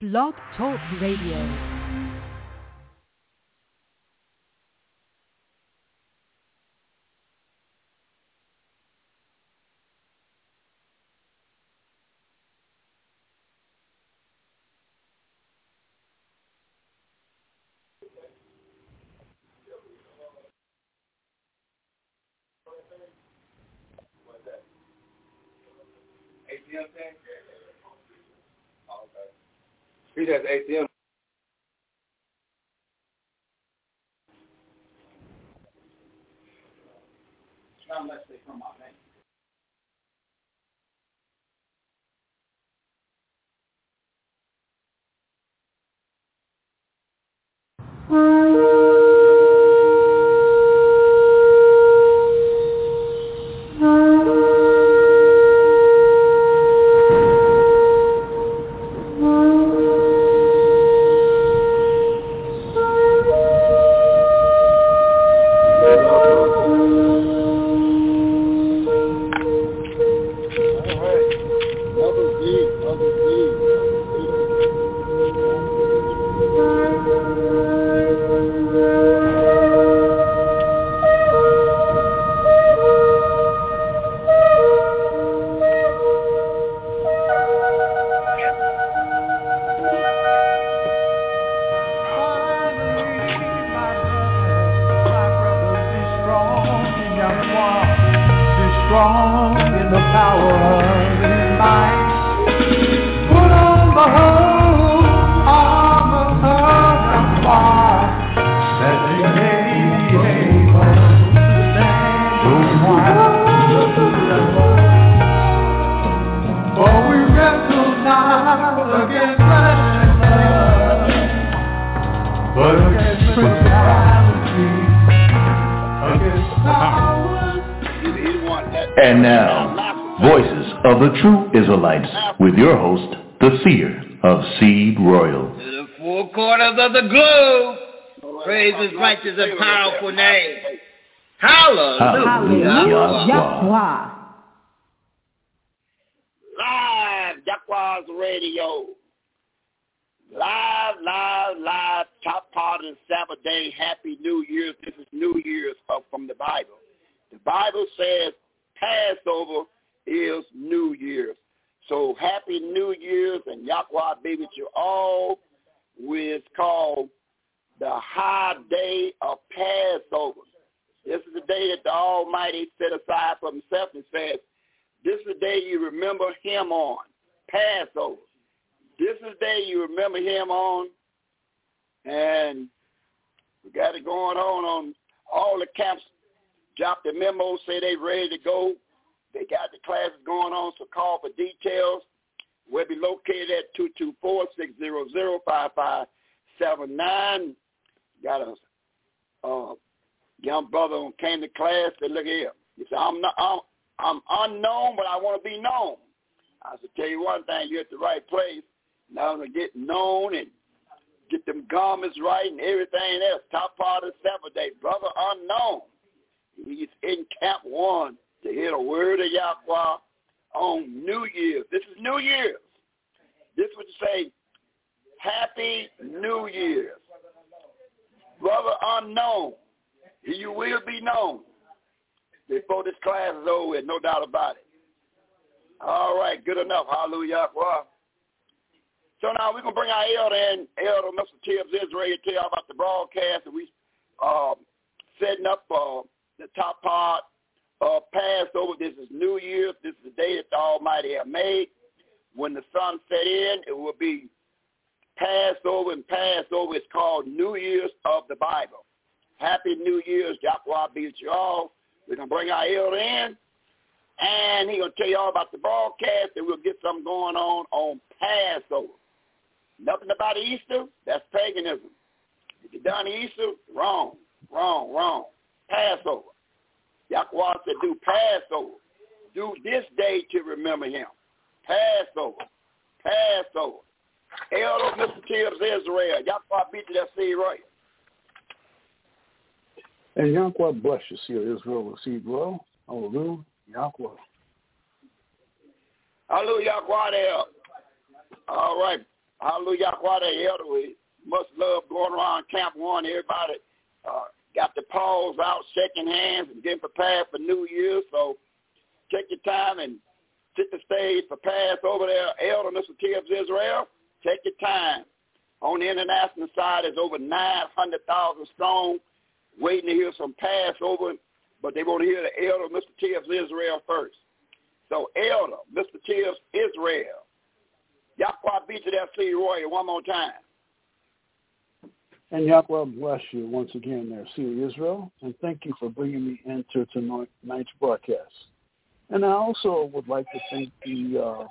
Blog Talk Radio. ATM thing? Oh, okay. He has ATM. Not unless they come out, man. with your host, the seer of Seed Royal. To the four corners of the globe, praise his righteous and powerful name. Hallelujah. Hallelujah. Live Jaguar's Radio. Live, live, live, top part of Sabbath day. Happy New Year's. This is New Year's up from the Bible. The Bible says Passover is New Year's. So happy New Year's and Yahweh be with you all. It's called the high day of Passover. This is the day that the Almighty set aside for himself and says, this is the day you remember him on, Passover. This is the day you remember him on. And we got it going on on all the camps. Dropped the memo, say they ready to go. They got the classes going on, so call for details. We'll be located at 224-600-5579. Got a uh, young brother who came to class. Said, look here. He said, I'm, not, I'm, I'm unknown, but I want to be known. I said, tell you one thing, you're at the right place. Now I'm going to get known and get them garments right and everything else. Top part of Saturday, brother unknown. He's in camp one to hear the word of Yahweh on New Year's. This is New Year's. This would say, Happy New Year's. Brother unknown, you will be known before this class is over, no doubt about it. All right, good enough. Hallelujah. Well, so now we're going to bring our elder in, elder Mr. Tibbs Israel, to tell about the broadcast that we um, setting up uh, the top part uh, Passover. This is New Year's. This is the day that the Almighty has made. When the sun set in, it will be Passover, and Passover is called New Year's of the Bible. Happy New Year's. Yahweh be with you all. We're going to bring our elder in, and he's going to tell you all about the broadcast, and we'll get something going on on Passover. Nothing about Easter. That's paganism. If you're done Easter, wrong, wrong, wrong. Passover. Yahweh said, do Passover. Do this day to remember him. Passover. Passover. Elder Mr. Tibbs Israel. Yahweh beat that seed right. And Yahweh bless you, see Israel will see well. Hallelujah. Yahweh. Hallelujah, Yahweh there. All right. Hallelujah, why the hell do we must love going around Camp One? Everybody uh, got their paws out, shaking hands, and getting prepared for New Year. So take your time and set the stage for Passover there, Elder Mr. T of Israel. Take your time. On the international side, there's over 900,000 strong waiting to hear some Passover, but they want to hear the Elder Mr. T of Israel first. So Elder, Mr. Tibbs, Israel. Yahweh be to that sea royal one more time. And Yahweh bless you once again there, Senior Israel, and thank you for bringing me into tonight's broadcast. And I also would like to thank the uh,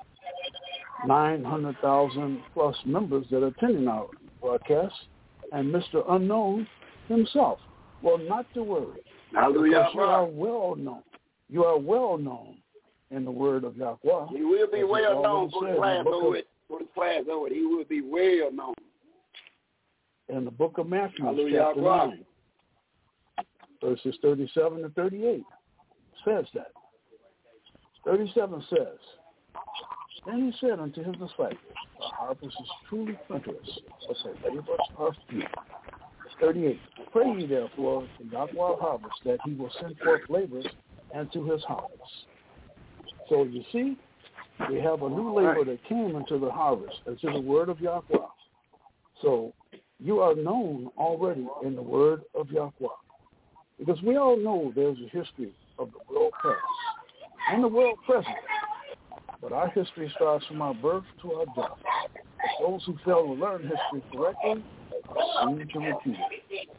900,000 plus members that are attending our broadcast and Mr. Unknown himself. Well, not to worry. Hallelujah. Because you are well known. You are well known in the word of Yahweh. He will be That's well what known Solomon for said the in class book of- over it. For the class over it. He will be well known. in the book of Matthew, Hallelujah, chapter Rock. 9, verses 37 and 38, says that. 37 says, Then he said unto his disciples, The harvest is truly plenteous, but the laborers are few. 38, Pray ye therefore the Yahweh harvest that he will send forth laborers unto his harvest. So you see, we have a new laborer that came into the harvest, into the word of Yahweh. So you are known already in the word of Yahweh. Because we all know there's a history of the world past and the world present. But our history starts from our birth to our death. Those who fail to learn history correctly are soon to repeat it.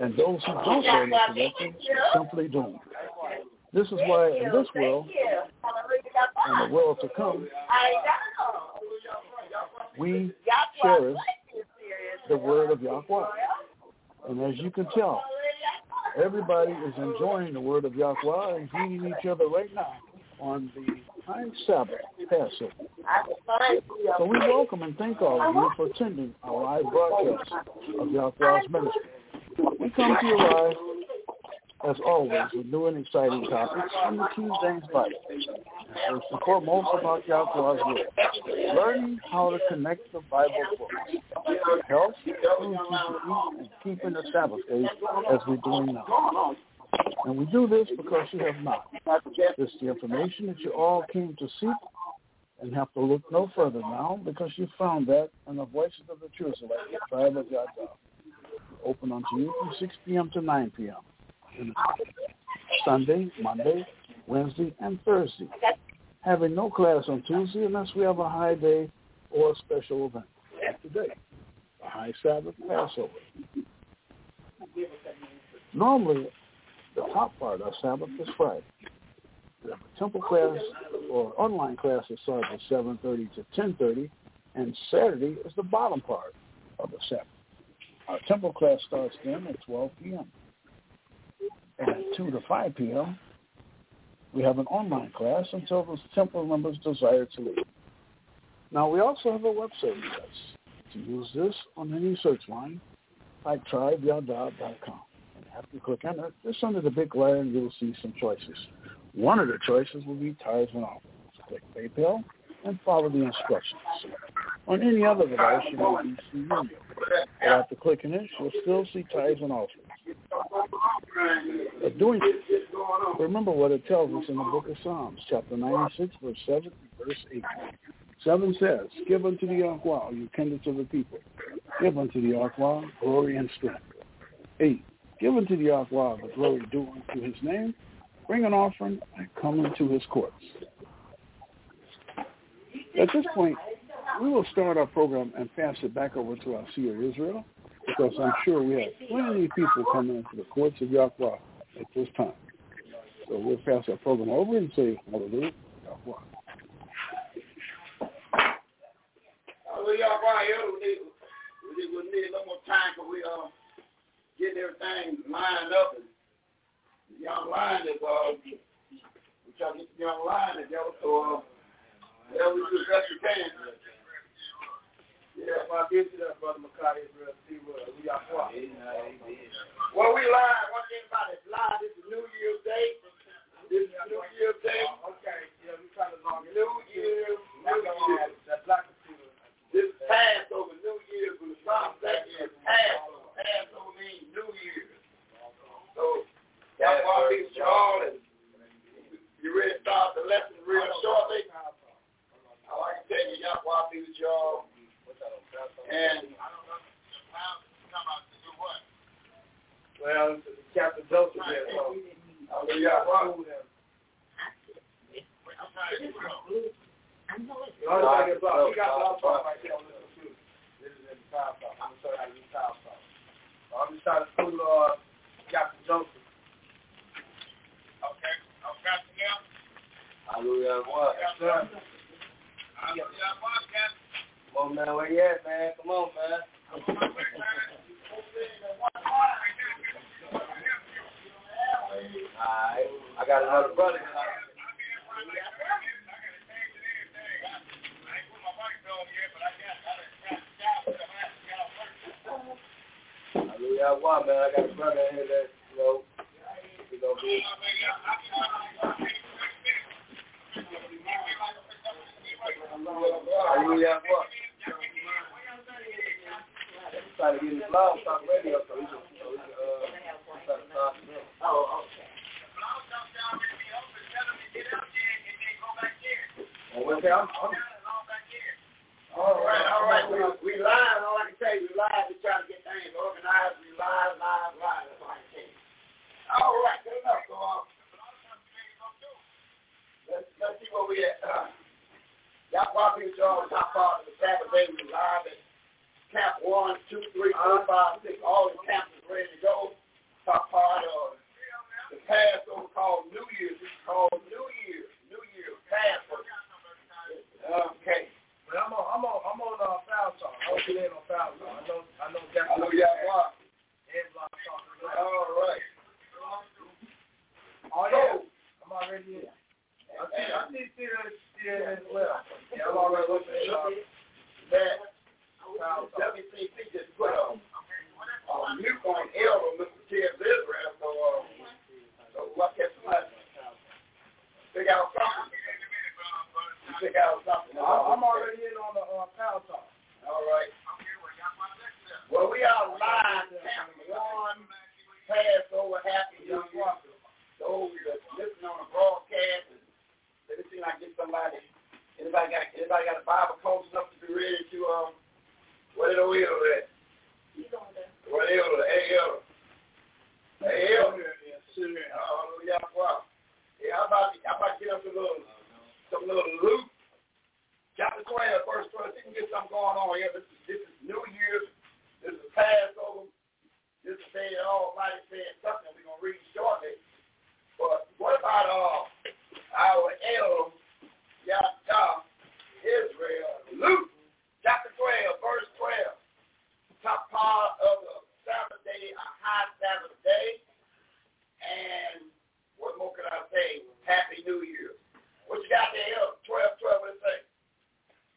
And those who don't learn it correctly simply don't. This is why in this world and the world to come, we cherish the word of Yahweh. And as you can tell, everybody is enjoying the word of Yahweh and greeting each other right now on the High Sabbath Passover. So we welcome and thank all of you for attending our live broadcast of Yahweh's ministry. We come to you live, as always, with new and exciting topics from the King James Bible. First and foremost, about Yahweh's word learning how to connect the Bible books, health, food you can eat, and keeping the Sabbath day as we're doing now. And we do this because you have not. This is the information that you all came to seek and have to look no further now because you found that in the voices of the Jerusalem, the tribe of Yahweh. Open unto you from 6 p.m. to 9 p.m. And Sunday, Monday, Wednesday, and Thursday having no class on Tuesday unless we have a high day or a special event, like today, a high Sabbath Passover. Normally, the top part of Sabbath is Friday. We have a temple class or online class that starts at 7.30 to 10.30, and Saturday is the bottom part of the Sabbath. Our temple class starts then at 12 p.m. And at 2 to 5 p.m., we have an online class until those temple members desire to leave. Now, we also have a website with us. To use this on any search line, like tribeyadab.com. And after you click enter, just under the big letter, you'll see some choices. One of the choices will be tithes and offerings. Click PayPal and follow the instructions. On any other device, you will be seeing menu. But after clicking it, you'll still see tithes and offerings. But doing Remember what it tells us in the book of Psalms, chapter 96, verse 7, and verse 8. 7 says, Give unto the Yahweh, you kindred to the people. Give unto the Yahweh glory and strength. 8. Give unto the Yahweh the glory due unto his name. Bring an offering and come into his courts. At this point, we will start our program and pass it back over to our seer Israel because I'm sure we have plenty of people coming into the courts of Yahweh at this time. So we'll pass our program over and say hallelujah. Yahweh. Hallelujah, right here. Uh, We need, we need, we need a little more time because we uh getting everything lined up. And the young line is uh we try to get the young line together. So uh, yeah, we do the best we can. Yeah, my gift to that brother Makai Israel see what we are for. Well, we live. One thing about it, live. This is New Year's Day. This is New Year's Day. Okay. Yeah, we trying to long New Year's. New Year's. That black muted y'all. And well, Captain Joseph there, so Hallelujah. Lord, thank you, Lord. We got a lot of fun right there on this computer. This is in the time stop. I'm gonna show you how to use time stop. So I'm just trying to pull uh Captain Joseph. Okay, I'm Captain now. Hallelujah, what? Yes, sir. Hallelujah, what, Captain? Come on, man. Where you at, man? Come on, man. Alright. I got another brother. Hallelujah, why, man? I got a brother in here that, you know, he gonna be. Hallelujah, what? Trying to get his loud talk radio, so he can, so he can, uh, he trying to talk. Well, okay, I'm, I'm. All right, all right, we, we live, all I can tell you, we live, we try to get things organized, we live, live, live, that's all I can tell you. All right, good enough, go on. Let's, let's see where we at. Uh, Y'all probably y'all top part of the Sabbath day, we live at camp one, two, three, four, five, six, all the camps is ready to go. Top part of the Passover called New Year's, it's called New Year's, New Year's, Passover. Okay. But I'm on I'm on I'm on uh foul talk. I was in on foul talk. I know I know that. I know y'all block. And block talk. All right. Oh yeah. I'm already in. I see I see Peter here as well. Yeah, I'm already looking at uh, that foul talk. WCC just put on uh, mute on Elder Mr. Ted Israel, so uh so I guess somebody figure out something. Check out something. I'm already in on the uh, Power Talk. All right. Well, we are live now. One Passover happy young one. Those that listen on the broadcast, and let me see if I can get somebody. Anybody got anybody got a Bible close enough to be ready to um? What it over at? What it over? Hey Elder. Hey Elder. Hallelujah. Yeah, I'm about to, I'm about to get up a little some little Luke chapter 12, verse 12. See if we can get something going on here. This is, this is New Year's. This is Passover. This is saying Almighty said something we're going to read shortly. But what about uh, our El Yada Israel? Luke chapter 12, verse 12. Top part of the Sabbath day, a high Sabbath day. And what more can I say? Happy New Year. What you got there, Elder? 12, 12, what it say?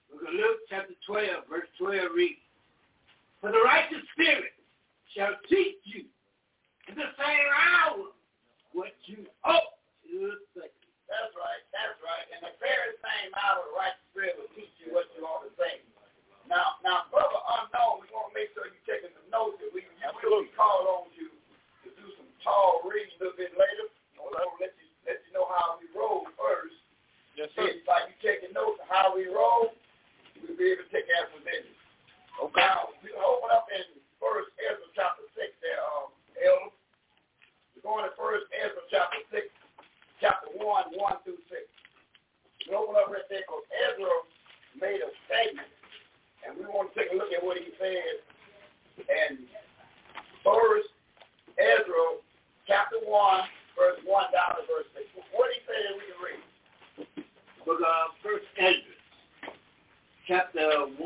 Look at Luke chapter 12, verse 12 reads, For the righteous spirit shall teach you in the same hour what you owe to the saints. That's right, that's right. And the very same hour the righteous spirit will teach you what you ought to say. Now, now, brother unknown, we want to make sure you're taking some notes that we will call on you to do some tall reading a little bit later. We'll let you, let you know how we roll first. Yes, sir. It's like you taking notes of how we roll, we'll be able to take that position. Okay. Now, we open up in First Ezra chapter 6 there, um, Elder. We're going to First Ezra chapter 6, chapter 1, 1 through 6. We open up right there because Ezra made a statement, and we want to take a look at what he said. And First Ezra chapter 1, verse 1 down to verse 6. What he said, we can read. Book of First Ezra, chapter 1,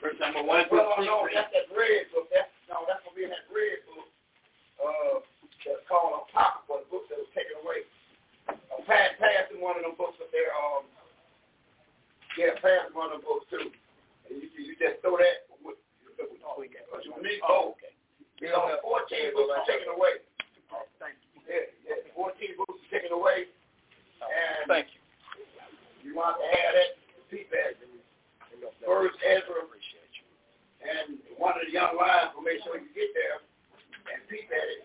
verse number 1 through Well, 6. no, reads, that's that red book. That's no, that's gonna be in that red book. Uh, that's called Apocrypha, the book that was taken away. I passed passed in one of them books up there. Um, yeah, passed one of them books too. And you you just throw that. What, what you need? Oh, okay. You know, fourteen books were taken away. Yeah, yeah, fourteen books were taken away, and Thank you. you want to have that feedback. First Ezra, and one of the young lions will make sure you get there and peep at it.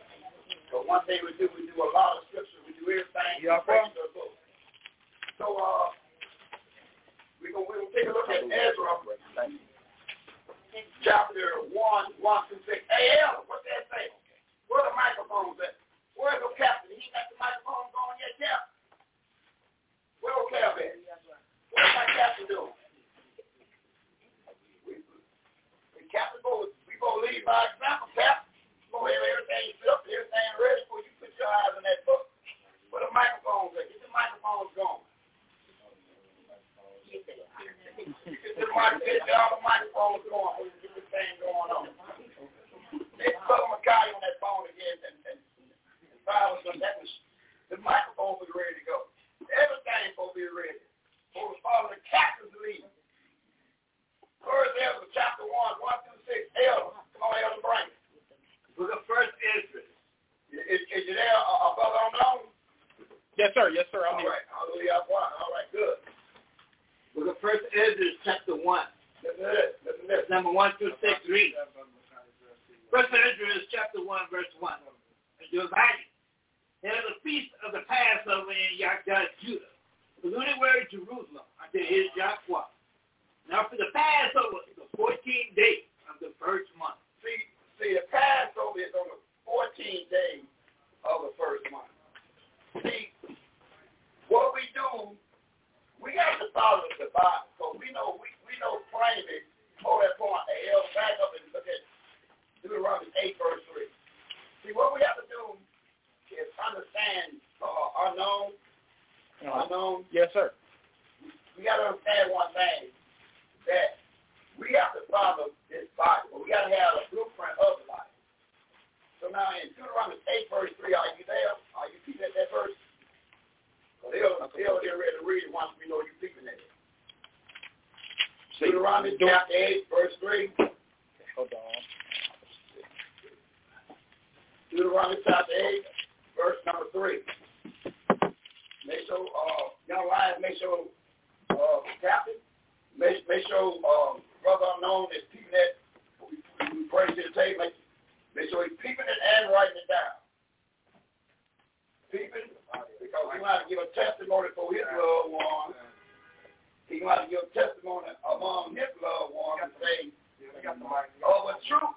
But one thing we do, we do a lot of scripture. We do everything. Yeah, in the book. So uh, we gonna we gonna take a look at Ezra somebody walks and says, hey, Elder, what that say? Where the microphones at? Where's the captain? He got the microphone going yet, yeah. Where the cap at? What's my captain doing? We, we captain go, we gonna lead by example, captain. Go have everything set up, everything ready for you put your eyes on that book. Where the microphones at? Get the microphones going. Get the mic, get all the microphones going. Get the thing going on. Let's put Makai on that phone again and, and, and file us. That was the microphone was ready to go. Everything supposed to be ready. For the father, the captain's leading. First Ezra chapter one, one through six. Elder, come on, Elder, bring it. Look at first Ezra. Is, is you there, uh, uh, brother? I'm alone. Yes, sir. Yes, sir. I'm All here. right, hallelujah. All right, good. Look at first Ezra chapter one. Listen to this. Listen to this. Number one through six. Read. First Ezra is chapter one, verse one. And Josiah. There is a feast of the Passover in Yagdad, Judah. The lunar word Jerusalem until his Yahweh. Now for the Passover is the 14th day of the first month. See, see, the Passover is on the 14th day of the first month. See, what we do, we got to follow the Bible. So we know, we, we know plainly, hold that point, L, back up and look at Deuteronomy 8, verse 3. See, what we have to do is understand uh, unknown, Uh, unknown, yes, sir. we got to understand one thing, that we have to follow this Bible. We got to have a blueprint of the Bible. So now in Deuteronomy 8, verse 3, are you there? Are you peeping at that verse? Because they'll, they'll get ready to read it once we know you peeping at it. Deuteronomy chapter 8, verse 3. Hold on. Deuteronomy chapter 8, verse number 3. Make sure, uh, young lions, make sure, uh, captain, make, make sure, uh, brother unknown is peeping that, we, we bring to the table, make, make sure he's peeping it and writing it down. Peeping, because he might give a testimony for his loved one. He might give a testimony among his loved ones and say, oh, but truth,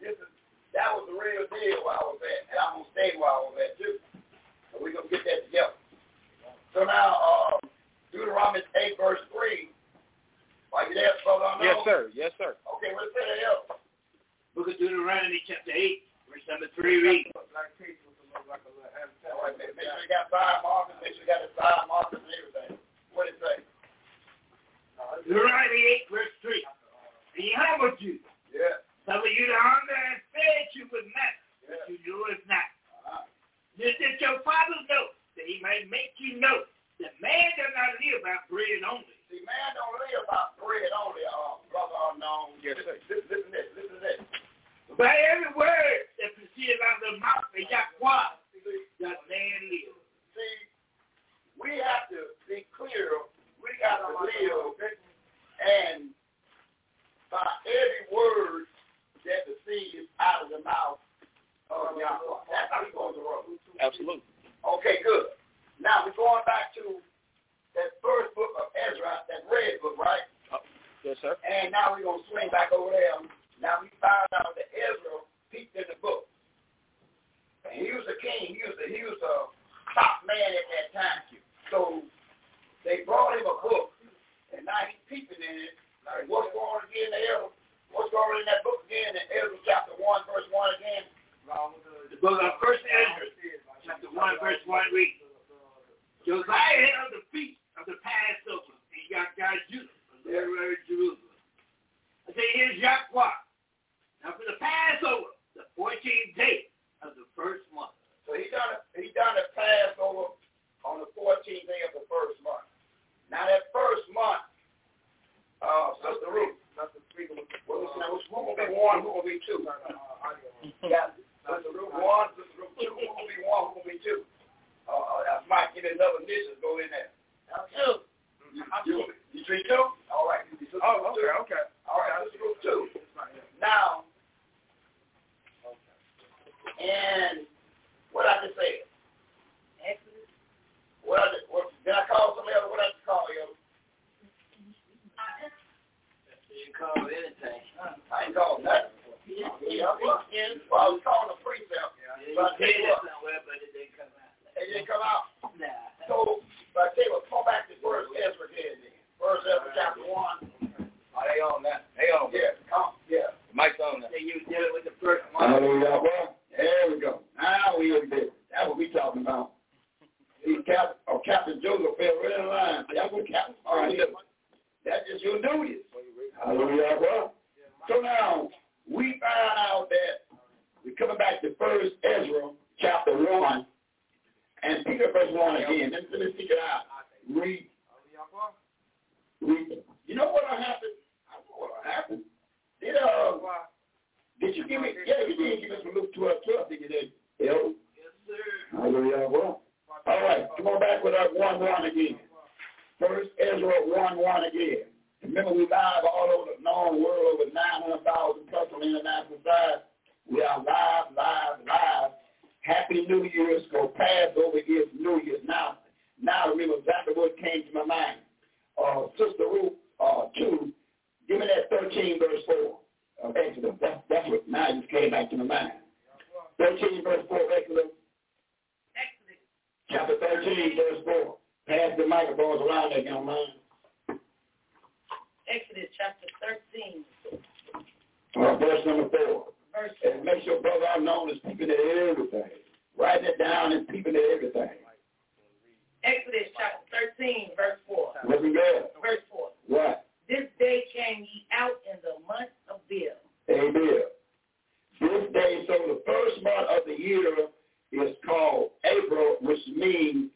this is that was the real deal where I was at, and I'm gonna stay where I was at too. So we're gonna get that together. So now, um, Deuteronomy 8 verse 3. Are you there, brother? I know. Yes, sir. Yes, sir. Okay, let's say that else. Book of Deuteronomy chapter 8, verse number 3 reads. All right, make make sure you got five markers, make sure you got the five markers and everything. What it say? Deuteronomy 8, verse 3. And he humbled you, Yeah. suffered you to hunger and fed you with manna, but Yeah. you knew it not. Uh-huh. This did your father know, that he might make you know that man does not live by bread only. See, man don't live by bread only, uh, brother unknown. Yes, sir. Listen, listen to this, listen to this. By every word that proceeds out of the mouth of Yahweh, does man live. See, we have to be clear. We got to live and by every word that proceeds out of the mouth of Yahweh. That's how we go to the road. Absolutely. Okay, good. Now we're going back to that first book of Ezra, that red book, right? Oh, Yes, sir. And now we're going to swing back over there. Now we found out that Ezra peeked in the book. And he was a king. He was a, he was a top man at that time. So they brought him a book. And now he's peeping in it. Like, what's going on again in Ezra? What's going on in that book again in Ezra chapter 1, verse 1 again? The book of First Ezra, chapter one, verse one reads, Josiah held the feast of the Passover in Yahweh Judah, the river of Jerusalem. I say, here's Yahweh. Now for the Passover, the 14th day of the first month. So he done a, he done a Passover on the 14th day of the first month. Now that first month, uh, Sister Ruth, well, listen, now, who's going to be one, who's going to be two? Yeah, Sister Ruth one, Sister Ruth two, who's going to be one, who's going to be two? Uh, Uh, that's Mike, get another initial, go in there. That's two. You, you, you drink two? All right. you Sister Ruth two. okay. All right, let's go two. Now, and what I just said? What I just, what, did I call somebody else? What I just call you? You can call it anything. I ain't called nothing. Yeah, well, I was calling a precept, but I tell you what, it didn't come out. So, but I tell you what, go back to First Ezra here, then. First Ezra chapter one. Are they on that? They on Yeah, come, yeah. Mike's on that. You dealing with the first Hallelujah. Well, there we go. Now we in business. That's what we talking about. See, Captain, oh, Captain Joseph fell right in line. That's what Captain, all right, look. That's just your duties. Hallelujah. Well, so now we find out that we're coming back to First Ezra chapter one and Peter verse one again. Let me, let me figure out. Read. Read. You know what happened? I know what happened. Did uh, did you give me? Yeah, you did give us from Luke twelve twelve. Did you did? Yo. Hallelujah. Well, all right. Come on back with our one one again. First Ezra one one again. Remember, we live all over the known world over nine hundred thousand plus on the international side. We are live, live, live. Happy New Year's. Go Passover is New Year's. Now, now I remember exactly what came to my mind. Uh, Sister Ruth, uh, two. Give me that thirteen verse four of Exodus. That, that's what now it just came back to my mind. 13 verse 4 of Exodus. Chapter 13 verse 4. Pass the microphones around there, young man. Exodus chapter 13, Uh, verse number 4. verse And make sure brother unknown is peeping at everything. Writing it down and peeping at everything. Exodus chapter 13, verse 4. Listen good. Verse 4. What? This day came ye out in the month of Bill. Amen. This day, so the first month of the year is called April, which means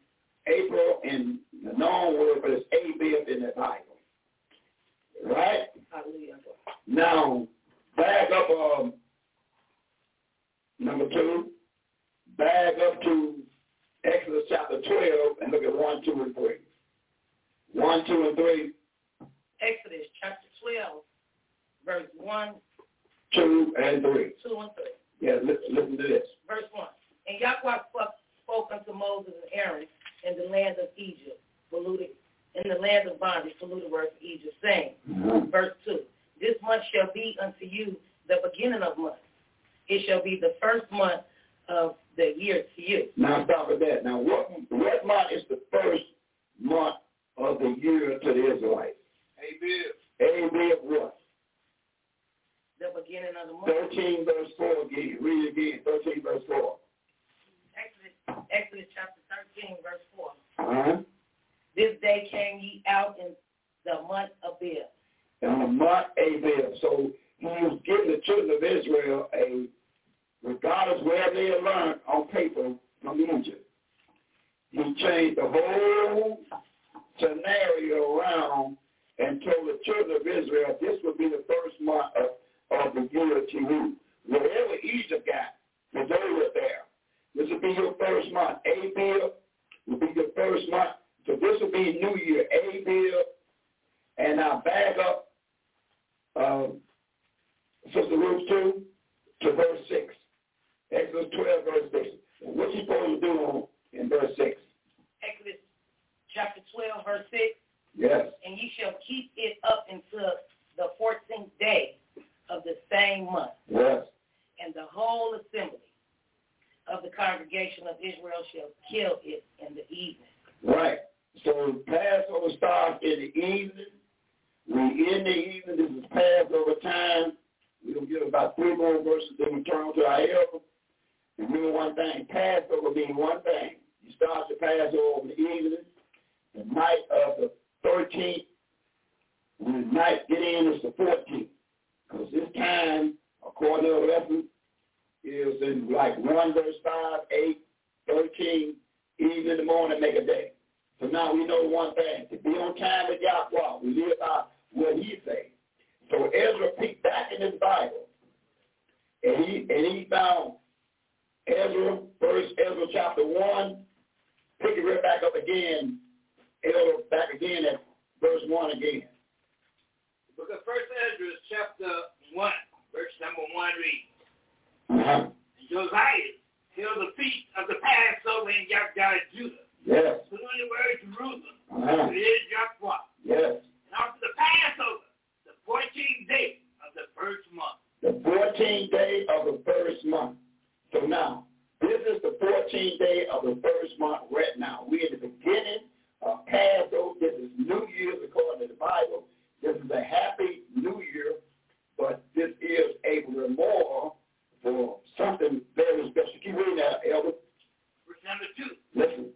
April in the known word, but it's Abib in the Bible. Right? Hallelujah. Now, back up um, number two, back up to Exodus chapter 12 and look at 1, 2, and 3. 1, 2, and 3, Exodus chapter 12, verse 1, 2, and 3. 2, and 3. Yeah, li- listen to this. Verse 1. And Yahweh spoke- spoke unto Moses and Aaron in the land of Egypt, polluted, in the land of bondage, polluted worth Egypt, saying, Mm-hmm. verse 2. This month shall be unto you the beginning of months. It shall be the first month of the year to you. Now stop at that. Now what what month is the first month of the year to the Israelites? Hey, Bill. Abib what? The beginning of the month. Thirteen verse four again. Read it again. Thirteen verse four. Exodus, Exodus chapter 13, verse 4. Uh-huh. This day came ye out in the month of Bill. And the month Abib. So he was giving the children of Israel a regardless where they had learned on paper from Egypt. He changed the whole scenario around and told the children of Israel this would be the first month of, of the year to you. Whatever Egypt got, because they were there, this would be your first month. Abib would be your first month. So this would be New Year. Abib. And now back up, um, Sister Ruth 2 to verse 6. Exodus 12, verse 6. What you supposed to do on, in verse 6? Exodus chapter 12, verse 6. Yes. And ye shall keep it up until the 14th day of the same month. Yes. and the whole assembly of the congregation of Israel shall kill it in the evening. Right. So Passover starts in the evening. We in the evening. This is Passover time. We're going to give about three more verses, then we turn to our helper. And remember one thing, Passover means one thing. You start the Passover in the evening, the night of the 13th, when the night get in is the 14th. Because this time, according to the lesson, is in like 1 verse 5, 8, 13, evening in the morning, make a day. So now we know one thing. To be on time with Yahweh, we live by what he says. So Ezra peeked back in his Bible, and he and he found Ezra, First Ezra chapter one. Pick it right back up again, Ezra back again at verse one again. Book of First Ezra, chapter one, verse number one reads, Uh-huh. And Josiah held the feast of the Passover in Yahweh Judah, Yes. who in the word Jerusalem, Uh-huh. it is Yahweh. Yes. And after the Passover, the fourteenth day of the first month, The 14th day of the first month. So now, this is the 14th day of the first month right now. We're at the beginning of Passover. This is New Year's according to the Bible. This is a happy New Year, but this is a memorial for something very special. Keep reading that, Elder. Verse number two. Listen.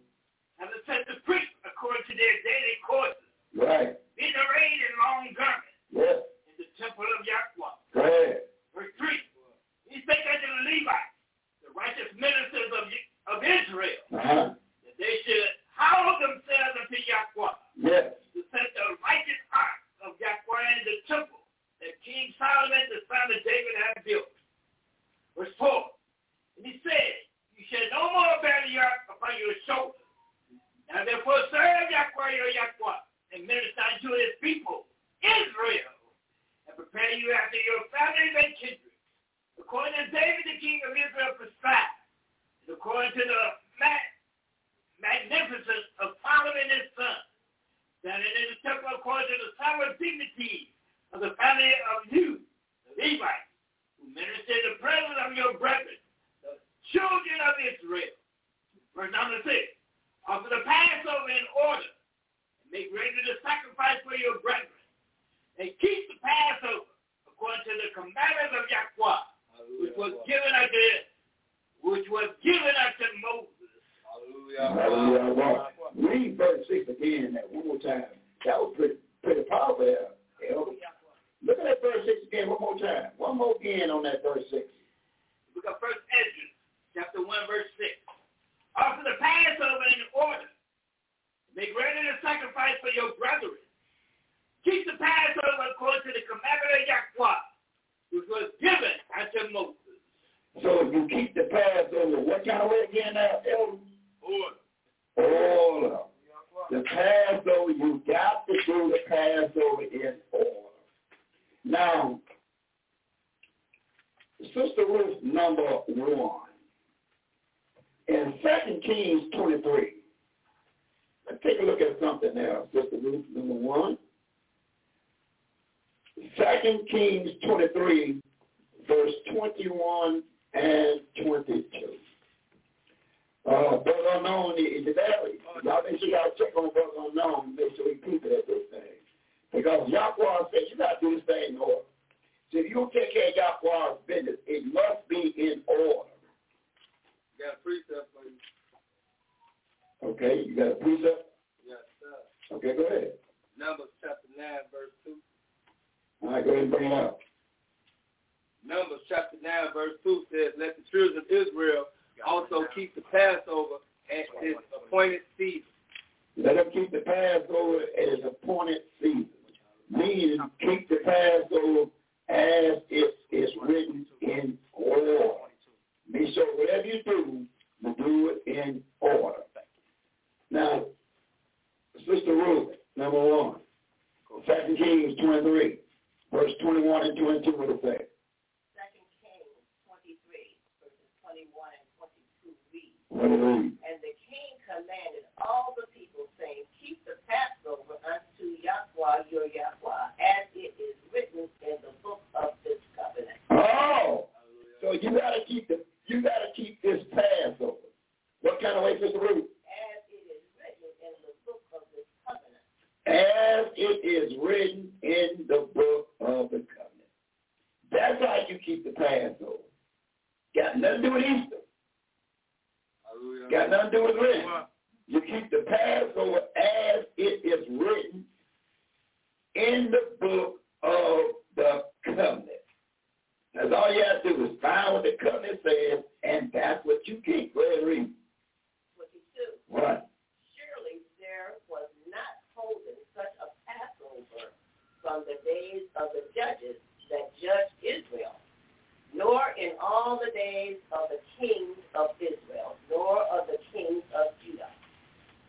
And it says the priests, according to their daily courses, Right. being arrayed in long garments Yes. in the temple of Yahweh. Go ahead. Verse 3. He spake unto the Levites, the righteous ministers of, of Israel, Uh-huh. that they should howl themselves unto Yahweh, Yes. to set the righteous ark of Yahweh in the temple that King Solomon, the son of David, had built. Verse 4. And he said, You shall no more bear the ark upon your shoulders. Now therefore serve Yahweh your Yahweh, and minister unto his people, Israel, and prepare you after your families and kindred. According to David the king of Israel prescribed, and according to the ma- magnificence of Solomon his son, that it is a temple according to the sovereign dignity of the family of you, the Levites, who minister in the presence of your brethren, the children of Israel. Verse number six. Offer the Passover in order, and make ready the sacrifice for your brethren, and keep the Passover according to the commandments of Yahweh, which was given unto which was given unto Moses. Hallelujah. Lord. Read verse 6 again that one more time. That was pretty, pretty powerful there, Elder. Look at that verse 6 again one more time. One more again on that verse 6. Look at First Ezra, chapter one, verse six. Offer the Passover in order. Make ready the sacrifice for your brethren. Keep the Passover according to the commandment of Yahweh, which was given unto Moses. So if you keep the Passover, what kind of way again now, Elder? Order. Order. The Passover, you got to do the Passover in order. Now, Sister Ruth number one. In 2 Kings 23, let's take a look at something now, Sister Ruth number one. 2 Kings 23, verse 21 and 22. Uh, Brother Unknown is there. Y'all make sure y'all check on Brother Unknown. Make sure he keep it at this thing. Because Yahweh said you got to do this thing in order. So if you don't take care of Yahweh's business, it must be in order. Got a precept for you. Okay? You got a precept? Yes, sir. Okay, go ahead. Numbers chapter 9, verse 2. All right, go ahead and bring it up. Numbers chapter 9, verse 2 says, Let the children of Israel also keep the Passover at this appointed season. Let them keep the Passover at its appointed season. Meaning, keep the Passover as it is written in order. Be sure whatever you do, you do it in order. Now, Sister Ruth, number one, Second Kings 23, verse 21 and 22 would say, Second Kings twenty-three, verses twenty-one and twenty-two read. what it read? And the king commanded all the people, saying, Keep the Passover unto Yahweh your Yahweh, as it is written in the book of this covenant. Oh, so you gotta keep the you gotta keep this Passover. What kind of way, Sister Ruth? As it is written in the book of this covenant. as it is written in the book of the covenant. That's how you keep the Passover. Got nothing to do with Easter. Got nothing to do with Lent. You keep the Passover as it is written in the book of the covenant. That's all you have to do is find what the covenant says, and that's what you keep. Go ahead and read. Twenty-two. What? Surely there was not holden such a Passover from the days of the judges that judged Israel, nor in all the days of the kings of Israel, nor of the kings of Judah.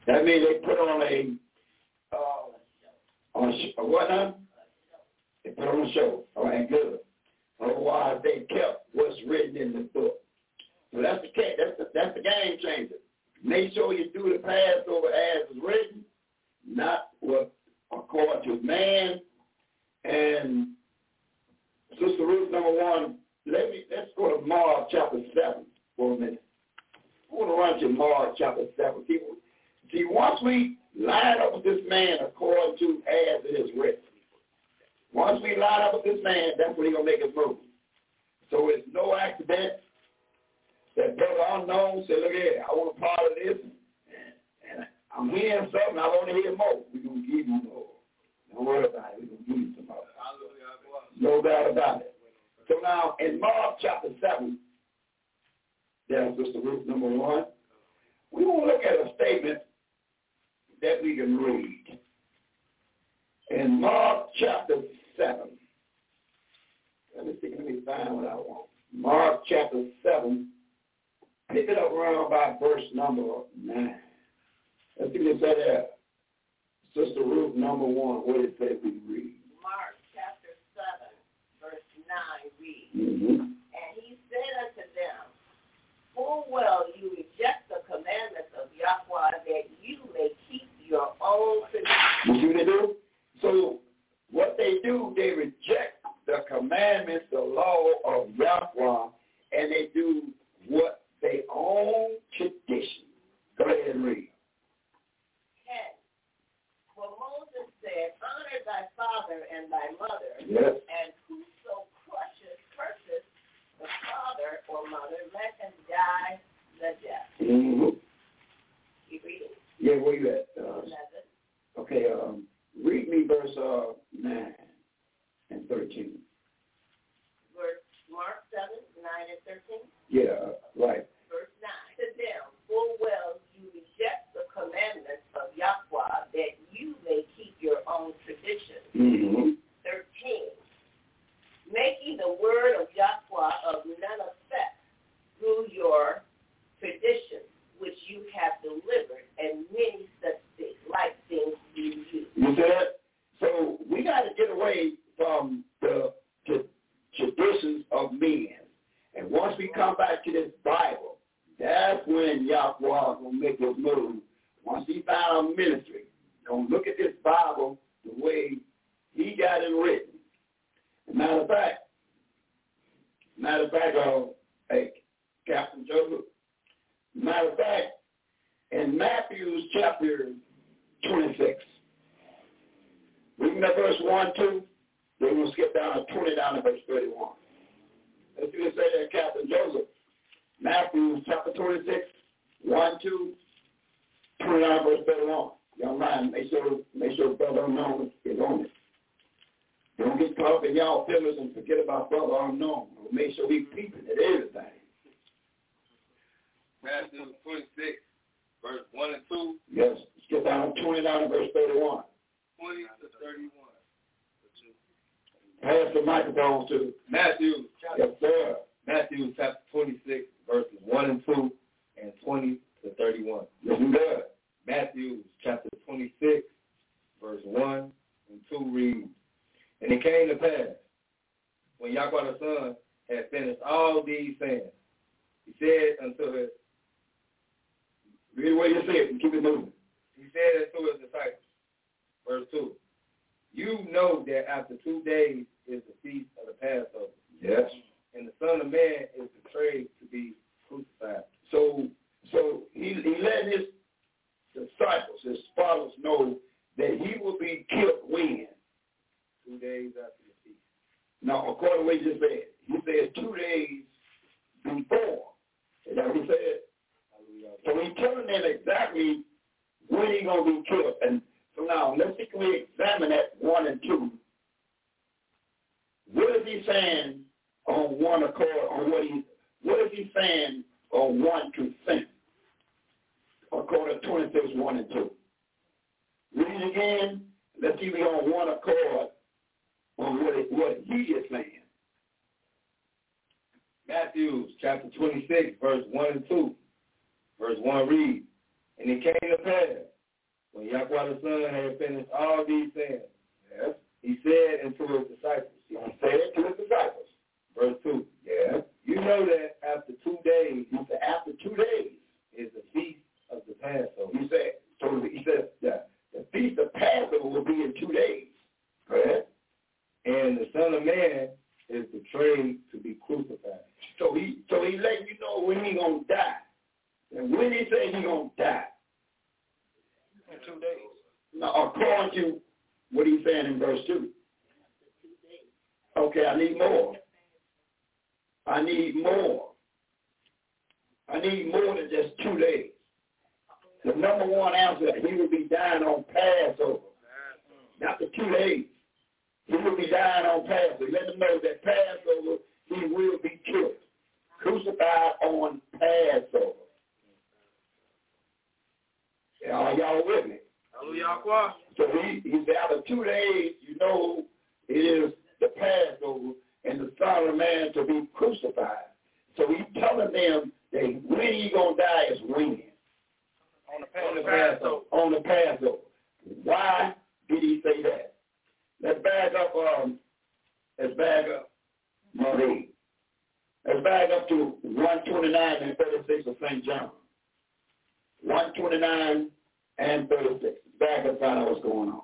That means they put on a, Oh, Uh, on a, sh- a what now? They put on a show. All right, good. Otherwise, they kept what's written in the book. So that's the ca- that's the, that's the game changer. Make sure you do the Passover as it's written, not what according to man. And Sister Ruth, number one, Let me let's go to Mark chapter seven for a minute. I want to run to Mark chapter seven. See, see, once we line up with this man according to as it is written, once we line up with this man, that's when he's gonna make his move. So it's no accident that brother unknown said, "Look here, I want a part of this, and, and I'm hearing something. I want to hear more. We're gonna give you more. Don't worry about it. We're gonna give you some more. No doubt about it." So now in Mark chapter 7, there's just the root number one. We want to look at a statement that we can read. In Mark chapter 7, let me see, let me find what I want. Mark chapter 7, pick it up around about verse number 9. Let's see what it said there. Sister Ruth, number one, what it said we read. Mark chapter 7, verse 9 reads, Mm-hmm. And he said unto them, Full well you reject the commandments of Yahweh that you may keep your own commandments. You see what they do? So what they do, they reject the commandments, the law of Yahweh, and they do what they own tradition. Go ahead and read. For Moses said, Honor thy father and thy mother, Yes. and whoso crushes, curses the father or mother, let him die the death. Mm-hmm. You read it? Yeah, where you at? Uh, 11. okay, um, read me verse uh, 9 and 13. Verse Mark 7, 9 and 13. Yeah, right. verse 9. To them, full well you reject the commandments of Yahweh that you may keep your own tradition. Mm-hmm. 13. Making the word of Yahweh of none effect through your tradition which you have delivered, and many such things, like things do you. You see that? So we got to get away from the, the traditions of men. And once we come back to this Bible, that's when Yahweh will make his move. Once he found our ministry, don't look at this Bible the way he got it written. Matter of fact, matter of fact, uh, hey, Captain Joseph, matter of fact, in Matthew's chapter 26, Reading that verse 1, 2, then we'll skip down to 20 down to verse 31. Let's do this right there, Captain Joseph. Matthew chapter 26, 1, 2, 20 down to verse 31. Y'all mind, make sure, make sure brother unknown is on it. Don't get caught up in y'all feelings and forget about brother unknown. Make sure we peeping at everything. Matthew 26, verse 1 and 2, Yes, skip down to 20 down to verse 31. 20 to 31. Pass the microphone to, Matthew, yes sir. Matthew chapter 26, verses 1 and 2, and 20 to 31. Listen good. Matthew chapter 26, verse 1 and 2 reads, And it came to pass, when Yahweh the Son had finished all these things, he said unto his, Read what you said and keep it moving. he said unto his disciples, verse 2, You know that after two days is the feast of the Passover, Yes. and the Son of Man is betrayed to be crucified. So so he, he let his disciples, his followers know that he will be killed when? Two days after the feast. Now, according to what he just said, he said two days before. Is that what he said? Hallelujah. So he's telling them exactly when he's going to be killed. And so now, let's see, can we examine that one and two? What is he saying on one accord, on what he, what is he saying on one consent? According to 26, 1 and 2. Read it again. Let's see if we on one accord on what, it, what he is saying. Matthew chapter 26, verse 1 and 2. Verse 1 reads, And it came to pass, when Yahweh the Son had finished all these things, Yes. he said unto his disciples, He said to his disciples. verse 2, Yes. You know that after two days He said, after two days, is the feast of the Passover, He said, so he said the, the feast of Passover will be in two days. Go ahead. and the Son of Man is betrayed to be crucified. So he so he letting you know when he gonna die. And when he say he gonna die. In two days. Now according to what he's saying in verse two. Okay, I need more. I need more. I need more than just two days. The number one answer, he will be dying on Passover. Not the two days. He will be dying on Passover. Let them know that Passover, he will be killed. Crucified on Passover. Are y'all with me? Hallelujah. So he, he said, out of two days, you know, it is the Passover and the Son of Man to be crucified. So he telling them that when he gonna die is when. On the Passover. On the Passover. Why did he say that? Let's back up. Um, let's back up. Marie. Let's back up to 129 and 36 of St. John. 129 and 36. Back up, find out what's going on.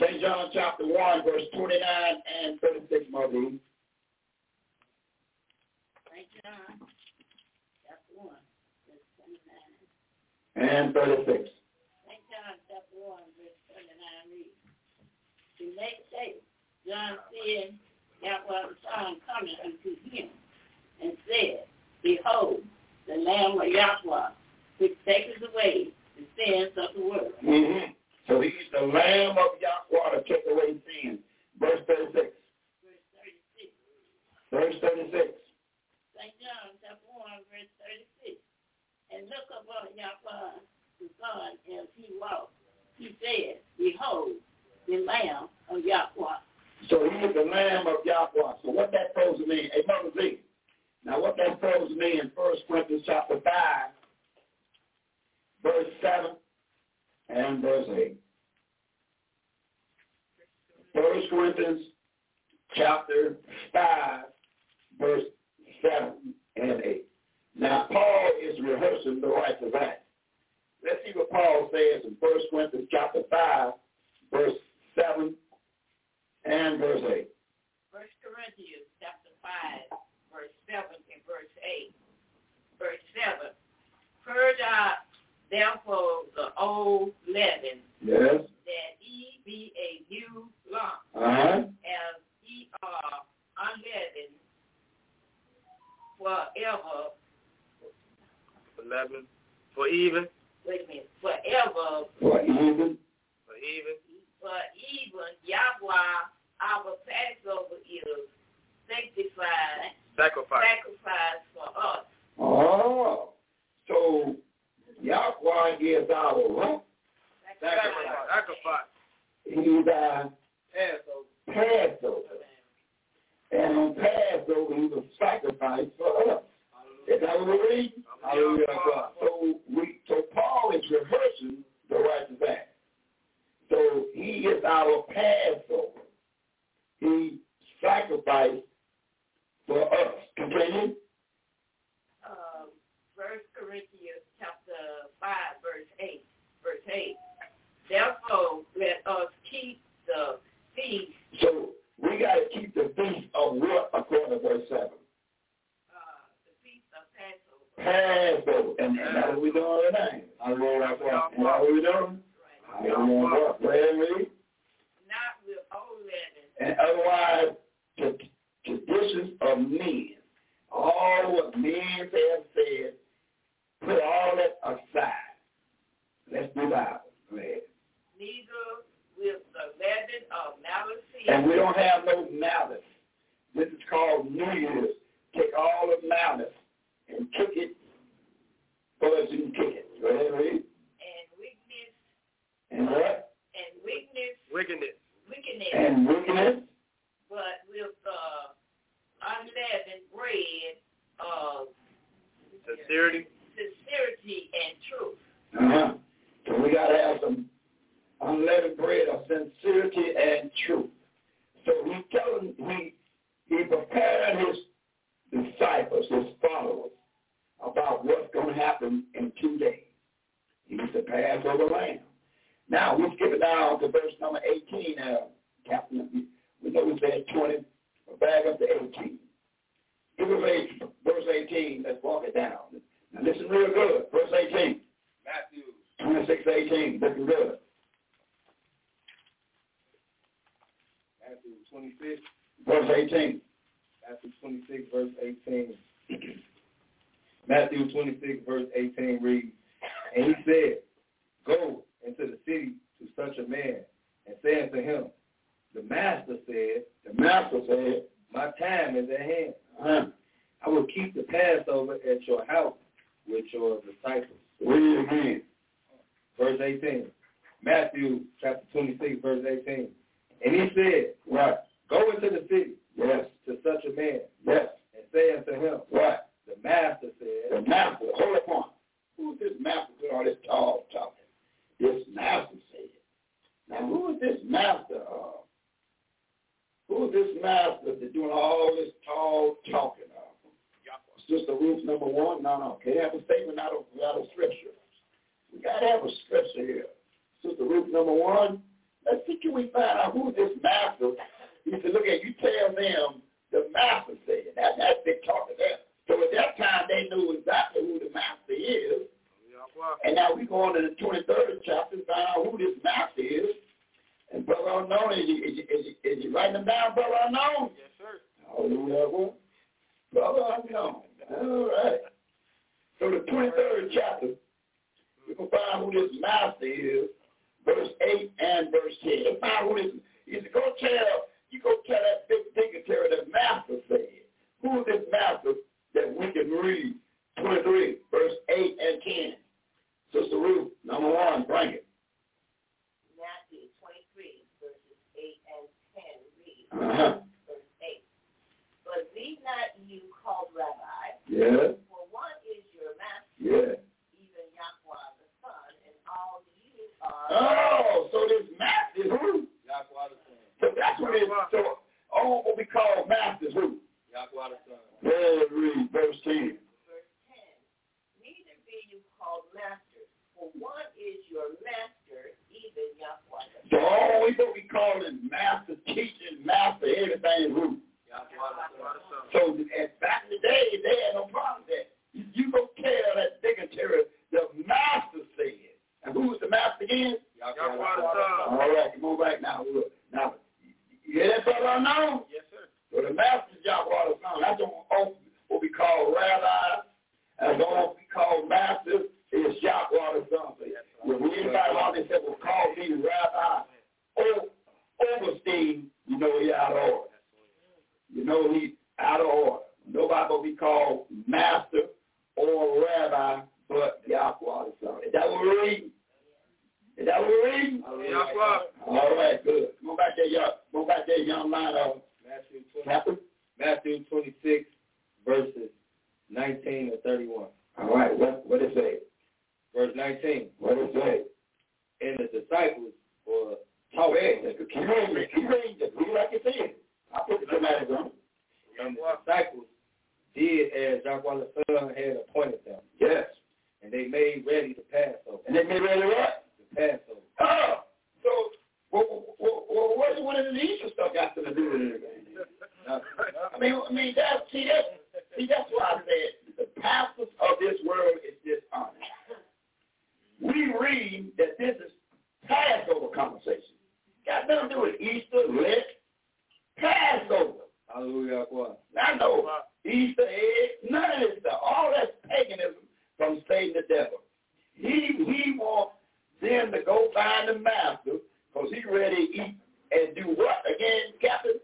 St. John chapter 1, verse 29 and 36, Marie. St. John, chapter 1, verse 29. And 36. St. John, chapter 1, verse 29 reads, The next day, John said, Yahweh the Son coming unto him, and said, Behold, the Lamb of Yahweh, which taketh away the sins of the world. Mm-hmm. So he's the Lamb of Yahweh to take away sin. Verse 36. Verse 36. Verse 36. St. John chapter 1, verse 36. And look upon Yahweh, the Son, as he walked. He said, Behold, the Lamb of Yahweh. So he is the Lamb of Yahweh. So what that supposed to mean? Hey, Mother Z. Now what that supposed to mean in 1 Corinthians chapter 5, verse 7 and verse 8. 1 Corinthians chapter 5, verse 7 and 8. Now Paul is rehearsing the righteous act. Let's see what Paul says in 1 Corinthians chapter 5, verse 7 and verse 8. First Corinthians chapter five, verse seven and verse eight. Verse seven, purge out therefore the old leaven, Yes. that ye be a new lump, All right. as ye are unleavened forever, 11. For even. wait a minute, forever, For even. For even. but even Yahweh, our Passover is sanctified, Sacrifice. sacrificed for us. Oh. So Yahweh is our what? Sacrifice. Sacrifice. He's our Passover. Passover. And on Passover, he was sacrificed for us. Is that what we read? Hallelujah. So, we, so Paul is rehearsing the righteous act. So he is our Passover. He sacrificed for us. Continue. um, First Corinthians chapter five, verse eight, verse eight. Therefore, let us keep the feast So we got to keep the feast of what according to verse 7? uh, the feast of Passover. Passover. And, and that's what we're doing tonight. I wrote out what and that's what we're doing. Right. I don't want to pray and read. Not with old leaven, And otherwise, the traditions of men, all what men have said, put all that aside. Let's do Bible. read. neither with the leaven of malice. And we don't have no malice. This is called New Year's. Take all the malice and kick it first you can kick it. Go ahead and read. and weakness And what? and weakness Wickedness. wickedness, And wickedness. but with the unleavened bread of Sincerity. sincerity and truth. Uh-huh. So we got to have some unleavened bread of sincerity and truth. So he telling, he, he preparing his disciples, his followers, about what's going to happen in two days. He's the Passover lamb. Now, we skip it down to verse number 18 now, it down. Now listen real good. Verse 18. Matthew. 26, 18. Listen good. Matthew 26. Verse 18. Matthew 26, verse 18. Matthew 26, verse 18 reads, And he said, Go into the city to such a man, and say unto him, The master said, The master said, uh-huh. My time is at hand. Huh? I will keep the Passover at your house with your disciples. Read it again. Verse 18. Matthew chapter 26, verse 18. And he said, Right. Go into the city Yes. to such a man, Yes. and say unto him, Right. The master The said, master, hold upon. Who's this master doing all this tall talking? This master said. Now who is this master uh, of? Who is this master that's doing all this tall talking of? It's just the roof number one? No, no. Can't have a statement out of, out of scripture. We gotta have a scripture here. It's just the roof number one. Let's see can we find out who this master. He said, look at you tell them the master said. That, that's big talking there. So at that time, they knew exactly who the master is. And now we go on to the 23rd chapter and find out who this master is. And Brother Unknown, is he, is he, is he, is he writing them down, Brother Oh, Unknown? Yes, sir. Hallelujah. Well, Brother Unknown. All right. So the 23rd chapter, we can find who this master is, verse 8 and verse 10. Let's Find who this, you go tell, you go tell that big dignitary that master said. Who is this master that we can read? 23, verse 8 and 10. Sister Ruth, number one, bring it. Matthew 23, verses 8 and 10 read, Uh-huh. verse 8. But be not you called rabbi, Yeah, for one is your master, yeah. even Yahweh the Son, and all you are. Oh, so this master is who? Yahweh the Son. So that's what it is. So all what we call masters who? Yahweh the Son. Very read, verse 10. Verse 10. Neither be you called masters, for one is your master, even Yahweh the So all we what we call is master, teaching, master, everything is who? Yahweh the Son. So at back in the day, they had no problem with that. You, you go tell that dignitary, the master said. And who was the master again? Yahweh the Son. All right, come on back now. Look, Now, you hear that brother unknown? Yes, sir. So the master's job was the son. That's what we- what we call rabbi. And that's what we call master is Yahweh the son. When anybody out there said, well, call me rabbi or Overstein, you know he out of order. You know he out of order. Nobody will be called master or rabbi but Yahweh the son. Is that what we're reading? Is that what we're reading? Yahweh. All right, good. Go back there, young, go back there, young man. Uh, Matthew 20, Captain? Matthew 26, verses 19 to 31. All right, what what it say? Verse 19. What it say? And the disciples were Oh, hey, you ain't read, you ain't just read like it said. I put the dramatic on. and the disciples did as Jacques the Son had appointed them, Yes. and they made ready the Passover. And they made ready to what? The Passover. Oh, so well, well, well, what does one of the Easter stuff got to do with it? I mean, I mean that see that see that's why I said the pastors of this world is dishonest. We read that this is Passover conversation. Got nothing to do with Easter, Lent, Passover. Hallelujah. Yahweh. I know Easter egg, none of this stuff. All that's paganism from Satan the devil. He he wants them to go find the master because he ready to eat and do what again, Captain?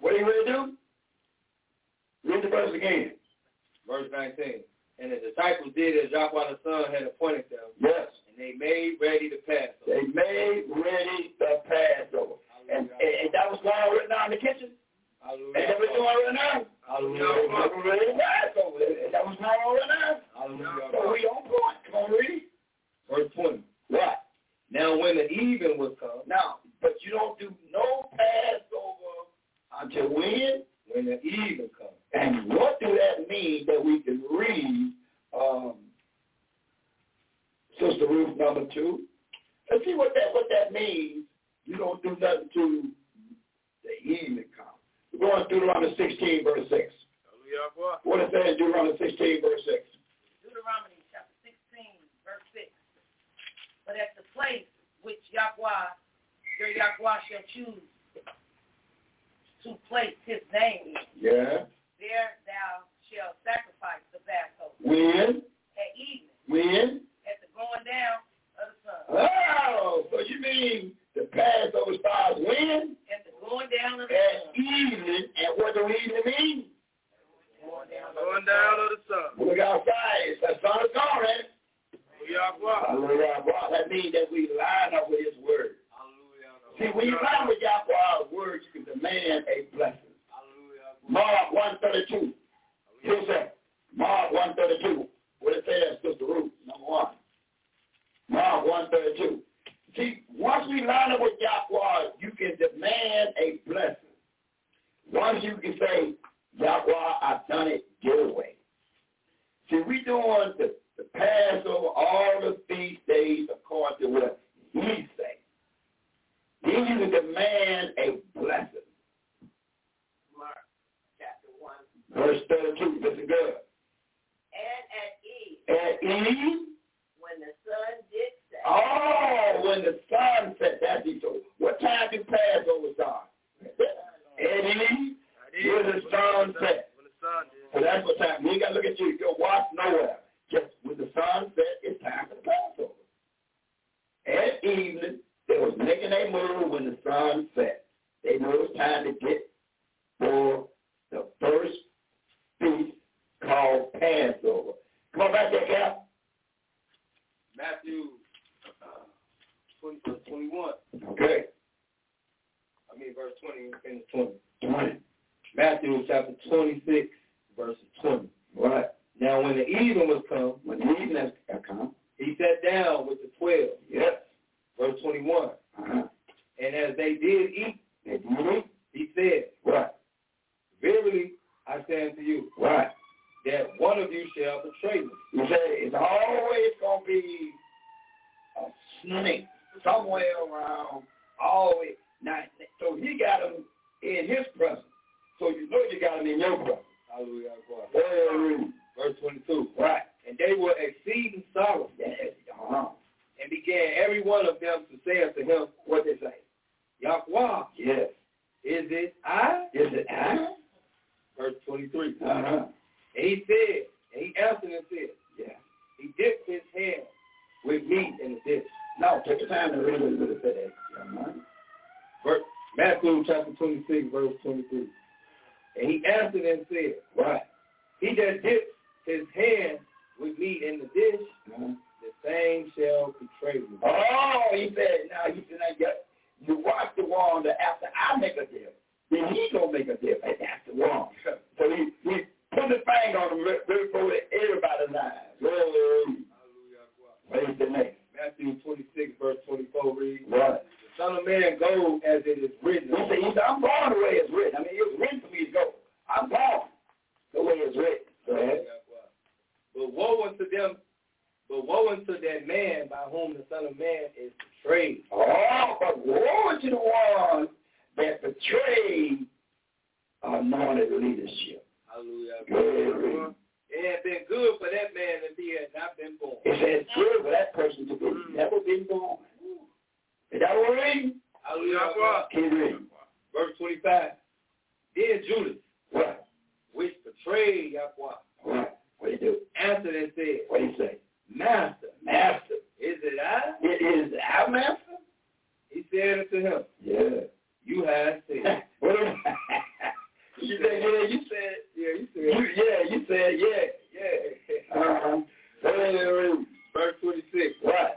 What he ready to do? Read the verse again. Verse 19. And the disciples did as Jacques the Son had appointed them, Yes. and they made ready the Passover. They made ready the Passover. And, and, and that was going on right now in the kitchen. And Hallelujah. that was going on right now. They Hallelujah. were ready to Passover. And that was going on right now. Hallelujah. So we on point. Come on, read. Verse 20. Right. Now when the even was come, Now, but you don't do no Passover until when? when the even come, And what do that mean that we can read, um, Sister Ruth number two? Let's see what that what that means. You don't do nothing to the evening come. We're going to Deuteronomy 16, verse 6. Hallelujah. What it say? sure Yahweh shall choose to place his name in. Yeah. There thou shalt sacrifice the Passover When? at evening, When? at the going down of the sun. Oh, so you mean the Passover starts when? At the going down of the At sun. evening. And what do evening mean? Going down of the Going down of the sun. Look outside. It's the sun is already. Yahweh. Hallelujah. Wow, That means that we line up with his word. See, when you line with Yahweh's word, you can demand a blessing. Mark 132. Here's that. Mark 132. What it says, Sister Ruth, number one. Mark 132. See, once we line up with Yahweh, you can demand a blessing. Once you can say, Yahweh, I've done it your way. See, we doing the, the Passover, all the feast days according to what he say. Then you can demand a blessing. Mark chapter 1. Verse 32, listen good. And at eve, At eve, when the sun did set, oh, when the sun set, that's it. So what time do Passover start? At eve, when the sun set. When the sun did. So that's what time. You ain't got to look at you. You don't watch nowhere. Just when the sun set, it's time for the Passover. At evening, they was making a move when the sun set. They knew it was time to get for the first feast called Passover. Come on back there, Cap. Matthew uh, 21. Okay. I mean, verse 20, we finished 20. 20. Matthew chapter 26, verses 20. Right. Now when the evening was come, When the evening has has come. he sat down with the twelve. Yes. Verse 21. Uh-huh. And as they did eat, They do it. he said, Mm-hmm. Right. Verily I say unto you, Right. that one of you shall betray me. You say it's always going to be a snake somewhere around, always. Now, so he got him in his presence. So you know you got him in your presence. Hallelujah. God. Hallelujah. Verse 22. Right. And they were exceeding sorrowful, Yes. Uh-huh. and began every one of them to say unto him, What they say? Yahweh, Yes. is it I? Is it I? Verse 23. Uh-huh. And he said, and he answered and said, Yes. he dipped his hand with meat in the dish. Now, take the time to read a little bit of that. young man. Verse, Matthew chapter 26, verse 23. And he answered and said, Right. He that dips his hand with meat in the dish, Uh-huh. the same shall betray me. Oh, he said, now he said, now you, you watch the one that after I make a deal, then he gonna make a deal, and that's the one. So he he put the thing on him right right before everybody's eyes. Hey. Praise the name. Matthew 26, verse 24 reads, Right. The Son of Man goes as it is He written. said, he said, I'm going the way it's written. I mean, it was written for me to go. I'm going the way it's written. Go ahead. But woe unto them, but woe unto that man by whom the Son of Man is betrayed. Oh, but woe to the one that betrayed anointed leadership. Hallelujah. It had been good for that man if he had not been born. Mm. It says good for that person to be never been born. Is that what we're reading? Hallelujah. Keep reading. Verse 25. Then Judas, Right, which betrayed Yahweh, right. What he do? answered and said, What he say? Master, Master. is it I? It is our master? He said unto him, Yeah. You have said. what am You said, yeah, you said, Yeah, you you, yeah, you said, yeah. Yeah. Uh-huh. Very, Verse 26. Right.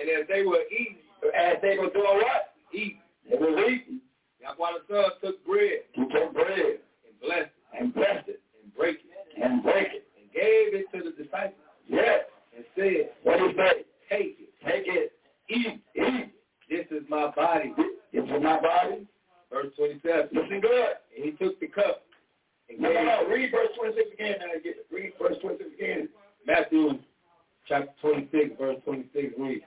And as they were eating, As they were doing what? eating, They were eating. Yahweh the Son took bread He took bread and blessed it and blessed it and brake it and break it. and gave it to the disciples Yes. and said, What he say? Take it. Take it. Eat. Eat. This is my body. It's in my body. Verse 27. Listen good. And he took the cup and No, gave no, it no. Read verse 26 again. Now get it. Read verse 26 again. Matthew chapter 26, verse 26 reads,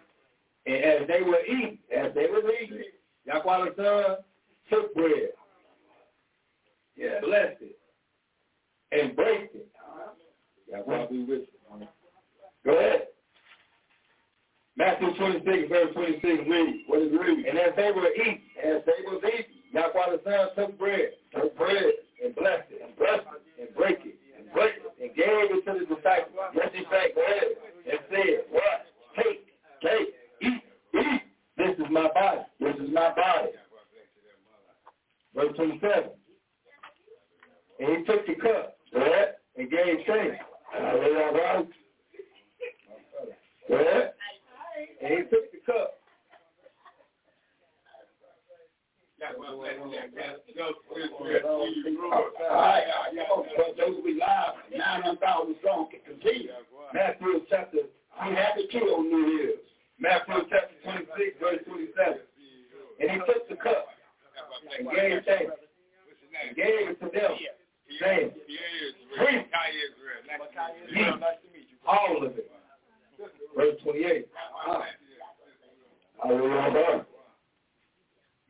And as they were eating, As they were reading. Yahweh the Son took bread, Yeah. blessed it, and broke it. Uh-huh. Yahweh be with you. Go ahead. Matthew 26, verse 26 reads, What is reading? And as they were eating, as they was eating, Yahweh the Son took bread, took bread, and blessed it, and blessed it, and break it, and break it, and gave it to the disciples. Yes, he thanked bread, and said, What? Take, take, eat, eat. This is my body. This is my body. Verse 27. And he took the cup, bread, and gave thanks. Hallelujah. Bread. And he took the cup. Matthew chapter, he had the kid on New Year's. Matthew chapter 26, verse 27. And he took the cup and gave thanks and gave it to them, saying, Drink ye all of it. Verse 28. I remember.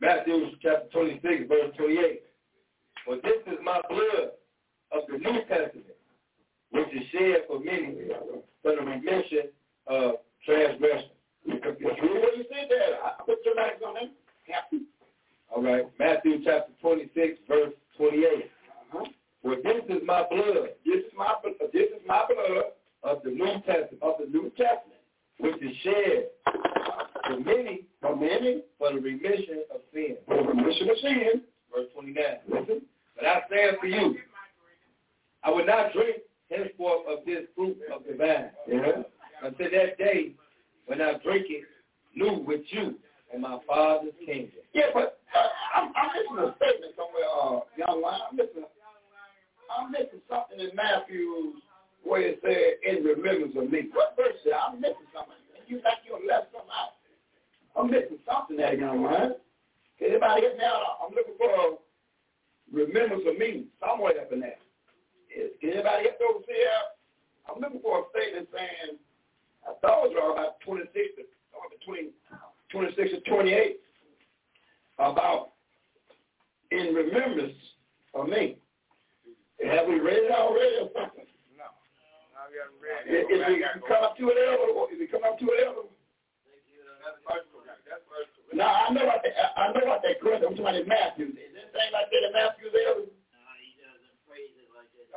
Matthew chapter 26, verse 28. For this is my blood of the New Testament, which is shed for many for the remission of transgression. You read what you said there. I put your legs on it. All right. Matthew chapter 26, verse 28. For this is my blood. Uh-huh. This is my blood. This is my blood of the New Testament. Of the New Testament, which is shed for many, for many, for the remission of sin. For the remission of sin. Verse 29. Listen. But I say unto you, I will not drink henceforth of this fruit of the vine until that day when I drink it new with you in my Father's kingdom. Yeah, but uh, I'm, I'm missing a statement somewhere, uh, young man. I'm missing, I'm missing something in Matthew where it said, in remembrance of me. What verse is that? I'm missing something. You think you left something out. I'm missing something there, young man. Can anybody get me out? I'm looking for a remembrance of me somewhere up in there. Is, can anybody get over here? I'm looking for a statement saying, I told y'all about 26 to, or between 26 and 28 about in remembrance of me. Have we read it already or something? Is, is we come up to it ever? Is we come up to it ever? Now I know what they, I- I know what they correct. I'm talking about in Matthew. Is there anything like that in Matthew ever?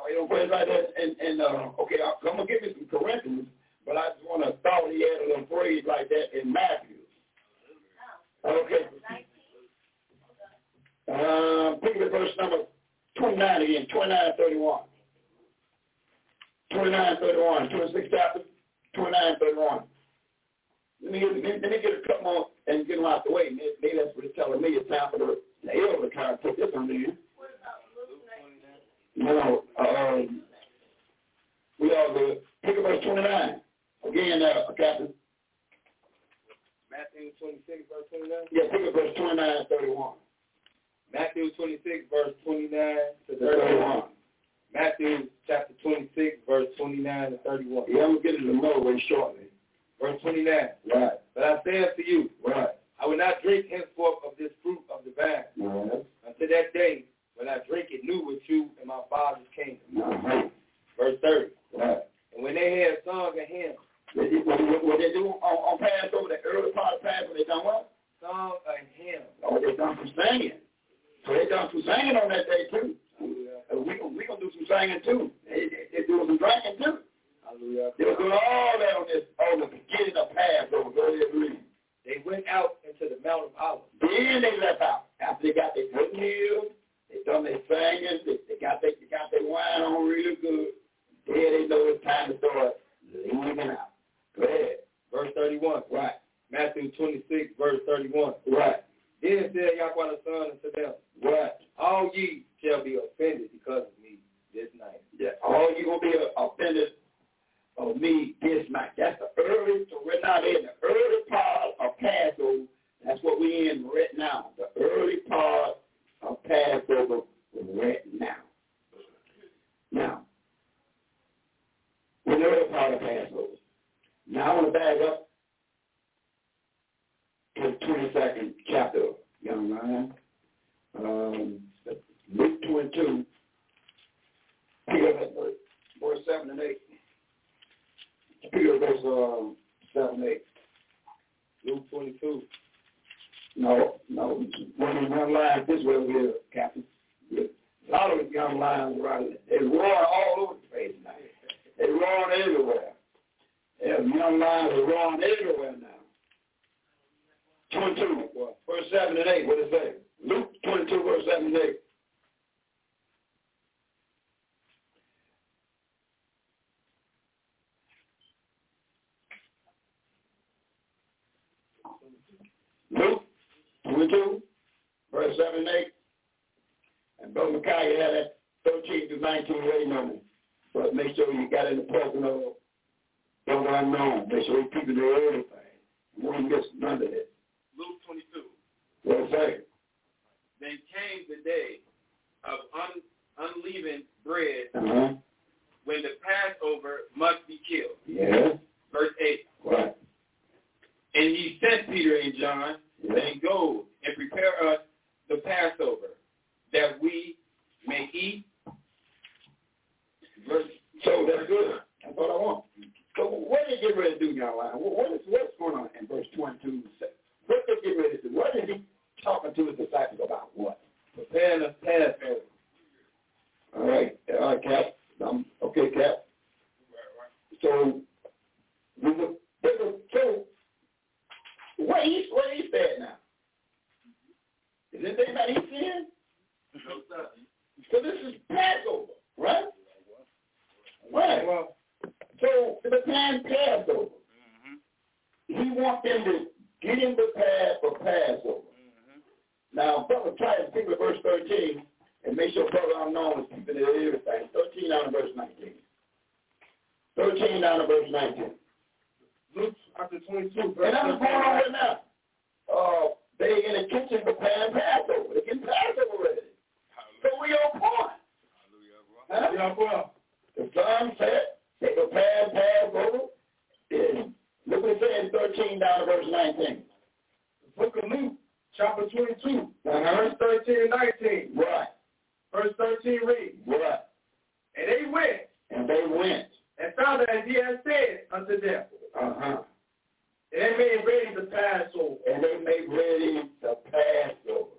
Oh, you don't put it like that. And and uh, okay, I, I'm gonna give you some Corinthians, but I just want to thought he had a little phrase like that in Matthew. Okay. Uh, pick it at verse number 29 again, 29 and 31. 29 and 31, 26 chapter, 29 and 31. Let me, let, me, let me get a couple more and get them out the way. Maybe, maybe that's what it's telling me. It's time for the, the elder to kind of put this on you. No, um, we are the pick up verse 29. Again, uh, Captain. Matthew 26, verse 29. Yeah, pick up verse 29 and 31. Matthew 26, verse 29 to 31. 31. Matthew chapter 26, verse 29 to 31. Yeah, I'm going to get it another way shortly. Verse 29. Right, But I say unto you, right. I will not drink henceforth of this fruit of the vine Uh-huh. until that day when I drink it new with you in my Father's kingdom. Verse 30. Right. And when they had sung a hymn, They did, what, what, what they do on, on Passover, the early part of Passover, they done what? sung a hymn. Oh, they done some singing. So they done some singing on that day too. And we gonna we gonna do some singing too. They, they, they doing some drinking too. Hallelujah. They were doing all that on this on the beginning of Passover. Go ahead and read. They went out into the Mount of Olives. Then they left out after they got their good meal. They done their singing. They, they got their they got their wine on real good. Then they know it's time to start leaving out. Go ahead. Verse 31. Right, Matthew 26, verse 31. right, Then said Yahweh the Son unto them, right. All ye shall be offended because of me this night. Yeah, all you gonna be offended of me this night. That's the early. So we're not in the early part of Passover. That's what we in right now. The early part of Passover right now. Now, we're in the early part of Passover. Now I want to back up to the twenty-second chapter, young man. Um, Luke twenty-two. Pick up at verse, verse 7 and 8. Pick up verse um, 7 and 8. know, one of the young lions this way over here, Captain. Yeah. A lot of the young lions around there. They roar all over the place now. They roar everywhere. Yeah, young lions are roaring everywhere now. 22, well, verse 7 and 8, what it say? Luke 22, verse 7 and 8. Luke 22, verse 7 and 8. And Brother Micaiah had that 13 to 19 waiting on me. But make sure you got in the person of Brother Unknown. Make sure you people know everything. You won't miss none of it. Luke 22. What's that? Then came the day of un- unleavened bread Uh-huh. when the Passover must be killed. Yeah. Verse 8. What? And he sent Peter and John, Yeah. saying, Go and prepare us the Passover, that we may eat. Verse- So that's good. That's what I want. So what did he get ready to do, y'all? What what is what's going on in verse 22? What did he get ready to do? What is he talking to his disciples about? What? Preparing the Passover. All right. All right, Cap. Um, okay, Cap. So we were, they were, so what he what he said now? Is there anything that he said? So this is Passover, right? Right. Well, so the time Passover. He wants them to get him prepared for Passover. Now, Brother Titus, people at verse 13, and make sure Brother Unknown is keeping it everything. 13 down to verse 19. 13 down to verse 19. Luke chapter 22, And I'm just going on right now. Uh, they in the kitchen preparing Passover. They getting Passover ready. So we on point. Huh? Yeah, well, The sun set, they prepared Passover. And look what it says in 13 down to verse 19. book of Luke, chapter 22, Uh-huh. verse 13 and 19. Right, Verse 13 reads, right. And they went And they went. and found it as he had said unto them. Uh-huh. And they made ready the Passover. And they made ready the Passover.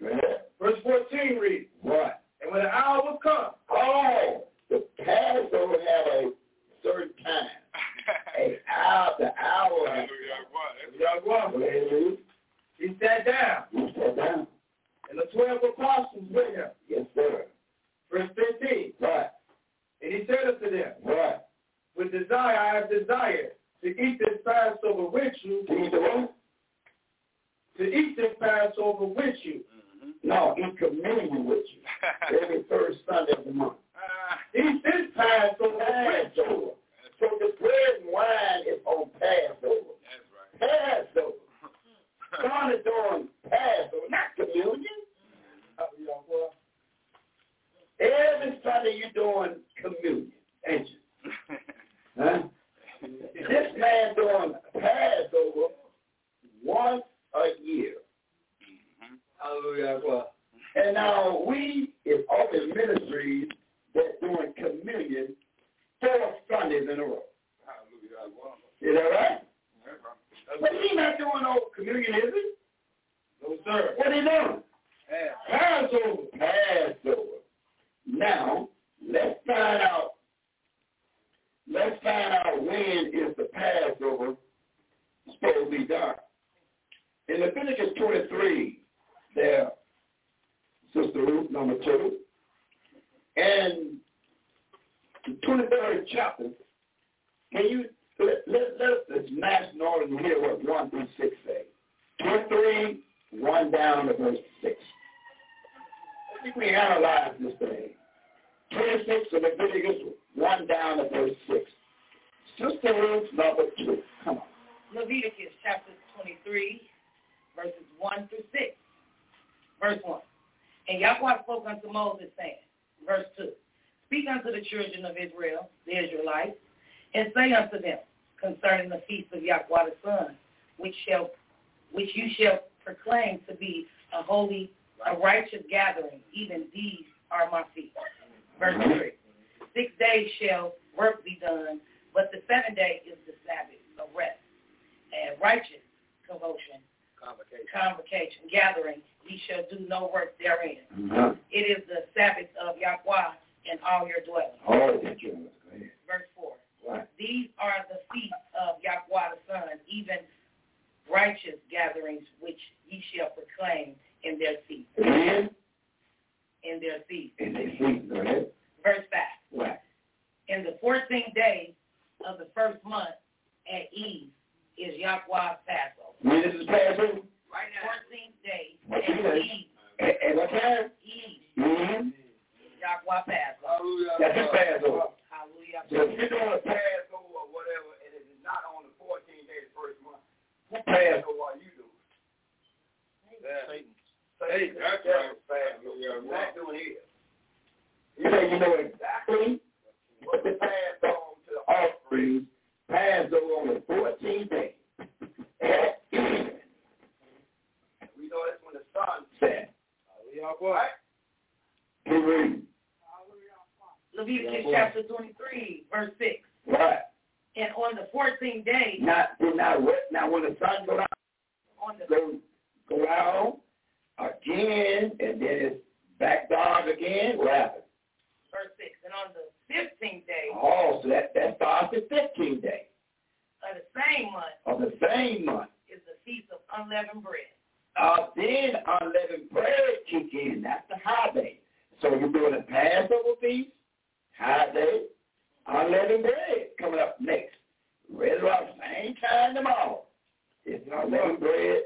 Right. Verse 14 reads, Right. And when the hour was come, Oh, the Passover had a certain time. An hour, the hour. Hallelujah. he sat down, You sat down. and the twelve apostles with him. Yes, sir. Verse 15, Right, And he said unto them, right. With desire I have desired to eat this Passover with you, Eat the what? to eat this Passover with you. No, eat communion with you. Every third Sunday of the month. Ah. Eat this Passover with you. Passover. So the bread and wine is on Passover. That's right. Passover. God is doing Passover, not communion. Oh, you know what? Every Sunday you're doing communion, ain't you? huh? This man doing Passover once a year. Hallelujah. Well, And now we is open ministries that doing communion four Sundays in a row. Is that right? But he not doing no communion, is he? No, sir. What he doing? Passover. Passover. Now, let's find out. Let's find out when is the Passover supposed to be done. In Leviticus 23, there, Sister Ruth, number two, and the 23rd chapter, can you, let, let, let us this national order and hear what 1 through 6 say. 23, 1 down to verse 6. I think we analyze this thing. 26 of Leviticus, 1 down to verse 6. Sister Ruth, number 2. Come on. Leviticus chapter 23, verses 1 through 6. Verse 1. And Yahweh spoke unto Moses, saying, verse 2, Speak unto the children of Israel, the Israelites, and say unto them, concerning the feast of Yahweh the Son, which, shall, which you shall proclaim to be a holy, a righteous gathering, even these are my feasts. Verse 3. Six days shall work be done, but the seventh day is the Sabbath of rest and righteous devotion Convocation. convocation, gathering, ye shall do no work therein. It is the Sabbath of Yahweh in all your dwelling. All the children. Go ahead. Verse four. Right. These are the feasts of Yahweh the Son, even righteous gatherings which ye shall proclaim in their feast, And, in their feast. and they sleep. Go ahead. Verse five. Right. In the fourteenth day of the first month at eve is Yahweh's Passover. When this is Passover, Right now. Fourteenth day What you at say? eve, at, at what time? eve, Mm-hmm. Yahweh Passover. Hallelujah. That's his Passover. Hallelujah. So if you're doing a Passover Passover or whatever, and it is not on the 14th day of the first month, Passover, Passover, are you doing? Satan. Hey, that's right. Passover. Not doing it. you say you know exactly what the Passover to the offering, Passover on the 14th day. At even We know that's when the sun set. Right? Keep reading. Leviticus Yeah, boy. chapter 23, verse 6. Right. And on the 14th day, Not, did not what? Now when the sun go down, on the go go out again, and then it's back down again. What happens? verse 6, and on the 15th day Oh, so that that starts the 15th day of the same month of the same month. is the feast of unleavened bread. Uh, then unleavened bread kick in. That's the high day. So you're doing a Passover feast, high day, unleavened bread coming up next. Red Rock, same time tomorrow. It's unleavened bread.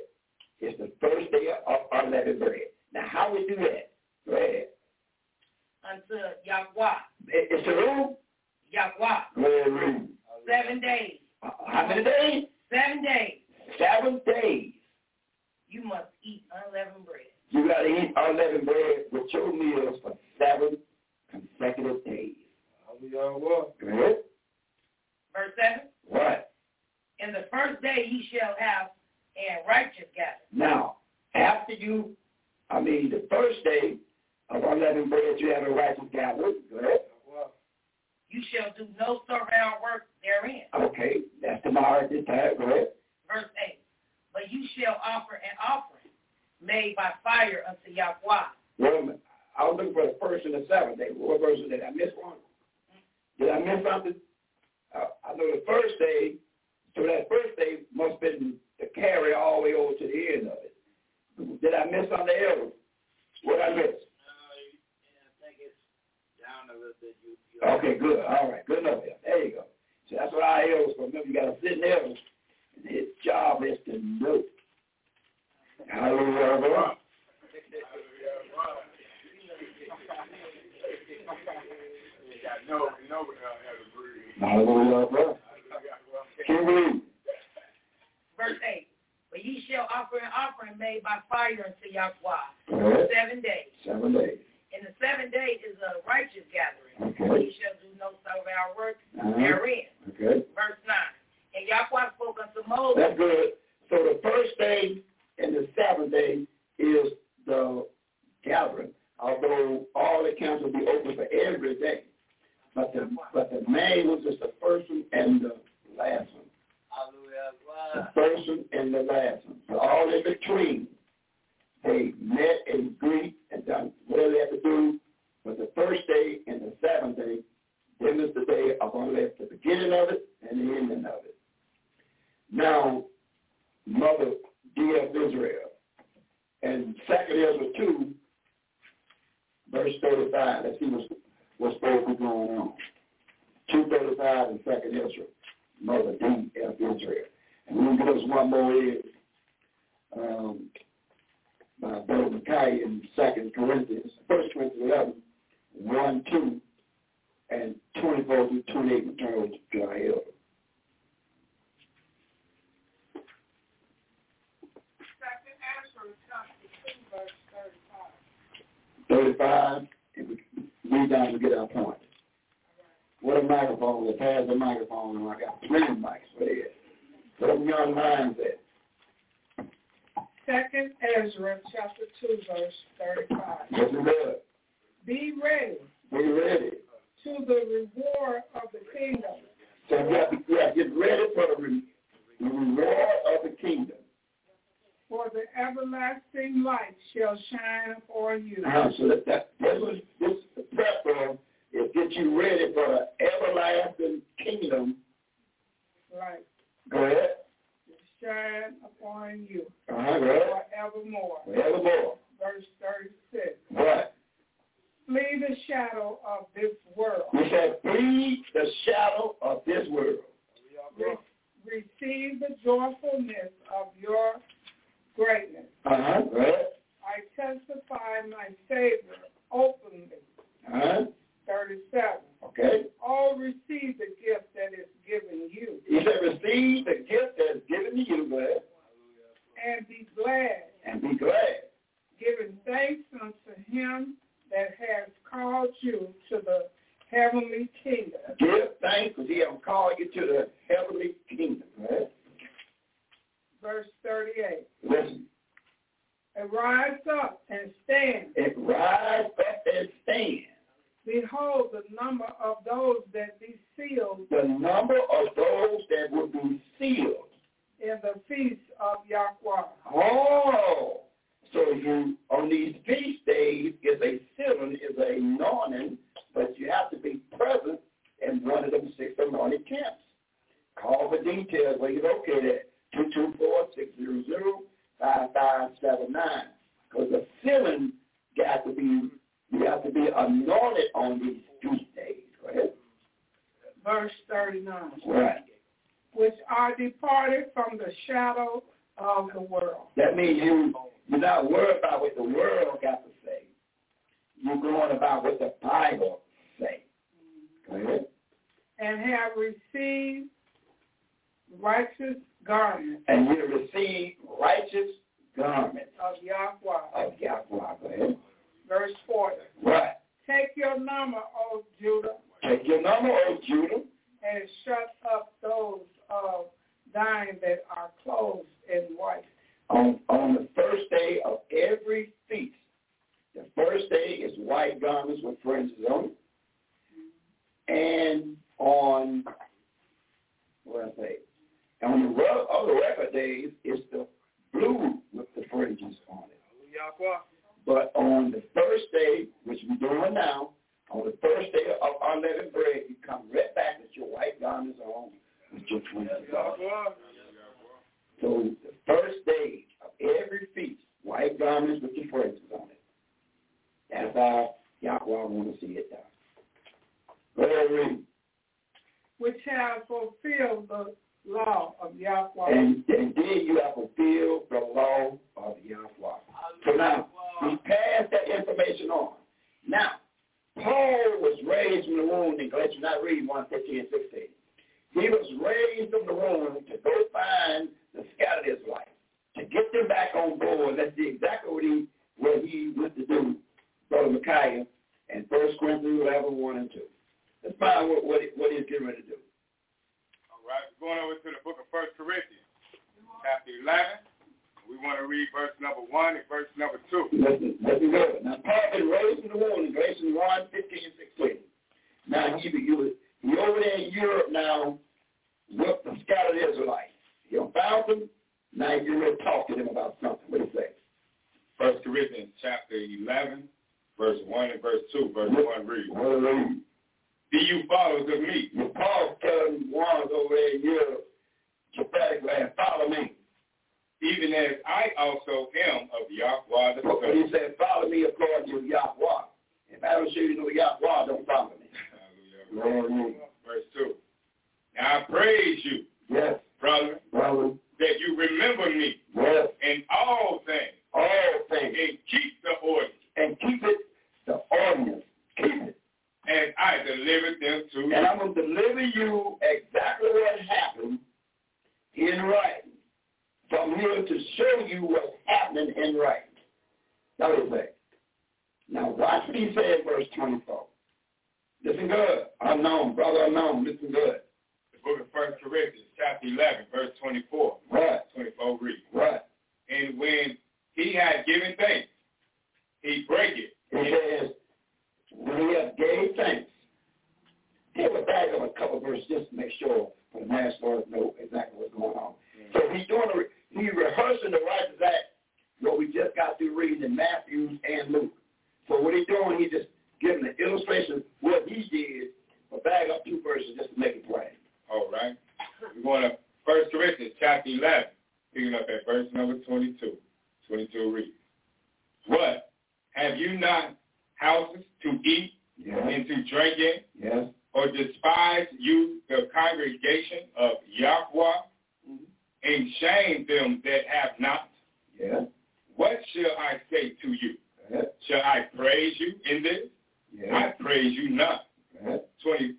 It's the first day of unleavened bread. Now, how we do that? Go ahead. Unto Yahweh, It- It's a rule. Yahweh, Glory. rule. seven days, Uh, How many days? seven days, Seven days. you must eat unleavened bread. You got to eat unleavened bread with your meals for seven consecutive days. Good? Verse 7, What? in the first day ye shall have and righteous gathering. Now, after you, I mean, the first day of unleavened bread, you have a righteous gathering. Good? You shall do no surround work therein. Okay, that's tomorrow at this time. Good? verse 8. But you shall offer an offering made by fire unto Yahweh. Well, I was looking for the first and the seventh day. What verse did I miss one? Did I miss something? Uh, I know the first day, so that first day must have been the carry all the way over to the end of it. Did I miss something else? What I missed? Okay, good. All right, good enough. Yeah. There you go. So that's what I is. Remember, you got to sit there. And his job is to know. Hallelujah. Hallelujah. Can we? Verse 8. But ye shall offer an offering made by fire unto Yahweh. Good. Seven days. Seven days. And the seventh day is a righteous gathering. Okay. Ye shall do no surround work Uh-huh. therein. Okay. Verse 9. And Yahweh spoke unto Moses That's good. So the first day and the seventh day is the gathering, although all the camps will be open for every day. But the but the main one is the first one and the last one. The first one and the last one. So all in between, they met and greet and done whatever they had to do. But the first day and the seventh day, then is the day of unless the beginning of it and the ending of it. Now, Mother D.F. Israel. And Second Ezra 2, verse 35, let's see what's, what's supposed to be going on. 235 and Second Ezra, Mother D.F. Israel. And we'll get us one more in um, by Brother Micaiah in Second Corinthians, First Corinthians 11, 1, 2, and 24 through 28. We'll turn over to John Hill. Second Ezra chapter two verse thirty-five. 35, and we read down to get our point. What a microphone, they pass the microphone, and I got plenty of mics for that. What them young minds at? Second Ezra chapter two verse thirty-five. What's it up? Be ready We ready. to the reward of the kingdom, So we have, to, we have to get ready for the, re- the reward of the kingdom. for the everlasting light shall shine upon you. Now, so that, that, this was this platform is get you ready for the everlasting kingdom. Light Go ahead. shine upon you Uh-huh, go ahead. forevermore. Forevermore. Verse 36. What? Flee the shadow of this world. We said, flee the shadow of this world. Re- receive the joyfulness of your greatness. Uh-huh. Go ahead. I testify my Savior openly. Uh-huh. 37. Okay. All Oh, receive the gift that is given you He said, receive the gift that's given to you, go ahead, and be glad, and be glad. giving thanks unto him that has called you to the heavenly kingdom. Give thanks because he have called you to the heavenly kingdom. Go ahead. Verse 38. Listen, Arise up and stand. and rise up and stand. Behold the number of those that be sealed The number of those that will be sealed. in the feast of Yahweh. Oh, so you on these feast days is a sealing, is a anointing, but you have to be present in one of them six anointed camps. Call for details where you're located at 224-600-5579. Because the sealing got to be, you have to be anointed on these feast days. Go ahead. Verse 39. Right. Which are departed from the shadow of the world. That means you you're not worried about what the world got to say. You're going about what the Bible say. Go ahead. and have received righteous garments And you receive righteous garments of Yahweh. of Yahweh. Go ahead. Verse 40. Right. Take your number, O Judah, Take your number, O Judah, and shut up those of thine that are clothed in white. on on the first day of every feast. The first day is white garments with fringes on it. And on what I say, on the rug of the record days it's the blue with the fringes on it. But on the first day, which we're doing now, on the first day of unleavened bread, you come right back with your white garments on with your fringes on. So the first day of every feast, white garments with the phrases on it. That's how Yahweh want to see it done. Go ahead, read. Which have fulfilled the law of Yahweh. And, and then you have fulfilled the law of Yahweh. So now, we pass that information on. Now, Paul was raised from the womb in Galatians, I read 1, 15 and 16. He was raised from the womb to go find the scattered Israelites, to get them back on board. That's the exactly what he, what he went to do, Brother Micaiah, in 1 Corinthians 11, 1 and 2. Let's find what, what, he- what he's getting ready to do. All right, we're going over to the book of First Corinthians, chapter 11. We want to read verse number 1 and verse number 2. Listen, listen good. Now, Paul been raised from the womb in Galatians 1, 15 and 16. Now, he, be- he, was- he over there in Europe now with the scattered Israelites. He done found them. Now, you going to talk to them about something. What it say? First Corinthians chapter 11, verse 1 and verse 2. Verse 1 reads, Hallelujah. Be you followers of me, Now, Paul telling ones over there in Europe, emphatically, follow me. even as I also am of Yahweh the But he Son. said, follow me according to Yahweh. If I don't show you know Yahweh, don't follow me. Hallelujah. Verse 2. Now I praise you, Yes, brother, brother. that you remember me Yes, in all things all things. and keep the ordinance and keep it the ordinance. Keep it. as I delivered them to you. And I'm going to deliver you exactly what happened in writing. So I'm here to show you what's happening in writing. That was it. Now watch what he said in verse 24. Listen good. Unknown, brother unknown. Listen good. The book of First Corinthians, chapter 11, verse 24. Right, 24 reads, right. And when he had given thanks, he break it. It says, when he have gave thanks, here we're back on a couple of verses just to make sure for the mass Lord know exactly what's going on. So he's doing a, He's rehearsing the righteous act. What we just got through reading in Matthew and Luke. So what he's doing, he's just giving an illustration of what he did, but back up two verses just to make it plain. All right. We're going to First Corinthians chapter 11, picking up at verse number 22. 22 reads, What? Have you not houses to eat and to drink in? Yes. Or despise you the congregation of Yahweh Mm-hmm. and shame them that have not? Yes. What shall I say to you? Shall I praise you in this? I praise you not. 23.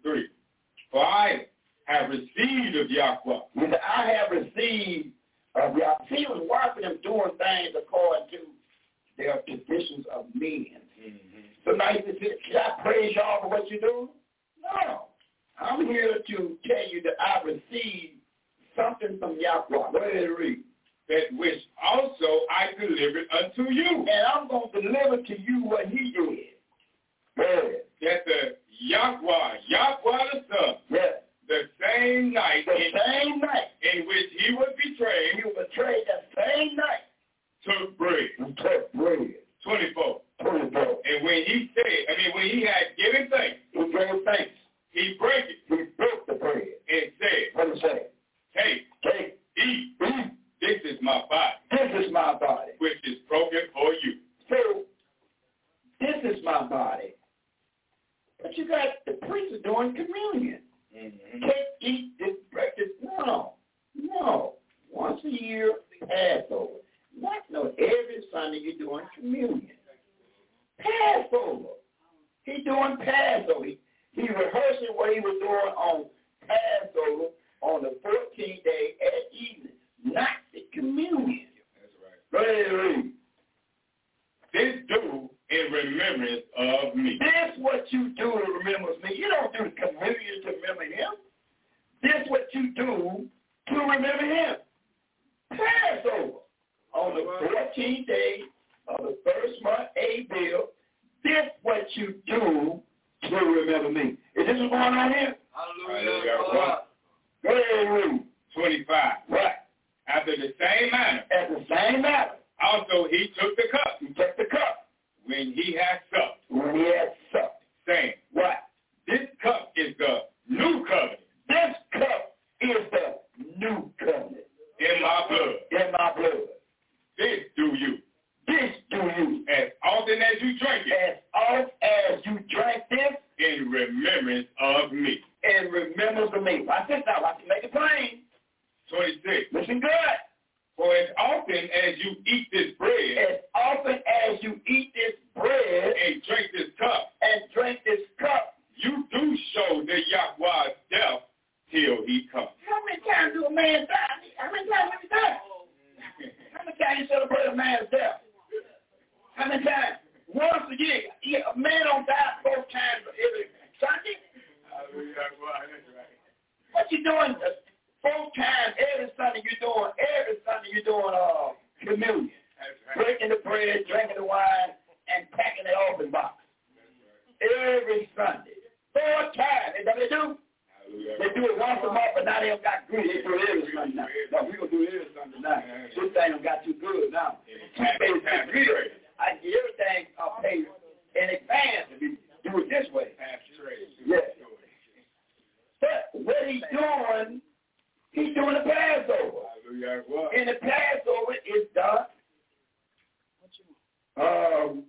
For I have received of Yahweh. He said, I have received of Yahweh. He was watching them doing things according to their traditions of men. Mm-hmm. So now he said, should I praise y'all for what you do? No. I'm here to tell you that I received something from Yahweh. Go ahead and read. That which also I delivered unto you. And I'm going to deliver to you what he did. That the Yahweh, Yahweh the Son, the same night, The in, same night. in which he was betrayed, He was betrayed that same night. took bread. He took bread. 24. Put it down. And when he said, I mean, when he had given thanks, He gave thanks. he broke it He broke the bread. and said, What did he say? Take, Take, eat, eat. this is my body, This is my body. which is broken for you. So, this is my body. But you got the priest is doing communion. Take, eat, this breakfast. No, no. Once a year, Passover. Not no every Sunday you're doing communion. Passover. He doing Passover. He, he rehearsing what he was doing on Passover on the 14th day at evening, not the communion. That's right. Go ahead and read. This do in remembrance of me. This what you do to remember me. You don't do communion to remember him. This what you do to remember him. Passover on the 14th day of the first month, Abel. This what you do to remember me. Is this what's going on here? Hallelujah. Hallelujah. Go ahead and read. 25. Right. After the same manner, At the same matter, also he took the cup he took the cup when he had supped, when he had supped. saying, Right. This cup is the new covenant This cup is the new covenant in my blood. in my blood. This do you This do you as often as you drink it as oft as you drink this in remembrance of me. and remember the me. Watch this now. Watch it. Make it plain. 26. Listen good. For as often as you eat this bread As often as you eat this bread and drink this cup, and drink this cup, you do show the Yahweh's death till he comes. how many times do a man die? How many times have you died? How many times you celebrate a man's death? How many times? Once a year. Yeah, a man don't die both times every Sunday. What you doing uh, four times every Sunday? You doing every Sunday? You doing uh communion, breaking the bread, drinking the wine, and packing the offering box every Sunday. Four times. Is that what they do? They do it once a month, but now they don't got greedy. They do it every Sunday now. No, we gonna do it every Sunday now. This thing done got too good now. I get everything I pay in advance if you do it this way. But what he's doing, he's doing the Passover. And the Passover is the um,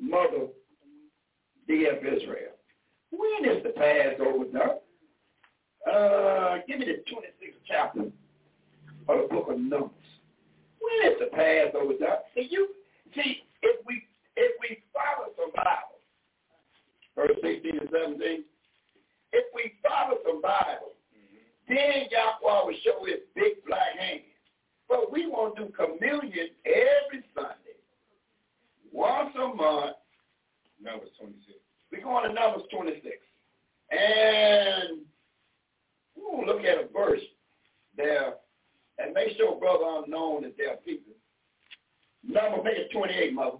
mother of Israel. When is the Passover done? Uh, give me the 26th chapter of the book of Numbers. When is the Passover done? See, you, see if we if we follow survival, verse 16 and 17, if we follow survival, then Yahweh will show his big black hand. But we won't do communion every Sunday, once a month. Numbers 26. We're going to Numbers 26. And we're going to look at a verse there and make sure, brother, I'm known that there are people. Number, make it 28, mother.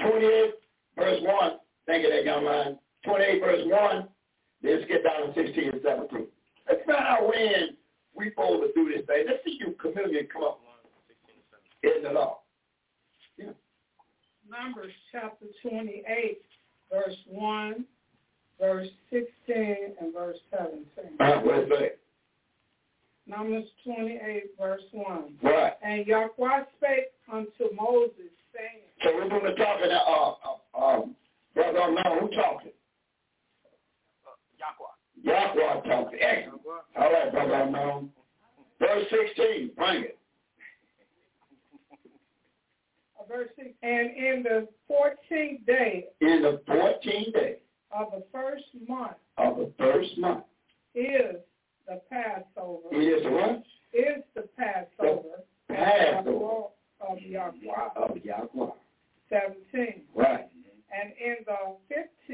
28, verse 1. Thank you, that young man. 28, verse 1. Let's get down to 16 and 17. Let's find out when we supposed to do this thing. Let's see you, communion, come up. in the law. Numbers chapter 28, verse 1, verse 16, and verse 17. Right, what it say? Numbers 28, verse 1. Right. And Yahweh spake unto Moses, saying, So we're from the top of that, uh, uh, um, brother Armand, who talking? Yahweh. Yahweh talking, excellent. All right, brother Armand. Verse sixteen, bring it. uh, verse 6, And in the 14th day In the fourteenth day of the first month of the first month, is the Passover. it is the what? Is the Passover of the Passover Lord of Yahweh. of Yahweh. 17. Right. And in the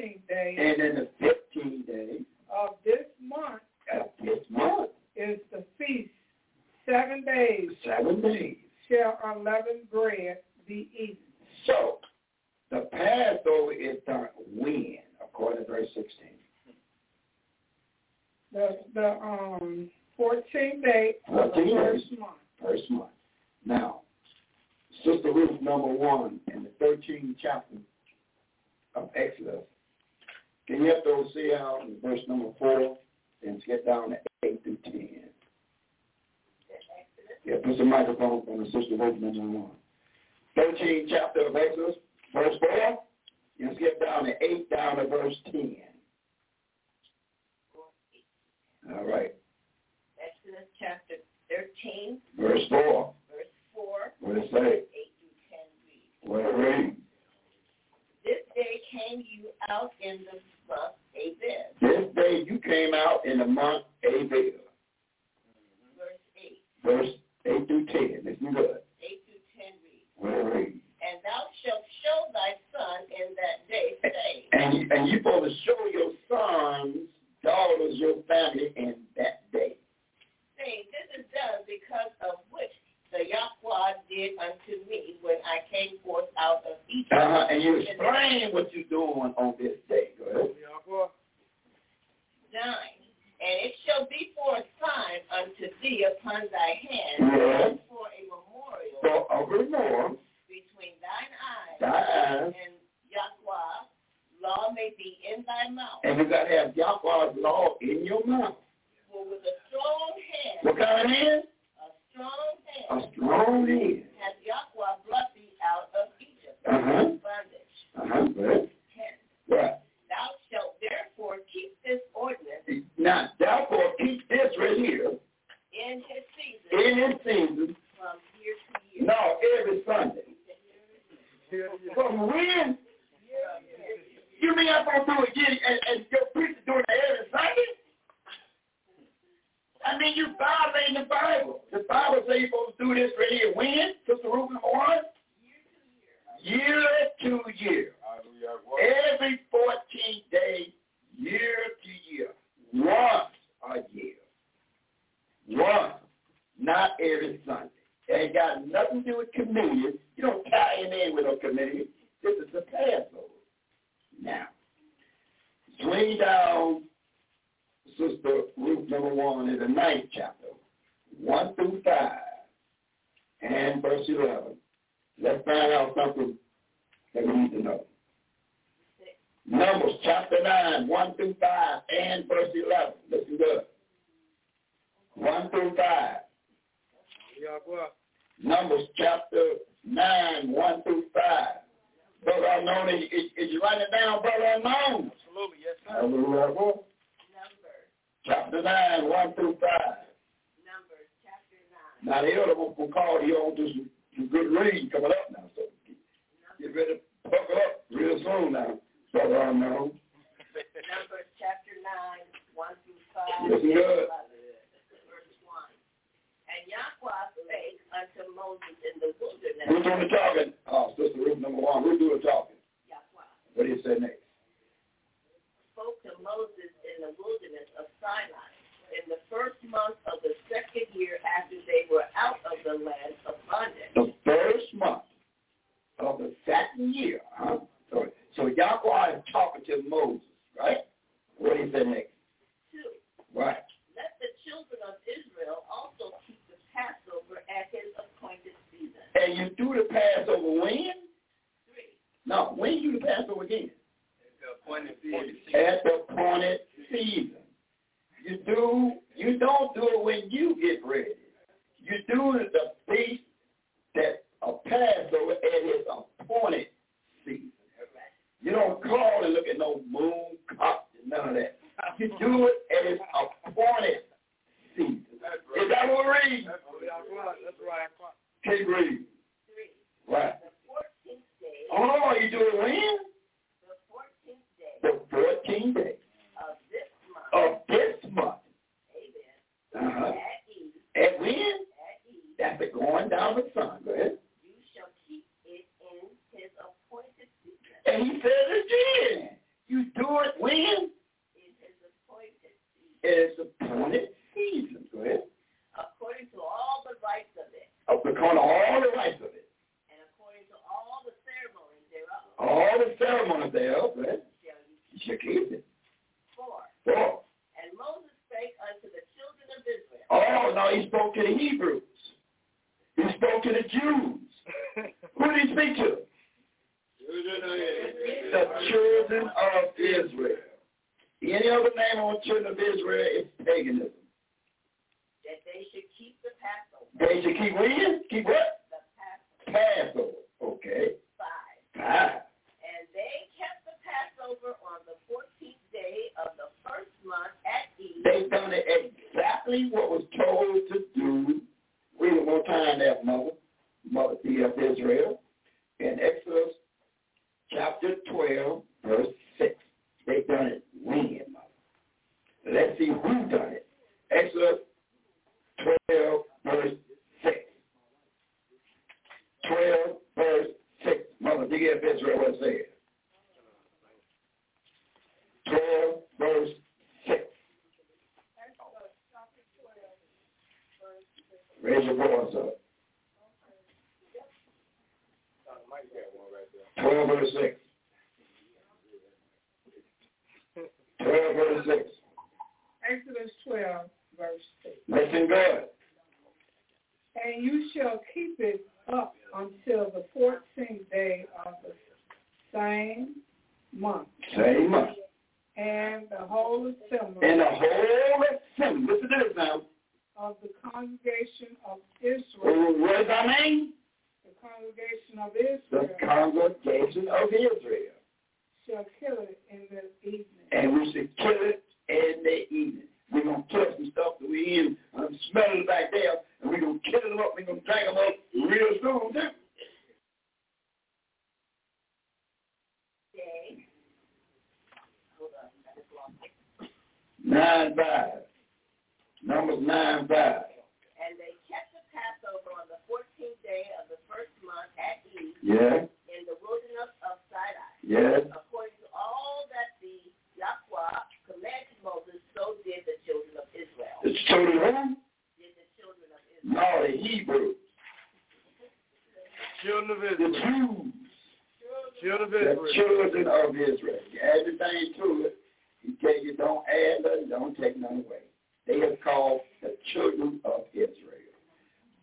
15th day And in the fifteenth day of this month of this month, is the feast. Seven days seven days. shall unleavened bread be eaten. So the Passover is done when, according to verse sixteen. The, the um, 14th day of the 14th. first month. first month. Now, Sister Ruth, number one, in the 13th chapter of Exodus, can you help those see how in verse number four, then to get down to eight through ten? Yeah, put the microphone on the Sister Ruth, number one. 13th chapter of Exodus, verse four, then skip down to eight, down to verse ten. All right, Exodus chapter 13, verse four, verse 4, what it say? 8 through 10 read. What it read? This day came you out in the month Abib, This day you came out in the month Abel, verse 8, verse 8 through 10. Listen good. 8 through 10 read. We'll read. And thou shalt show thy son in that day, saying, And, and you're supposed to show your sons, daughters, your family in that day. saying, This is done because of which the Yahweh did unto me when I came forth out of Egypt. Uh-huh. And you explain what you're doing on this day. Go ahead. 9. And it shall be for a sign unto thee upon thy hand, Yes. and for a memorial So, over more, between thine eyes thy eyes, and Yahweh. Law may be in thy mouth, and you got to have Yahweh's law in your mouth. for with a strong hand, What kind of hand? a strong A hand, strong hand. hath Yahweh brought thee out of Egypt, Uh-huh. bondage. Uh-huh. Good. 10. Right. Thou shalt therefore keep this ordinance Now, therefore, keep this right here in his season in its season from year to year. No, every Sunday. But when? You mean I'm gonna do it again and, and your preacher doing it every Sunday? I mean you violating the Bible. The Bible says you're supposed to do this right here. When? Sister Ruth number one? Year to year. Every 14 day, year to year. Once a year. Once. Not every Sunday. Ain't got nothing to do with communion. You don't tie him in with no communion. This is the Passover. Now, swing down, Sister Ruth number one in the ninth chapter, one through five, and verse eleven. Let's find out something that we need to know. Numbers chapter nine, one through five, and verse eleven. Listen good. One through five. Numbers chapter 9, 1 through 5. Brother Unknown, is, is, is you writing it down, Brother Unknown? Absolutely, yes, Hallelujah. Numbers, Chapter 9, 1 through 5. Numbers, chapter 9. Now, the elder will call you on to some, some good reading coming up now. So get ready to buckle up real soon now, Brother Unknown. Numbers, chapter 9, 1 through 5. Yes, and Lord. 11, Verse 1. And Yahweh spake unto Moses in the Who's wilderness, doing the talking? Oh, Sister Ruth number one. Who's doing the talking? Yahweh What do you say next? spoke to Moses in the wilderness of Sinai in the first month of the second year after they were out of the land of bondage. the first month of the second year. Huh? So, so Yahweh is talking to Moses, right? What he said next? 2. Right. Let the children of Israel also keep the Passover at his appointed season. Can you do the Passover when? No, when you the Passover again? At the appointed season. You do. You don't do it when you get ready. You do it the feast that a Passover at his appointed season. You don't call and look at no moon, cock, none of that. You do it at his appointed season. Is that what we're reading? That's right. Keep reading. Three. Right. The fourteenth day. Hold on, you do it when? The fourteenth day The 14th day of this month. of this month. Amen. Uh-huh. At eve. At when? At eve. That's the going down of the sun. Go ahead. You shall keep it in his appointed season. And he said again, you do it when? In his appointed season. It's appointed season. Go ahead. According to all the rites of it. Up the corner, all the rites of it. And according to all the ceremonies thereof. All the ceremonies thereof. Go ahead. Shall you keep You should keep it. four. Four. And Moses spake unto the children of Israel. Oh, no, he spoke to the Hebrews. He spoke to the Jews. Who did he speak to? The children of Israel. Any other name on children of Israel is paganism. That they should keep the Passover. They should keep reading. Keep what? The Passover. Passover. Okay. Five. Five. And they kept the Passover on the fourteenth day of the first month at eve. They done it exactly what was told to do. Read it one time there, Mother. Mother D of Israel. In Exodus chapter 12, verse 6. They done it when, Mother? Let's see who done it. Exodus 12, verse 6. 12, verse 6. Mother D of Israel, what it says? 12, verse 6. Raise your voice up. Twelve verse six. Twelve verse six. Exodus 12, verse 6. Listen good. And you shall keep it up until the fourteenth day of the same month. Same month. And the whole assembly And uh, the whole assembly, listen to this now. of the congregation of Israel, What is our name? the congregation of The Israel, congregation of Israel. shall kill it in the evening. And we should kill it in the evening. We're going to kill some stuff that we eat and smell it back there. And we're going to kill them up. We're going to drink them up real soon, too. day. Hold on, I just lost it. Nine five. Numbers nine five. And they kept the Passover on the fourteenth day of the first month at eve Yeah, in the wilderness of Sinai. yeah. According to all that the Yahweh commanded Moses, so did the children of Israel. It's children of who? Did the children of Israel. No, the Hebrews. Children of The Israel. Jews. Children of The Israel. children of Israel. You add anything to it, he tell you don't add nothing, don't take none away. They are called the children of Israel.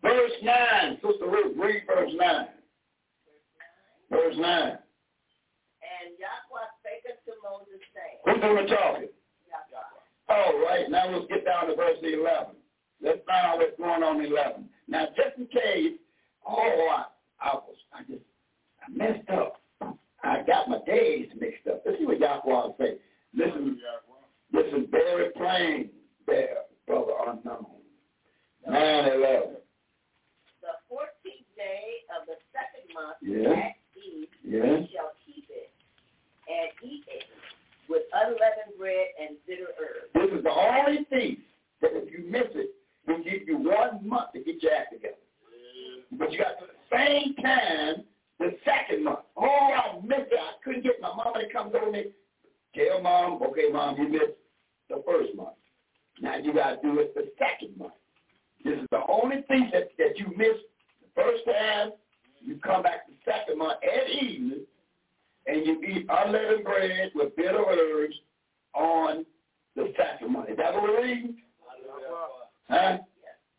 Verse 9. Sister Ruth, read verse 9. Verse 9. And Yahweh spake unto Moses, saying, Who's doing the talking? Yahweh, All right, now let's get down to verse 11. Let's find out what's going on in 11. Now, just in case, oh, I, I was, I just, I messed up. I got my days mixed up. Let's see what Yahweh say. Listen, this is very plain there, brother unknown. 9 11. the fourteenth day of the second month Yeah. at eve Yeah. you shall keep it and eat it with unleavened bread and bitter herbs. This is the only thing that if you miss it, will give you one month to get your act together. But you got to the same time the second month. Oh, I missed it. I couldn't get my mama to come with me. Tell mom, okay, mom, you missed the first month. Now you got to do it the second month. This is the only thing that, that you missed the first time. You come back the second month at evening, and you eat unleavened bread with bitter herbs on the second month. Is that what we're reading? Huh?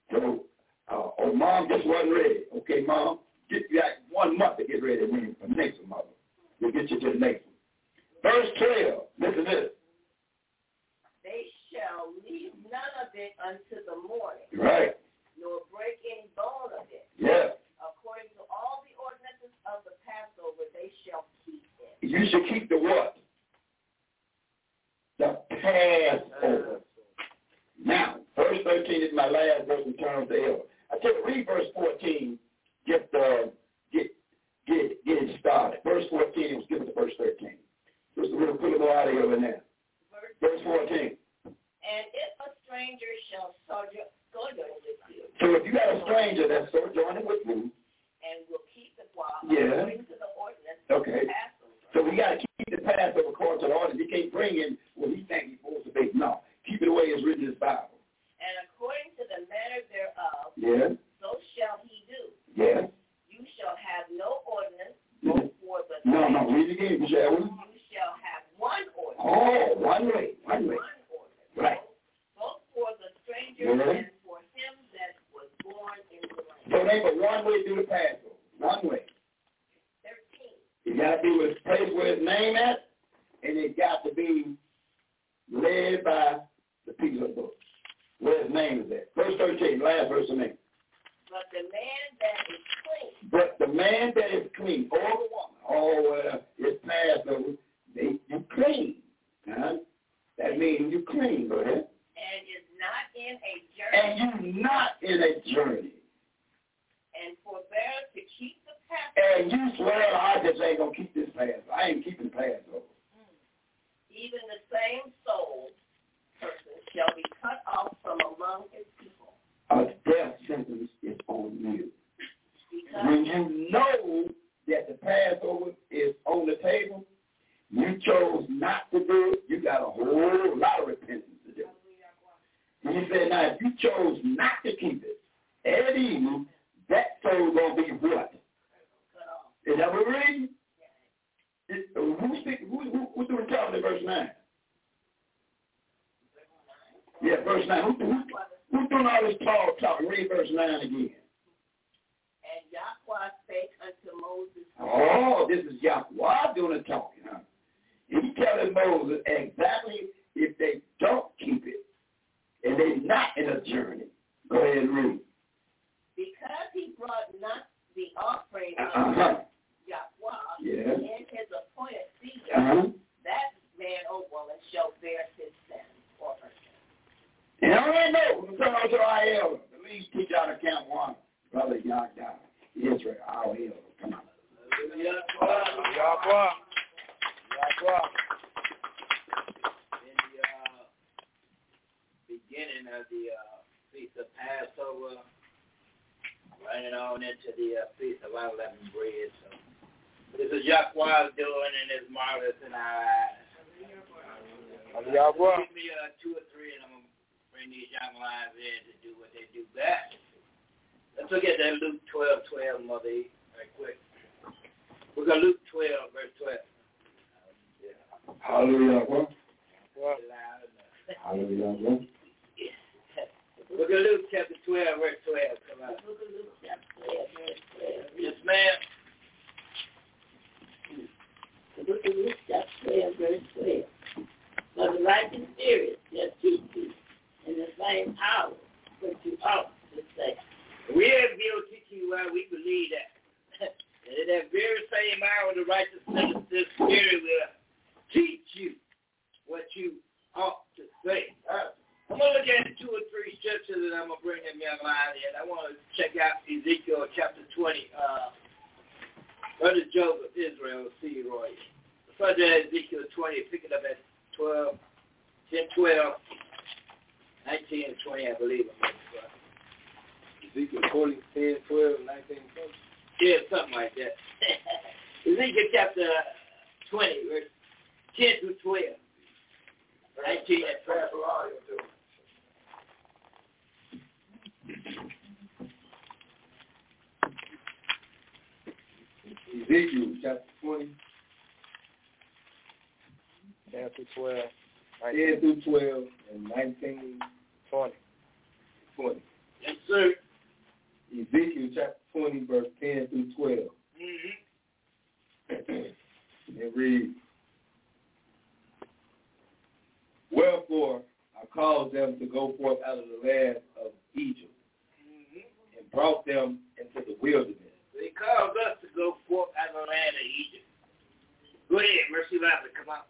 So, uh, oh, mom just wasn't ready. Okay, mom, Get you like one month to get ready to win for next one, mother. We'll get you to the next one. Verse 12. Listen to this. They shall leave none of it unto the morning, Right. nor break any bone of it. Yeah. According to all the ordinances of the Passover, they shall keep it. You should keep the what? The Passover. Now, verse 13 is my last verse in terms of Elder. I tell you, read verse 14. Get uh, get get get it started. Verse 14 was given to verse 13. Just a little quick little audio in there. Verse 14. And if a stranger shall sojourn sojourn with you, So if you got a stranger that's sojourning with you, and will keep the law Yeah. according to the ordinance Okay. of the Passover, So we got to keep the Passover according to the ordinance. He can't bring in what he thinks he's supposed to be. No. Keep it the way it's written in his Bible. and according to the manner thereof, Yeah. so shall he do. Yeah. You shall have no ordinance No, for the no. Read it again, shall we? You shall have one ordinance. Oh, one way. One way. One ordinance. Right. Both for the stranger Mhm. and for him that was born in the land. So they but one way through the Passover. One way. Thirteen. It got to be with the place where his name at, and it got to be led by the people of the book. Where his name is at. Verse 13, last verse of me. But the man that is clean But the man that is clean, or the woman, or uh, is Passover, they, you clean. Huh? That means you clean, go ahead. and is not in a journey And you not in a journey. and forbear to keep the path, And you swear, I just ain't going to keep this Passover. I ain't keeping Passover. Hmm. even the same soul person shall be cut off from among his people. A death sentence is on you. Because When you know that the Passover is on the table, you chose not to do it, you got a whole lot of repentance to do. And he said, now if you chose not to keep it at evening, that soul going to be what? Is that what we're reading? It, who, speak- who, who, who's doing talking in verse 9? Yeah, verse 9. Who, who, who's doing all this tall talking? Read verse 9 again. and Yahweh spake unto Moses, Oh, this is Yahweh doing the talking, huh? He's telling Moses exactly if they don't keep it and they're not in a journey. Go ahead and read. because he brought not the offering Uh-huh. of Yahweh Yeah. in his appointed season, Uh-huh. that man or woman shall bear his sin or her sin. And I don't know. We're talking about our elder. The lead teacher out of Camp One, Brother Yahweh. Israel, our elder. Come on. Yahweh. Yahweh. In the uh, beginning of the uh, Feast of Passover, running on into the uh, Feast of Unleavened Bread. So this is Yahweh's doing and it's marvelous in our eyes. Yahweh. Give me uh, two or three and I'm going to bring these young lions in to do what they do best. Let's look at that Luke 12, 12, Mother E, right quick. We're going to Luke 12, verse 12. Hallelujah, Yahweh. Look Hallelujah, Yahweh. at Luke chapter 12, verse 12. Come on. Yes, ma'am. Look at Luke chapter 12, verse 12. For the righteous spirit shall teach you in the same hour what you ought to say. We at VOTTY, we believe that. and in that very same hour, the righteous minister spirit will teach you what you ought to say. Uh, I'm going to look at two or three scriptures and I'm going to bring them young line in. I want to check out Ezekiel chapter 20. Uh, Brother Job of Israel, see you, Roy. First at Ezekiel 20, pick it up at 12, 10, 12, 19 and 20, I believe. I'm looking for. Ezekiel 40, 10, 12, 19, Yeah, something like that. Ezekiel chapter 20, verse 10 through 12. 19 and 12. Ezekiel chapter 20, Chapter 12. 10 through 12, and 19, 20. 20. Yes, sir. Ezekiel chapter 20, verse 10 through 12. it reads, Wherefore I caused them to go forth out of the land of Egypt and brought them into the wilderness. They caused us to go forth out of the land of Egypt. Go ahead, Mercy Lappin, come on.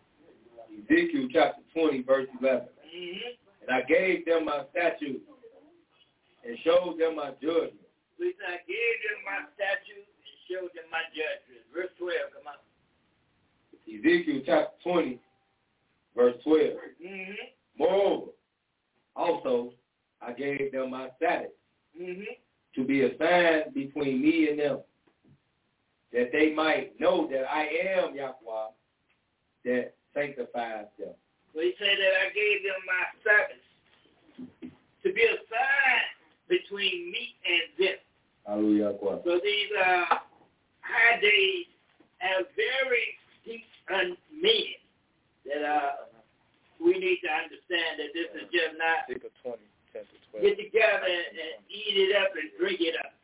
Ezekiel chapter 20, verse 11. Mm-hmm. And I gave them my statutes and showed them my judgment. Please, I gave them my statutes and showed them my judgments. Verse 12, come on. Ezekiel chapter 20, verse 12. Mm-hmm. Moreover, also I gave them my Sabbath Mm-hmm. to be a sign between me and them, that they might know that I am Yahweh that sanctifies them. Well, he said that I gave them my service to be a sign between me and them. Hallelujah, Yahweh. So these uh, high days have very deep un- meaning that uh, we need to understand that this is just not Ezekiel 20, 10 to 12. get together and, and eat it up and drink it up.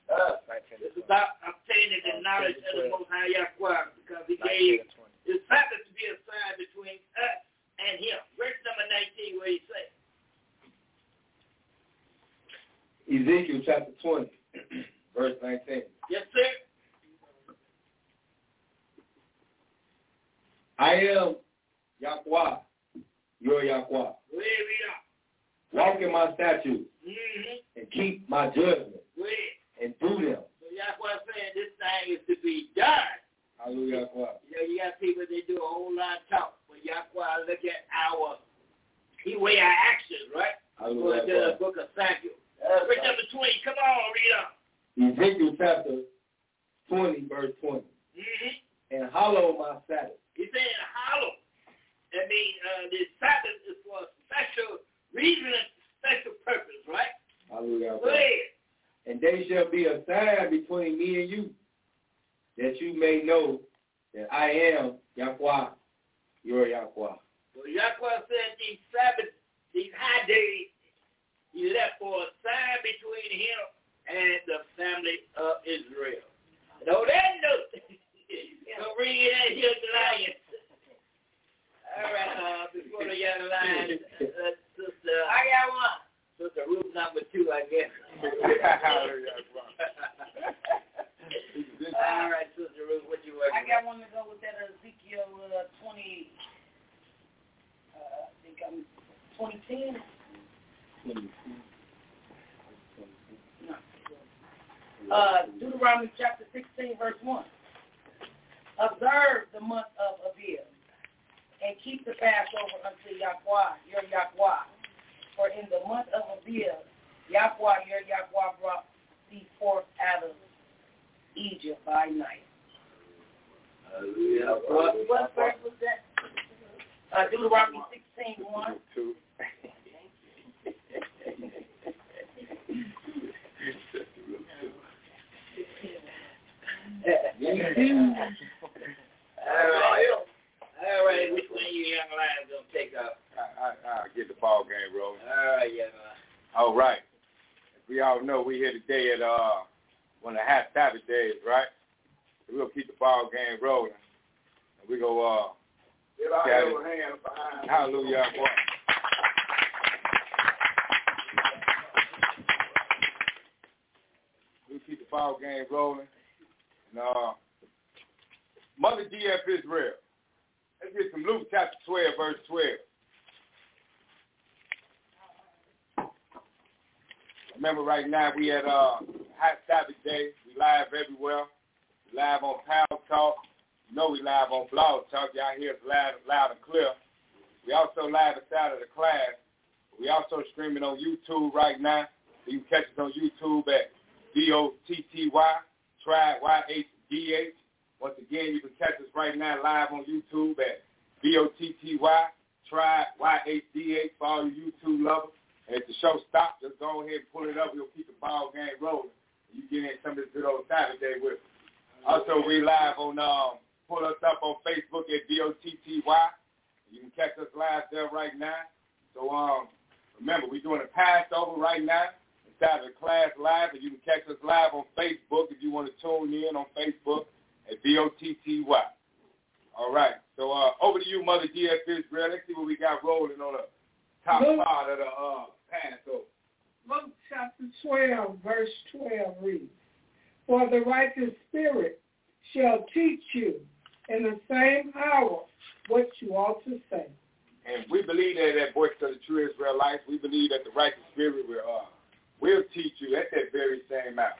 This is about obtaining the knowledge of the Most High Yahweh because he gave It's happened to be a sign between us and him. Verse number 19, where he says, Ezekiel chapter 20, verse 19. Yes, sir. I am Yahweh, your Yahweh. Where we are. Walk in my statutes Mm-hmm. and keep my judgment Where. and do them. So Yahweh saying this thing is to be done. Hallelujah, Yahweh. You know, you got people that do a whole lot of talk, but Yahweh look at our, he weigh our actions, right? Hallelujah, According to the Yahweh. book of Samuel. Verse number 20, come on, read up. Ezekiel chapter 20, verse 20. Mm-hmm. And hallow my Sabbath. He said hollow. That means uh, the Sabbath is for a special reason and special purpose, right? Hallelujah, Go Yahweh. ahead. And they shall be a sign between me and you, that you may know that I am Yahweh, your Yahweh. So Yahweh said these Sabbath, these high days, he left for a sign between him and the family of Israel. No, that note. Don't bring it at here lion. All right, uh, before the young lion, let's just, uh, I got one. Sister Ruth number two, I guess. All right, Sister Ruth, what you working I got one to go with that Ezekiel uh, 20, uh, I think I'm 2010. Uh, Deuteronomy chapter 16, verse 1. Observe the month of Abib and keep the Passover unto Yahweh, your Yahweh. For in the month of Abib, Yahweh, your Yahweh brought thee forth out of Egypt by night. Hallelujah. What, what verse was that? Uh, Deuteronomy 16, 1. Two. All right. All right, which one of you young lions gonna take up? I, I, I get the ball game rolling. All right, young lion. All right. We all know we here today at uh one of the hot Sabbath days, right? We'll keep the ball game rolling. And we go uh Get our Got it. little hands behind us. Hallelujah. boy. We keep the ball game rolling. And uh, Mother GF Israel. Let's get some Luke chapter 12, verse 12. Remember right now we at uh, Hot Sabbath Day. We live everywhere. We live on Power Talk. You know we live on Blog Talk. Y'all hear us loud, loud and clear. We also live inside of the class. We also streaming on YouTube right now. So you can catch us on YouTube at D-O-T-T-Y, Tribe Y-H-D-H. Once again, you can catch us right now live on YouTube at D-O-T-T-Y, Tribe Y-H-D-H for all you YouTube lovers. And if the show stops, just go ahead and pull it up. We'll keep the ball game rolling. You get in some of this good old Saturday with us. Also, we live on, um, pull us up on Facebook at D-O-T-T-Y. You can catch us live there right now. So um, remember, we're doing a Passover right now. And Saturday Class Live, and you can catch us live on Facebook if you want to tune in on Facebook at B-O-T-T-Y. All right. So uh, over to you, Mother D.F. Israel. Let's see what we got rolling on the top Luke- part of the uh, Passover. Luke chapter 12, verse 12 reads, For the righteous spirit shall teach you in the same hour what you ought to say. And we believe that that voice of the true Israelites, we believe that the righteous spirit will uh, will teach you at that very same hour.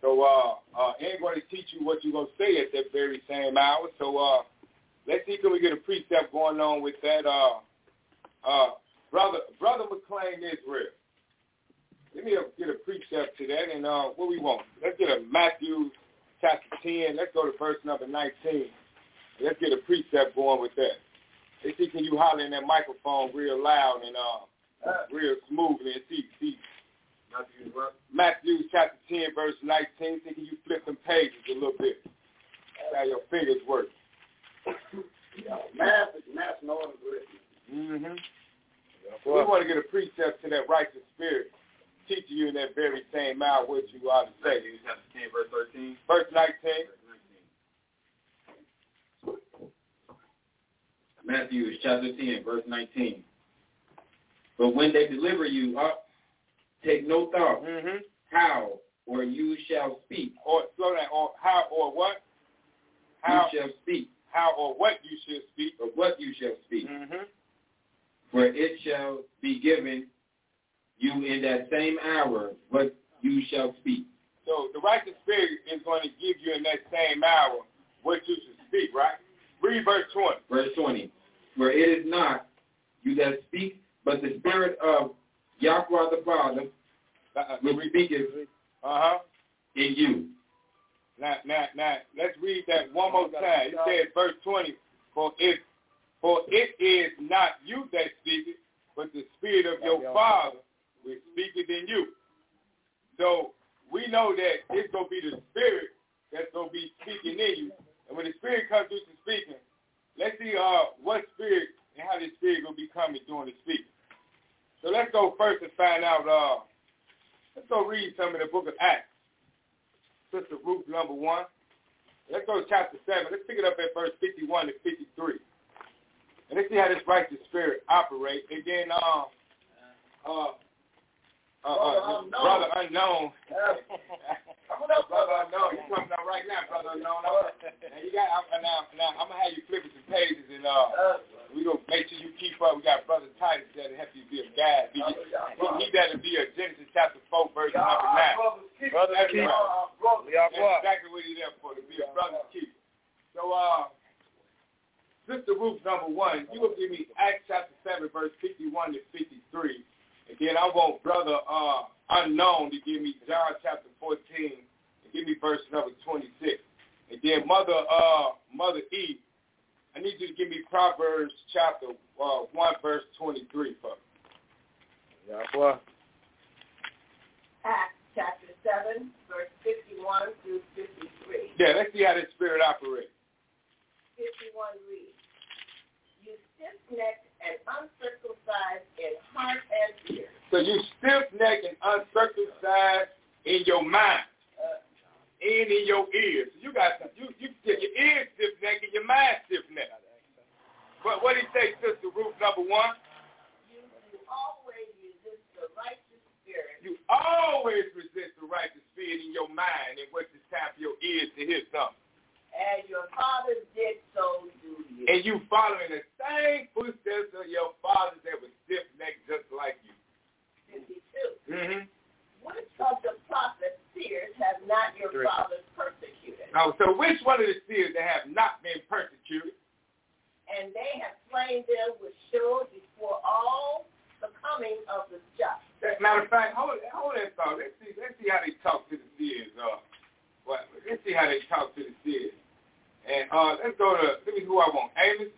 So uh, uh, ain't going to teach you what you're going to say at that very same hour. So uh, let's see, can we get a precept going on with that? Uh, uh, brother, brother McLean Israel. Let me uh, get a precept to that, and uh, what we want. Let's get a Matthew chapter 10. Let's go to verse number 19. Let's get a precept going with that. They see can you holler in that microphone real loud and uh, real smoothly and see see Matthew, chapter ten verse nineteen. See can you flip them pages a little bit? That's how your fingers work. Math is math and order to listen. Mm-hmm. We want to get a precept to that righteous spirit, teaching you in that very same hour what you ought to say. Chapter ten verse thirteen. Verse nineteen. Matthew chapter 10, verse 19. But when they deliver you up, take no thought how or you shall speak. Or slow down. Or how or what? How you shall speak. How or what you should speak. Or what you shall speak. Mm-hmm. For it shall be given you in that same hour what you shall speak. So the righteous spirit is going to give you in that same hour what you should speak, right? Read verse 20. Verse 20. For it is not you that speak, but the spirit of Yahweh the Father Uh-uh. which speaketh Uh-huh. in you. Now, now, now, let's read that one more time. It says, verse 20, for it, for it is not you that speaketh, but the spirit of your Father which speaketh in you. So we know that it's going to be the spirit that's going to be speaking in you. And when the spirit comes through to speaking, let's see uh, what spirit and how the spirit going to be coming during the speaking. So let's go first and find out, uh, let's go read some of the book of Acts. Sister Ruth, number one. Let's go to chapter 7. Let's pick it up at verse 51 to 53. And let's see how this righteous spirit operates. And then, um, uh, uh, uh, Brother Unknown. brother unknown. Come on up, brother unknown, you coming up right now, brother unknown. Now you got I'm, now, now I'm gonna have you flipping some pages and uh, we gonna make sure you keep up. We got brother Titus that'll help you be a guide. Be, we need that to be a Genesis chapter four verse number nine. Brother That's Keith. right. Brother. That's exactly what he's there for, to be a brother's keeper. So, uh, Sister Ruth, number one, you will give me Acts chapter 7, verse 51 to 53. And then I want Brother uh, Unknown to give me John chapter 14 and give me verse number 26. And then Mother uh, Mother E, I need you to give me Proverbs chapter uh, 1, verse 23 for me. Acts chapter 7, verse 51 through 53. Yeah, let's see how this spirit operates. 51 reads, You stiff-necked and uncircumcised in heart and ear. So you stiff-necked and uncircumcised in your mind Uh-huh. and in your ears. You got some, you you get your ears stiff-necked and your mind stiff-necked. But what did he say, Sister Ruth, number one? You do always resist the righteous spirit. You always resist the righteous spirit in your mind and what is time for your ears to hear something. As your fathers did, so do you. And you following the same footsteps of your fathers that were stiff-necked just like you. 52. Mm-hmm. Which of the prophets, seers, have not your Three. fathers persecuted? Now, so which one of the seers that have not been persecuted And they have slain them with shield before all the coming of the just. That- Matter of fact, hold hold that thought. Let's see let's see how they talk to the seers. Uh, what? Let's see how they talk to the seers. And uh, let's go to let me who I want. Amos.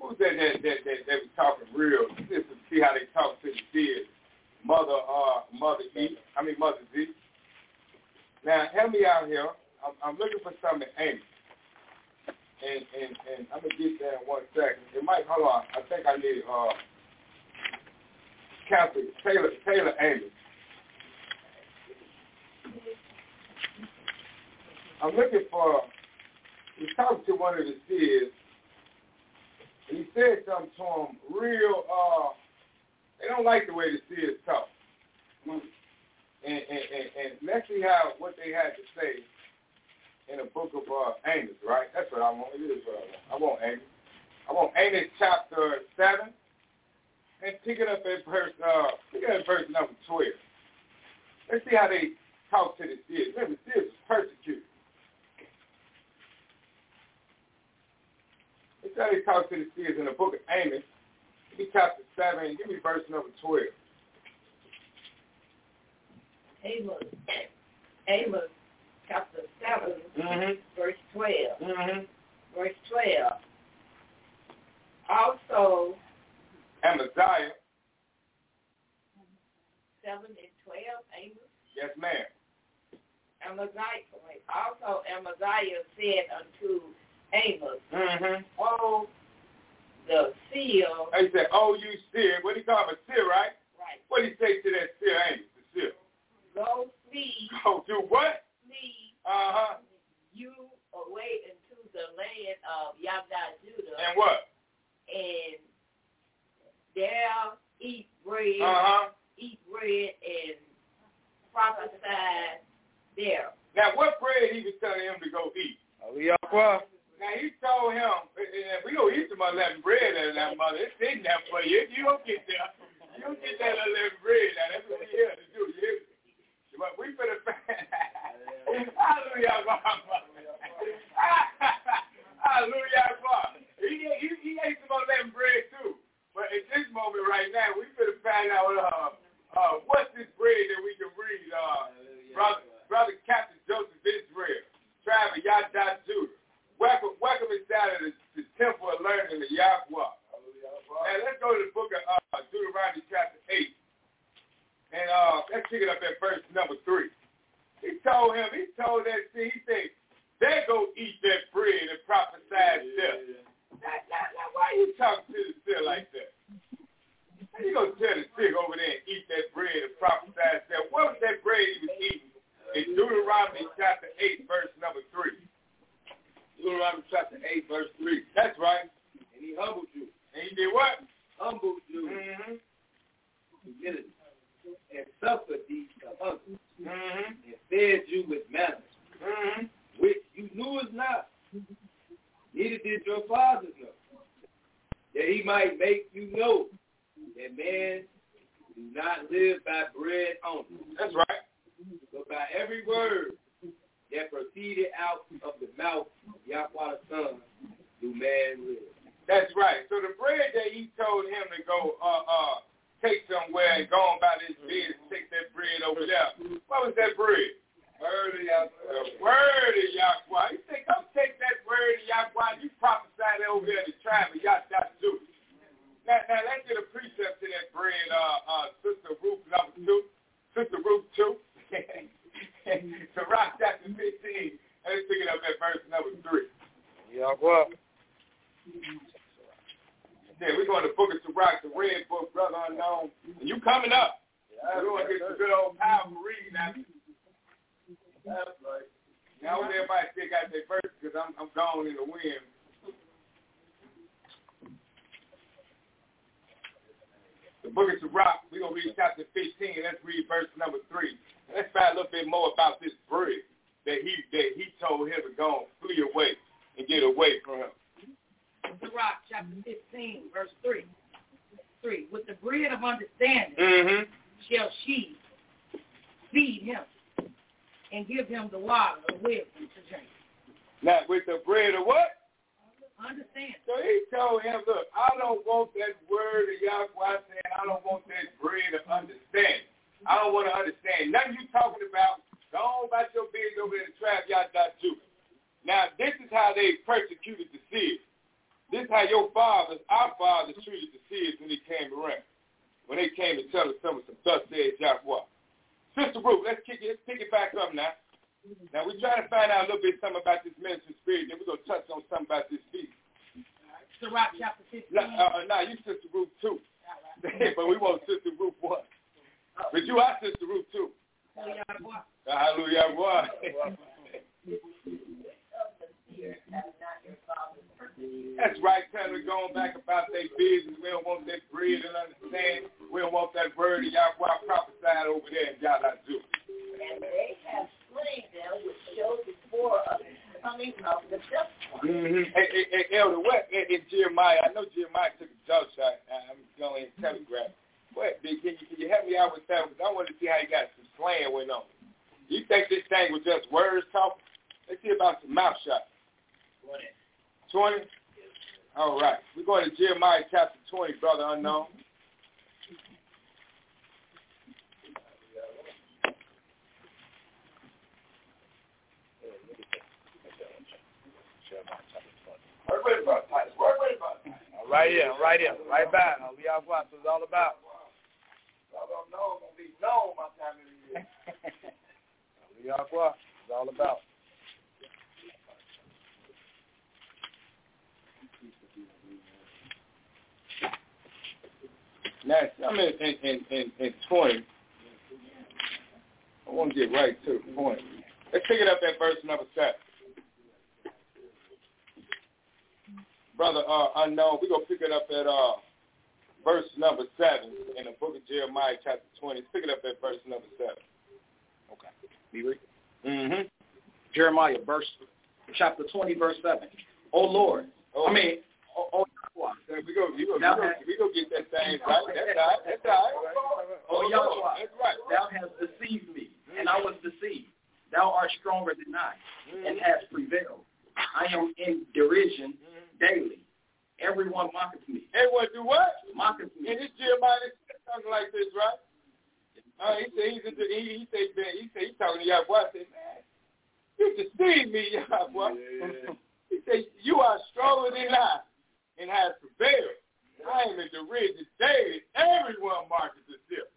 Who said that that that that was talking real? Just to see how they talk to the seers. Mother, uh, mother E. I mean mother Z. Now help me out here. I'm, I'm looking for something, Amos. And and and I'm gonna get there in one second. It might hold on. I think I need uh. Captain Taylor Taylor Amos. I'm looking for, he talked to one of the seers. He said something to him real, uh, they don't like the way the seers talk. And, and, and, and let's see how, what they had to say in the book of uh, Amos, right? That's what I want. It is what I want. I want Amos. I want Amos chapter 7. And pick it up at verse, uh, pick it up at verse number 12. Let's see how they talk to the Sears. Remember, Sears was persecuted. Let's see how they talk to the Sears in the book of Amos. Give me chapter 7. Give me verse number 12. Amos, Amos chapter 7, mm-hmm. verse 12. Mm-hmm. Verse 12. Also, Amaziah, 7 and 12, Amos. yes, ma'am. Amaziah, wait, also Amaziah said unto Amos, Mm-hmm. Oh, the seal, He said, oh, you seer. What he call him? A seer, right? right, What he say to that seer, Amos? The seer. go flee, Go do what? flee Uh-huh. you away into the land of Yabda Judah, And what? and there eat bread, Uh-huh. eat bread, and prophesy there. Now, what bread he was telling him to go eat? Aliakwa. Now, he told him, if we go eat some of that bread out of that mother, it's sitting there for you. You don't get that. You don't get that little bread. Now, that's what we here to do. You hear me? But we finna find Hallelujah, Mama. Hallelujah, Mama. He, he, he ate some of that bread, too. But at this moment right now, we finna find out uh, uh, what's this bread that we can read. Uh, brother, brother Captain Joseph Israel, tribe of Yada Judah. Welcome, welcome inside of the, the temple of learning of Yahweh. Now let's go to the book of uh, Deuteronomy chapter 8. And uh, let's pick it up at verse number 3. He told him, he told that see, he said, they go eat that bread and prophesy death. Now, now, now, why you talking to the seal like that? How you gonna tell the sick over there and eat that bread and prophesy that? What was that bread he was eating in Deuteronomy chapter 8, verse number 3? Deuteronomy chapter 8, verse 3. That's right. And he humbled you. And he did what? Humbled you. Mm-hmm. humility, and suffered thee to hunger, Mm-hmm. and fed you with manna, Mm-hmm. which you knew is not, neither did your fathers know, that he might make you know that man do not live by bread only, That's right. but by every word that proceeded out of the mouth of Yahweh the Son do man live. That's right. So the bread that he told him to go uh uh take somewhere and go on by this bed and take that bread over there. What was that bread? Word of Yahweh. The word of Yahweh. He said, come take that word of Yahweh. You prophesy that over there to tribe of Yahweh too. Now, now let's get a precept to that bread, uh, uh, Sister Ruth number two, Sister Ruth two. so Rock chapter 15, let's pick it up at verse number three. Yahweh. Yeah, we're going to Book of Sirach, the Red Book, Brother Unknown. And you coming up. Yeah, We're going to get some good old powerful reading out of you. That's right. Now, I hope everybody still got their verse because I'm, I'm gone in the wind. The Book of Sirach, we're going to read chapter 15. Let's read verse number 3. Let's find a little bit more about this bread that he that he told him to go and flee away and get away from him. Sirach chapter 15, verse 3. 3. With the bread of understanding Mm-hmm. shall she feed him and give him the water of wisdom to drink. Now, with the bread of what? Understand. So he told him, look, I don't want that word of Yahweh saying I don't want that bread of understanding. I don't want to understand. Nothing you talking about. Go on about your business over there to trap y'all dot you. Now, this is how they persecuted the seers. This is how your fathers, our fathers, treated the seers when they came around. When they came to tell us some of some thus said Yahweh. Sister Ruth, let's kick it, let's pick it back up now. Now, we're trying to find out a little bit something about this ministry spirit, then we're going to touch on something about this feast. Sirach chapter 15. No, uh, no, you Sister Ruth too. but we want Sister Ruth one. But you are Sister Ruth too. Hallelujah. Hallelujah, boy. That's right, tell them going back about their business. We don't want that bread and understand. We don't want that word of Yahweh prophesied over there in Yahweh do. And they have slain them which showed before of the coming of the just one. Mm-hmm. Hey, hey, hey, Elder, what in, in Jeremiah? I know Jeremiah took a jump shot. I- I'm going in telegraph. What? Can you, can you help me out with that? 'Cause I wanted to see how you got some slang went on. You think this thing was just words talking? Let's hear about some mouth shots. 20? All right. We're going to Jeremiah chapter 20, brother unknown. Right about it. Right about it. I'm right here. I'm right here. Right back. I'll be out what it's all about. I don't know. I'm gonna be known by the time it is. Yahweh is all about. Next, I'm in, in, in, in, in 20. I want to get right to the point. Let's pick it up at verse number 7. Brother uh, Unknown, we're going to pick it up at uh, verse number 7 in the book of Jeremiah chapter 20. Pick it up at verse number 7. Okay. Me read. Mm-hmm. Jeremiah, verse chapter twenty, verse seven. Oh Lord, I mean, oh, oh Yahweh. We go, we go, Now we go, that- we go get that thing right. That's all right. That's all right. Oh Yahweh, That's right. thou hast deceived me, and I was deceived. Thou art stronger than I, and hast prevailed. I am in derision daily. Everyone mocketh me. Everyone do what? Mocketh me. And this Jeremiah this said something like this, right? Uh, he said he's a, he, he said man, he said he's talking to Yahweh. I said, man, you deceived me, Yahweh. He said you are stronger than I and has prevailed. I am in the ridge today. Everyone marches the ship.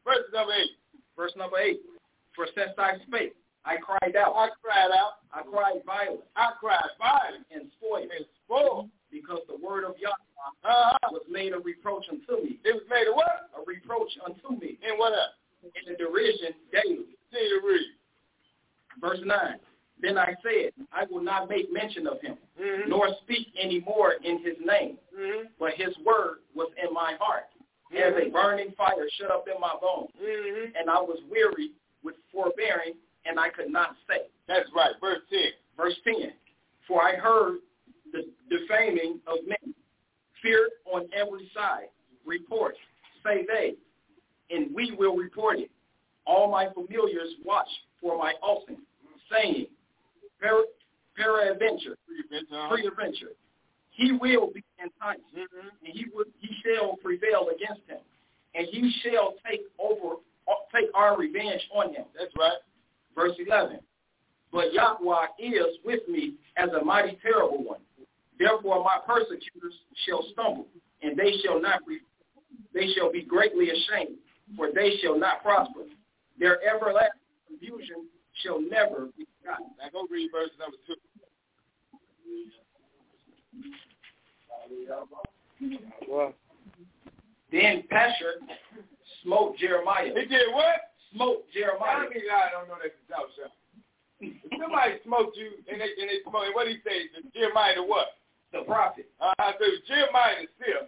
Verse number eight. Verse number eight. For since I spake, I cried out. I cried out. I cried violence I cried violence and spoil, and spoil. because the word of Yahweh Uh-huh. was made a reproach unto me, It was made of what? a reproach unto me, And what else? in the derision daily. See the read. Verse 9. Then I said, I will not make mention of him, Mm. Mm-hmm. nor speak any more in his name. Mm-hmm. But his word was in my heart, as Mm. a burning fire shut up in my bones. Mm-hmm. And I was weary with forbearing, and I could not say. That's right. Verse 10. Verse 10. For I heard the defaming of men, feared on every side. Report, say they, and we will report it. All my familiars watch for my offering, saying, per- peradventure, peradventure, he will be enticed, Mm-hmm. and he, will, he shall prevail against him, and he shall take over, take our revenge on him That's right. verse 11. But Yahweh is with me as a mighty terrible one. Therefore my persecutors shall stumble, and they shall not re- they shall be greatly ashamed, for they shall not prosper. Their everlasting confusion shall never be forgotten. Now go read verse number 2. Then Pasher smote Jeremiah. He did what? Smote I Jeremiah. mean, I don't know that's a doubt shot. If somebody smoked you and they, and they smoked, and what he say? The Jeremiah the what? The prophet. Uh, I said, Jeremiah the seal.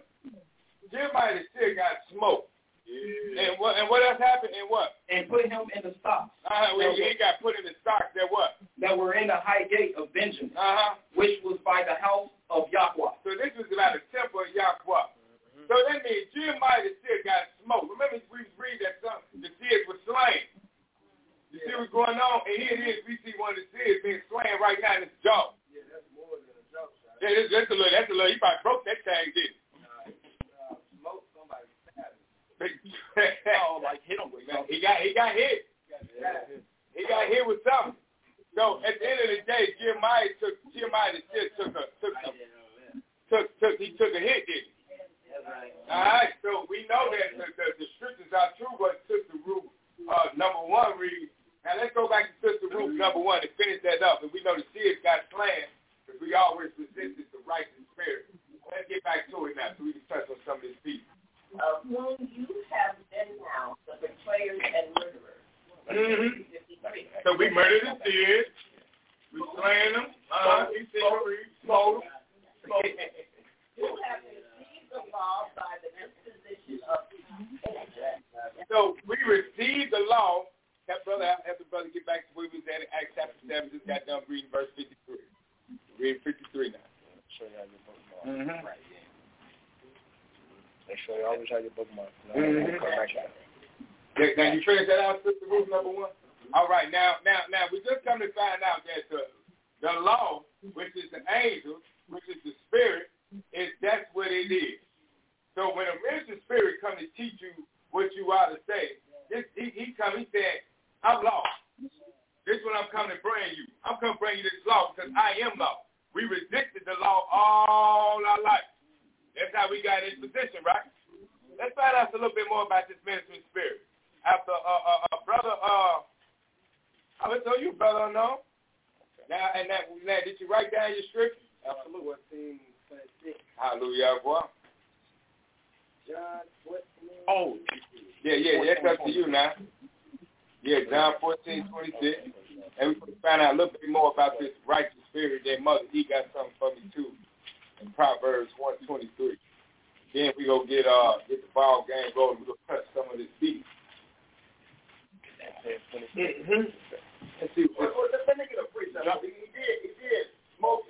Jeremiah the seal got smoked. Yeah. And what, and what else happened? And what? And put him in the stocks Uh, well, he got put in the stocks at what? that were in the high gate of Benjamin, Uh-huh. which was by the house of Yahweh. So this was about the temple of Yahweh. So that means Jeremiah the seer got smoked. Remember we read that some the seers were slain. You see what's going on? And here it is, we see one of the seers being slain right now in his jaw. Yeah, that's, that's a little, that's a little, he probably broke that thing, didn't he? Oh, like hit him with something. he got, he got hit. He got hit with something. So at the end of the day, Jeremiah took, Jeremiah the seer took a, took a, took, took, he took a hit, didn't he? All right, so we know that the, the, the scriptures are true, but Sister Ruth, uh, number one read. Now let's go back to Sister Ruth, number one, and finish that up. And we know the seers got plans, because we always resisted the righteous spirit. Let's get back to it now so we can touch on some of this piece. Of whom Uh, you have been now the betrayers and murderers. Mhm. So we Uh-huh. murdered the seers. We slain them. Uh, he said, we sold them. who have received the law by the disposition of So we received the law. Help brother, help the brother get back to where we was at in Acts chapter 7. Just got done reading verse 53. Reading 53 now. Mhm. Right, yeah. Make sure you always have your bookmark. Mhm. Yeah, Now you trade that out, sister Ruth, number one. All right, now, now, now we just come to find out that the, the law, which is the angel, which is the spirit, is that's what it is. So when a minister spirit come to teach you what you ought to say, this he, he come, he said, I'm lost. This is what I'm coming to bring you. I'm coming to bring you this law because I am law. We resisted the law all our life. That's how we got in this position, right? Let's find out a little bit more about this ministering spirit. After uh, uh, uh, brother, uh, I would tell you, brother, no. Now and that, now, did you write down your scripture? Absolutely. Hallelujah, boy. John 14. Oh. Yeah, yeah, that's up to you now. Yeah, John 14, 26. And we can find out a little bit more about this righteous spirit that mother, he got something for me too. In Proverbs 123. Then we go get uh get the ball game rolling. We're gonna touch some of this beat. Mhm. Let's see Well, what well, let- let me get a preach up. Yeah. He he did, he did smoke.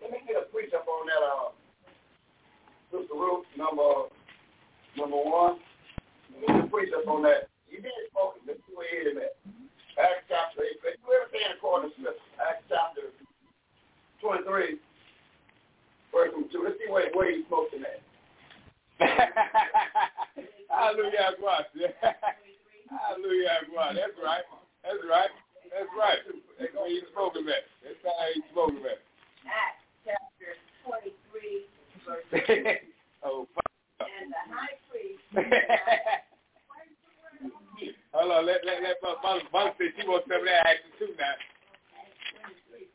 Let me get a preach up on that, uh, Sister Ruth, number, number one. Let me get a preach up on that. He did smoke it. Let's see where he hit him at. Acts chapter eight, but do everything according to Scripture. Acts chapter twenty-three, verse number two. Let's see where, where he smoked him at. Hallelujah, God. Hallelujah, God. That's right. That's right. That's right. That's where you smoking at. That's how you smoking at. Acts chapter 23, verse 2. oh, fuck. And the high priest Hold on, let let let Mother Mother, mother say she wants some of that action too now.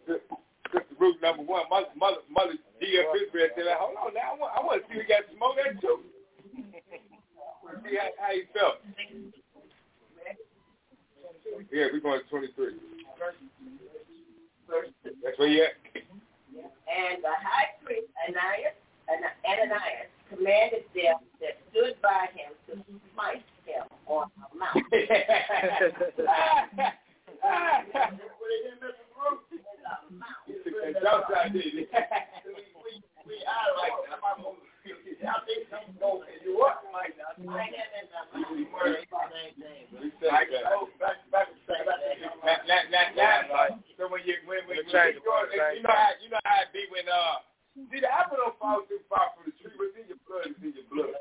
Sister Ruth number one, Mother Mother Mother D up his bread said, hold on now, I want, I want to see we got some more of that too. see how, how he felt. Yeah, we're going to 23. That's where you at? And the high priest Ananias, Ana- Ananias commanded them that stood by him to smite him on the mouth. So when you when when, when you, you know how you know how it be when uh see the apple don't fall too far from the tree, but it's in your blood, it's in your blood.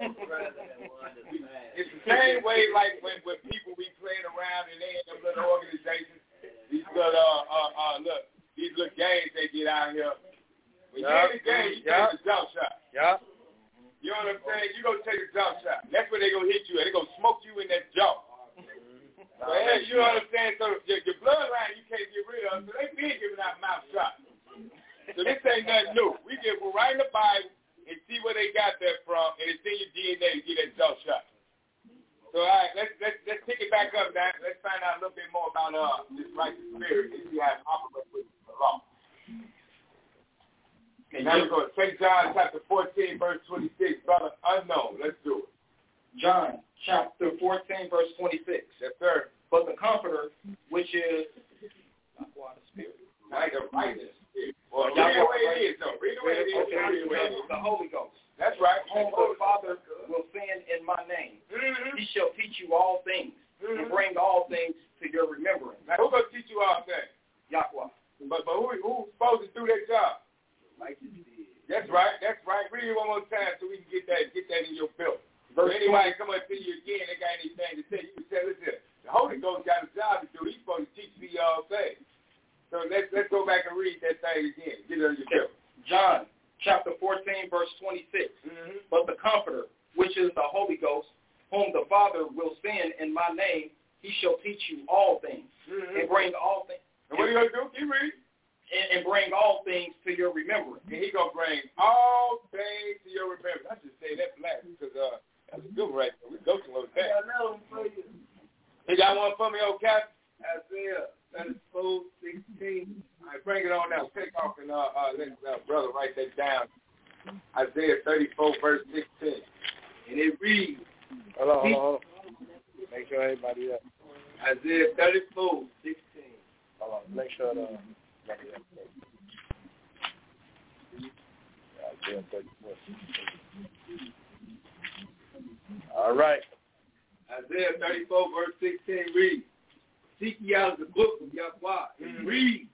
it's the same way like when when people be playing around and they in them little organizations, these little uh uh, uh look these little games they get out here. When you in Yeah, the game, you yeah. take the jump shot. Yeah. You know what I'm saying? You gonna take a jump shot. That's where they gonna hit you. at. They gonna smoke you in that jaw. So, yeah, you know what I'm saying? So your, your bloodline you can't get rid of. So they been giving out mouth shots. So this ain't nothing new. We get we're right in the Bible and see where they got that from, and it's in your DNA to get that jaw shot. So all right, let's let's let's pick it back up, man. Let's find out a little bit more about uh this righteous spirit and see how it operates with the law. And now we're going to St. John chapter 14, verse 26, brother uh, unknown. Let's do it. John chapter 14, verse 26. Yes, sir. But the Comforter, which is Like a righteous spirit. Well, read Well, it the Yahweh, way it is, though. Read it the way it is. Okay, Read it the way it is. the Holy Ghost, That's right. whom the Father will send in my name. Mhm. He shall teach you all things and bring all things to your remembrance. Now, Mm-hmm. who gonna teach you all things? Yahweh. But but who who's supposed to do that job? That's right. That's right. Read it one more time so we can get that get that in your belt. So Verse anybody come up to you again, they got anything to say, you can tell us this. The Holy Ghost got a job to do. He's supposed to teach me all things. So let's let's go back and read that thing again. Get it on your belt. John chapter 14, verse 26. Mm-hmm. But the Comforter, which is the Holy Ghost, whom the Father will send in my name, he shall teach you all things Mm-hmm. and bring all things And what are you gonna do? Keep reading. and, and bring all things to your remembrance. and he gonna bring all things to your remembrance. I should say that last because uh, that's a good one right there. We go to with that. You got one for me, old Cap? Isaiah, All right, bring it on now. Take off and uh, uh, let uh, brother write that down. Isaiah 34, verse 16. And it reads, Hold on, hold on, hold on. Make sure uh, everybody up. Isaiah 34, 16. Hold on, make uh, sure the... everybody up. Isaiah 34, 16. All right. Isaiah 34, verse 16 reads, Seek ye out the book of Yahweh and read.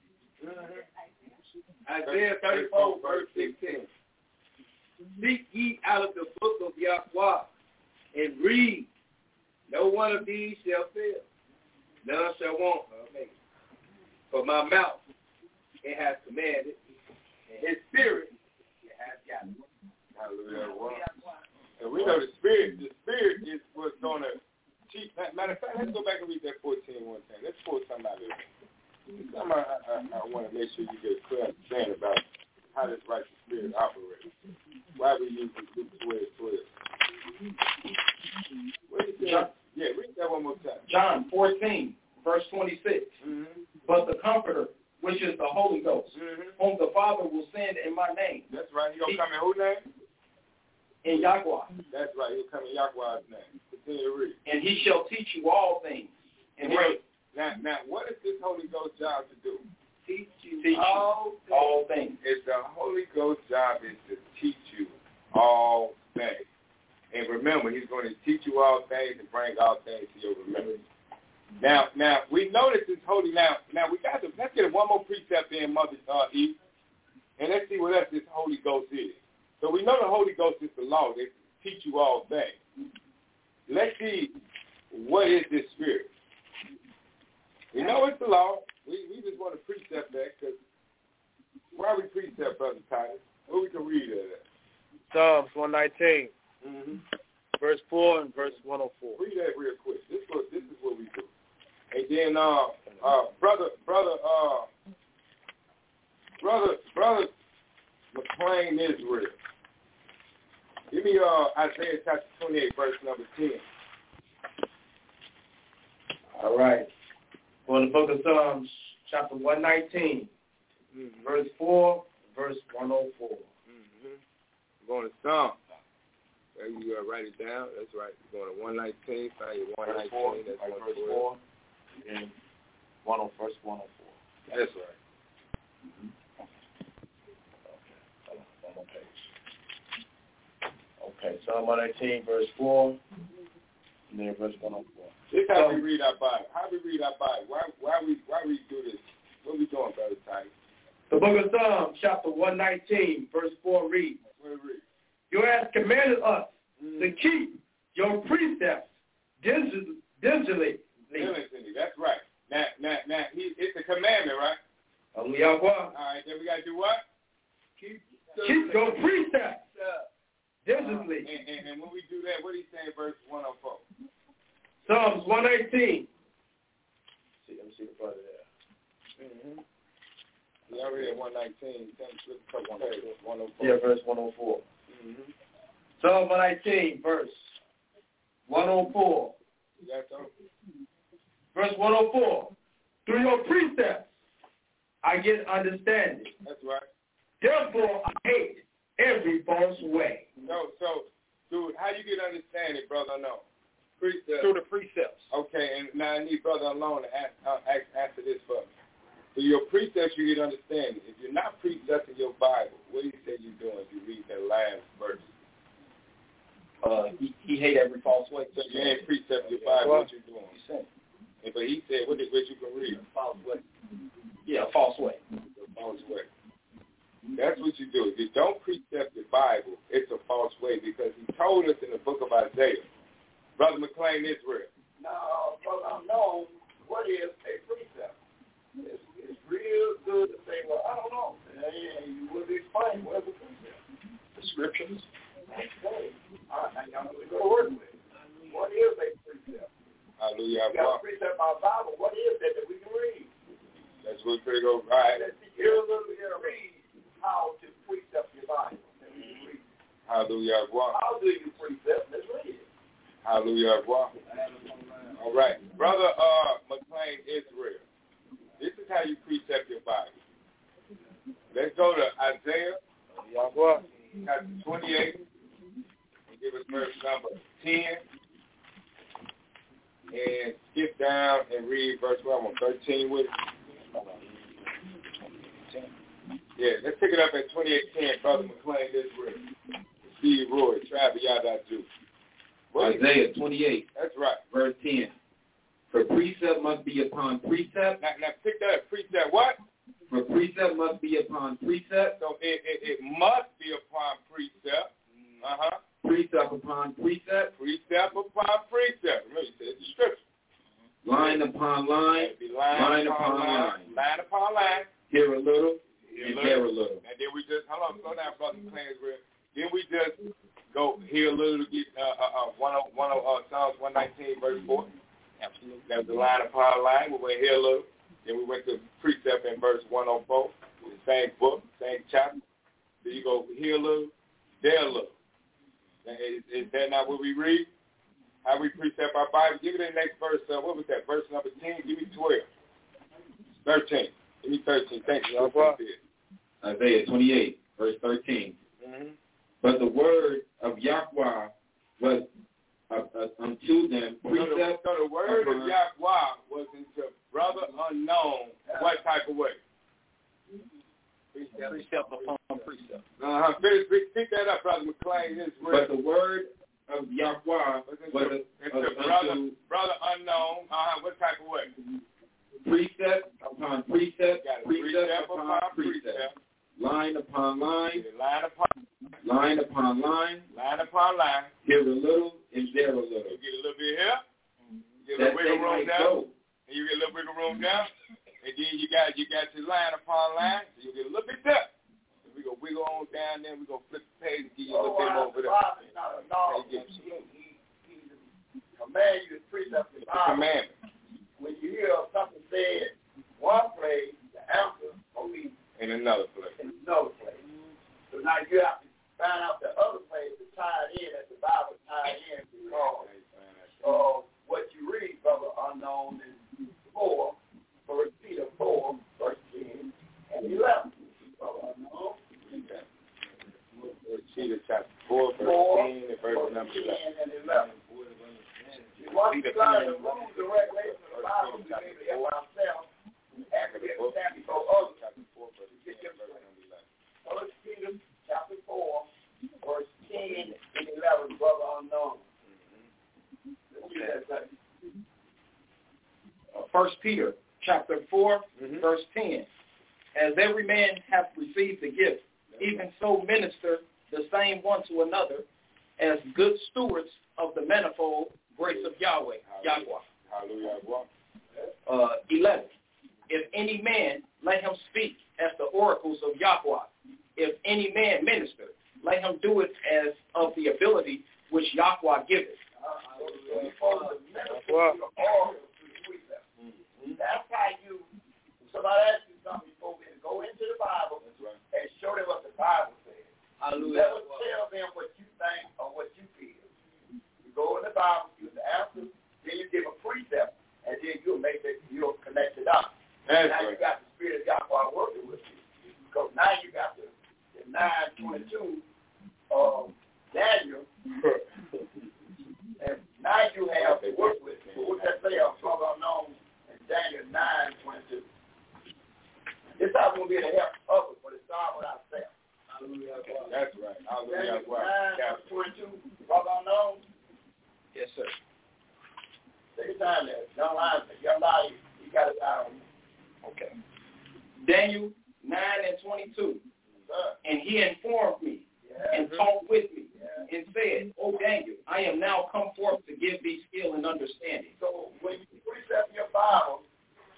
Isaiah 34, verse 16. Seek ye out of the book of Yahweh and read. No one of these shall fail. None shall want her. For my mouth it has commanded, and his spirit it has gotten. Hallelujah. And we know the spirit, the spirit is what's going to teach. Matter of fact, let's go back and read that 14 one time. Let's quote somebody. Something I, I, I want to make sure you get a clear understanding about how this righteous spirit operates. Why we use this Luke 12, 12. What is that? Yeah, read that one more time. John 14, verse 26. Mm-hmm. But the Comforter, which is the Holy Ghost, whom the Father will send in my name, That's right. He gonna come in who name? in Yahweh, That's right. He'll come in Yahweh's name. Continue to read. and he shall teach you all things. And he Right. Now, now, what is this Holy Ghost job to do? teach you Teach you all things. all things. It's the Holy Ghost job is to teach you all things. And remember, he's going to teach you all things and bring all things to your remembrance. Now, now we know that this holy now. Now we got to let's get one more precept in Mother uh, Eve, and let's see what else this Holy Ghost is. So we know the Holy Ghost is the law. They teach you all things. Let's see what is this spirit. We know it's the law. We, we just want to precept that because why we precept, Brother Titus? Well, we can read it. Psalms 119, Mm-hmm. verse 4 and verse 104. Read that real quick. This what this is what we do. And then uh uh brother brother uh brother brother McLean Israel. Give me uh Isaiah chapter twenty eight verse number ten. All right. For the book of Psalms, chapter 119, verse 4, verse 104. Mm-hmm. Going to Psalm. There you uh, write it down. That's right. You're going to one nineteen, find your one Verse 4, nineteen, that's like one verse twelve. 4, and 10, verse 104. That's right. Hold on, one more page. Okay, Psalm 119, verse 4, and then verse 104. This how Um, we read our Bible. How we read our Bible. Why why we why we do this? What we doing, Brother Titus? The book of Psalms, chapter 119, verse 4 reads, What we read? You have commanded us to keep your precepts digi- digitally. Diligently, that's right. Now, now, now, he, it's a commandment, right? Hallelujah. All right, then we got to do what? Keep, Keep your precepts And, digitally. and, and when we do that, what he saying, verse 104? Psalms 118. See, let me see the brother there. We already at 119. Thanks, let's put one page, 104. Yeah, verse 104. Mm-hmm. Psalm 118, verse 104. You got that? Verse 104. Through your precepts, I get understanding. That's right. Therefore, I hate every false way. So, so, dude, how you get understanding, brother? No. Through the precepts. Okay, and now I need brother alone to ask, uh, ask, answer this for me. So your precepts, you get understanding. If you're not precepting your Bible, what do you say you're doing if you read that last verse? Uh, he, he hate every false way. So you ain't precepting your Bible, what you doing? And, but he said, what, did- what you can read? False way. Yeah, false way. The false way. That's what you do. If you don't precept the Bible, it's a false way because he told us in the book of Isaiah, Brother McLean Israel, No, brother, I'm known. What is a precept? It's, it's real good to say, well, I don't know. Yeah, you would explain what is a precept. Descriptions. Okay. All right, now y'all know what to work with. What is a precept? hallelujah, You got a precept by Bible. What is that that we can read? that's what we're going to go, all right, Let's see. Here's a little bit of read how to precept your Bible. Let me read. hallelujah, How do you precept? Let's read it. hallelujah, all right. Brother uh, McLean Israel, this is how you precept your Bible. Let's go to Isaiah Yahweh, chapter 28, and give us verse number 10, and skip down and read verse number 13 with us. Yeah, let's pick it up at 2810, Brother McClain, this real. Steve Roy, Travis, y'all got to. Isaiah 28. That's right. Verse 10. For precept must be upon precept. Now, now pick that up. Precept what? For precept must be upon precept. So it, it, it must be upon precept. Uh-huh. Precept upon precept. Precept upon precept. Remember, you said it's the scripture. Line upon line. It'd be line, Line upon upon line. Line upon line. Here a little. Here And there a little. And then we just, hold on, slow down, Brother McClain, real. Then we just go here a little to get uh, uh, uh, one oh one oh uh, Psalms 119, verse 4. Absolutely. That was the line upon line. We went here a little. Then we went to precept in verse 104, the same book, same chapter. Then you go here a little, there a little. Now, Is, is that not what we read? How we precept our Bible? Give me the next verse. Uh, what was that? Verse number 10? Give me 12. 13. Give me 13. Thank you. Yahweh. Isaiah 28, verse 13. Mm-hmm. But the word of Yahweh was uh, uh, unto them So the, precept. so the word of upon- Yahweh was into brother unknown. What type of way? Precept upon precept. Uh-huh. Finish, pick, pick that up, brother McClain. This But word the word of Yahweh was into, into unto brother, brother unknown. Uh-huh. What type of way? precept upon precept, Got it. precept upon precept, precept. line upon line, Line upon line upon line, line upon line. here a little and there a little. You get a little bit here. You get a That little they wiggle room might now. go. and you get a little bit of room down, and then you got you got your line upon line, so you get a little bit there. So we gonna wiggle on down there, we gonna flip the page and give you a little bit more over there. Law, He, he, he command you to precept the it's a Bible. commandment. When you hear something said one place, the answer will be In another place. in another place. So now you have to find out the other place to tie it in, that the Bible tied in to law. uh, what you read, Brother Unknown, is 4, verse Peter 4, verse 10 and 11. Brother Unknown, Cheetah chapter 4, verse Four. 10 and verse number 11. 10 and 11. Once you learn the rules and regulations of the Bible, you can be able to help ourselves and be able to stand before others. Chapter 4, verse 10 and verse number 11. First Peter chapter 4, verse 10 and 11, Brother Unknown. Let's do that, brother. Uh, First Peter chapter 4 Mhm. verse ten. As every man hath received the gift, even so minister the same one to another, as good stewards of the manifold grace of Yahweh. Yahweh. Hallelujah. Well, Uh, Eleven. If any man, let him speak as the oracles of Yahweh. If any man minister, let him do it as of the ability which Yahweh giveth. Well, That's how you, somebody asks you something, you supposed to go into the Bible that's right. and show them what the Bible says. You never Hallelujah. tell them what you think or what you feel. You go in the Bible, you answer, then you give a precept, and then you'll make that, you'll connect it up. That's now right. you got the Spirit of Yahweh working with you. Because now you got the, the 922 of Daniel, and now you have to work with. So what that say on Brother Unknown and Daniel 922? This how we're going to be able to help others, but it's all with ourselves. Hallelujah. That's right. Hallelujah. Daniel Well, 922, Brother Unknown. Yes, sir. Take your time there. Young lion, young lion, you got it down. Okay. Daniel 9 and 22. Sir. And he informed me Yeah. and talked with me Yeah. and said, O Daniel, I am now come forth to give thee skill and understanding. So when you precept your Bible,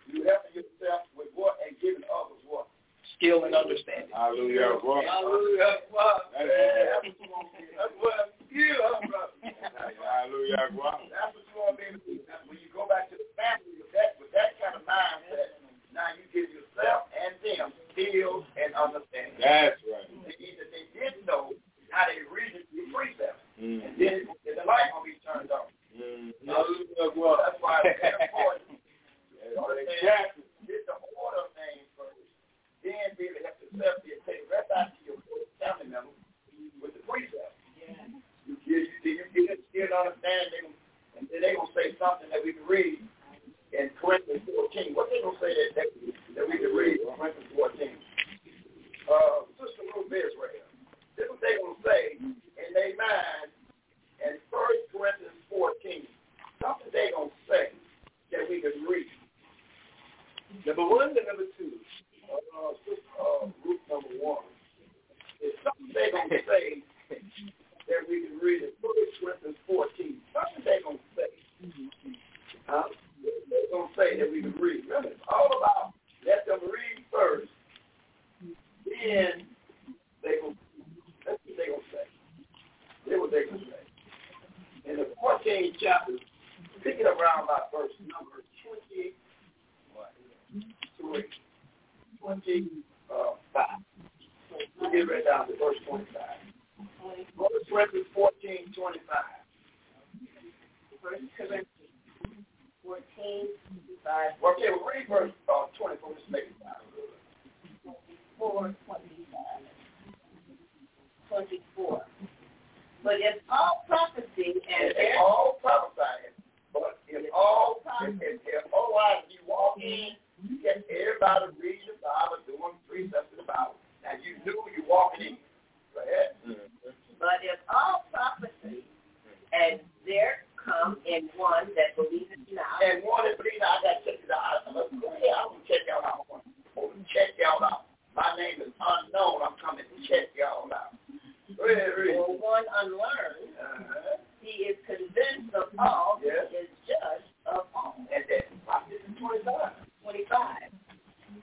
you help yourself with what and giving others what. Skill and understanding. Hallelujah. Well, Hallelujah. that's Yeah, it. that's what you want to be. That's what you are, brother. Hallelujah. Well, That's what you want to be able to do. Now, When you go back to the family with that, with that kind of mindset, now you give yourself and them skills and understanding. that's right. They Either they didn't know how they read it, you precept, and Mm-hmm. then the light will be turned on. Mm. Hallelujah. Well, That's why it's very important Exactly. get the order of things first, then be able to help yourself and take the rest out to your family members. man, they, and then they gonna say something that we can read in Corinthians 14. What they gonna say that that, that we can read in Corinthians 14? Uh, Sister Ruth Israel. This is what they gonna say in their mind in 1 Corinthians 14. Something they gonna say that we can read. Number one and number two. Uh, uh, group number one. It's something they gonna say that we can read in 1 Corinthians 14. Something they gonna say. Huh? They gonna say that we can read. Remember, it's all about let them read first. Then they gonna that's what they gonna say. That's what they gonna say. In the 14th chapter, pick it up around about verse number 20. Three, twenty, uh, five. We'll get right down to verse 25. Romans Corinthians 14, 25. First Corinthians 14, 25. Okay, well, read verse uh, 24. Let's make it five. 24, 24. But if all prophecy and And if all prophesying, but if all, if, if, if all eyes you walk in, you get everybody reading the Bible, doing precepts of the Bible. Now you knew you walking in. Go ahead. But if all prophecy, and there come in one that believeth not, And one is believing, I got to check it out. I'm like, go ahead, I'm going to check y'all out. I'm going to check y'all out. My name is unknown. I'm coming to check y'all out. Go ahead, read. or one unlearned, Uh-huh. he is convinced of all, he Yes. is judged of all. And then, watch this in 25. 25.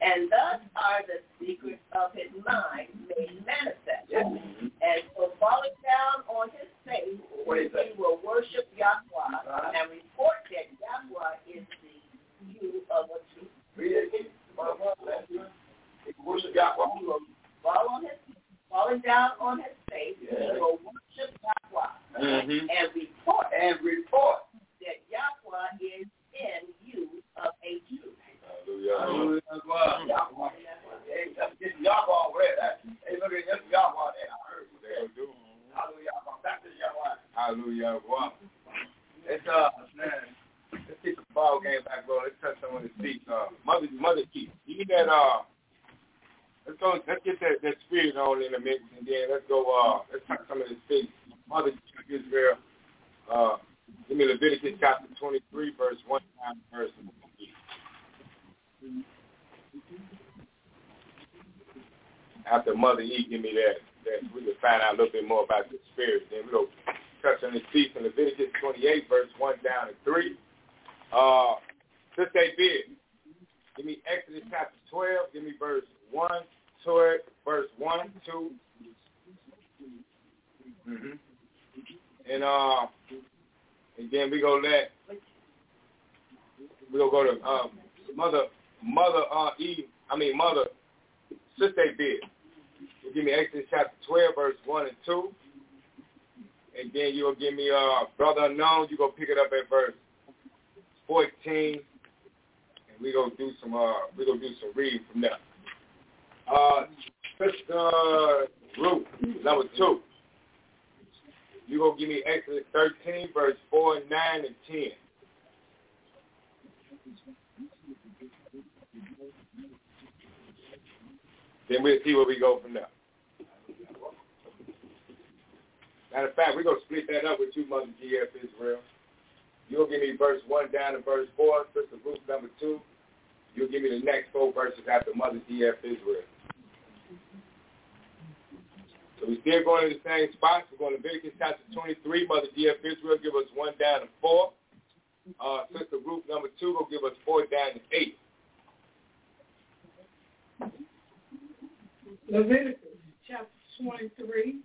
And thus are the secrets of his mind made manifest. And so falling down on his face, What is he that? will worship Yahweh Uh-huh. and report that Yahweh is the you of the truth. Read it again. Bottom up, last one. If you worship Yahweh, you are- Fall on his, falling down on his face, Yeah. he will worship Yahweh Mhm. and report And report. that Yahweh is in you of a Jew. Hallelujah. uh, Yahweh. Hey, that's getting Yahweh red. That- Hey, look at this Yahweh there. I heard you there. Hallelujah. Yahweh. That's the Yahweh. Hallelujah. Wow. It's, uh, man. Let's get the ball game back, bro. Let's touch someone to speak. Uh, mother, mother Keith, you need that. Uh, let's go. Let's get that, that spirit on in a minute, and then let's go. Uh, let's touch some of this speak. Mother Keith Israel. Uh, give me Leviticus chapter 23, verse one down to verse one. After Mother E, give me that. That we can find out a little bit more about the spirit. Then we'll touch on this piece in Leviticus 28, verse 1 down to 3. Uh, since they bid, give me Exodus chapter 12, give me verse 1, 12, verse 1, 2. Mhm. And, uh, and then we go let, we gonna go to um, mother, mother uh, Eve, I mean mother, since they bid. Give me Exodus chapter 12, verse 1 and 2 and then you'll give me uh brother unknown. You go pick it up at verse fourteen, and we gonna do some uh we gonna do some reading from there. Uh, Sister Ruth, number two. You gonna give me Exodus thirteen, verse four, nine, and ten. Then we'll see where we go from there. Matter of fact, we're going to split that up with you, Mother GF Israel. You'll give me verse 1 down to verse 4, Sister Ruth number 2. You'll give me the next four verses after Mother GF Israel. So we're still going to the same spots. We're going to Leviticus chapter 23. Mother GF Israel give us 1 down to 4. Uh, Sister Ruth number 2 will give us 4 down to 8. Leviticus chapter 23,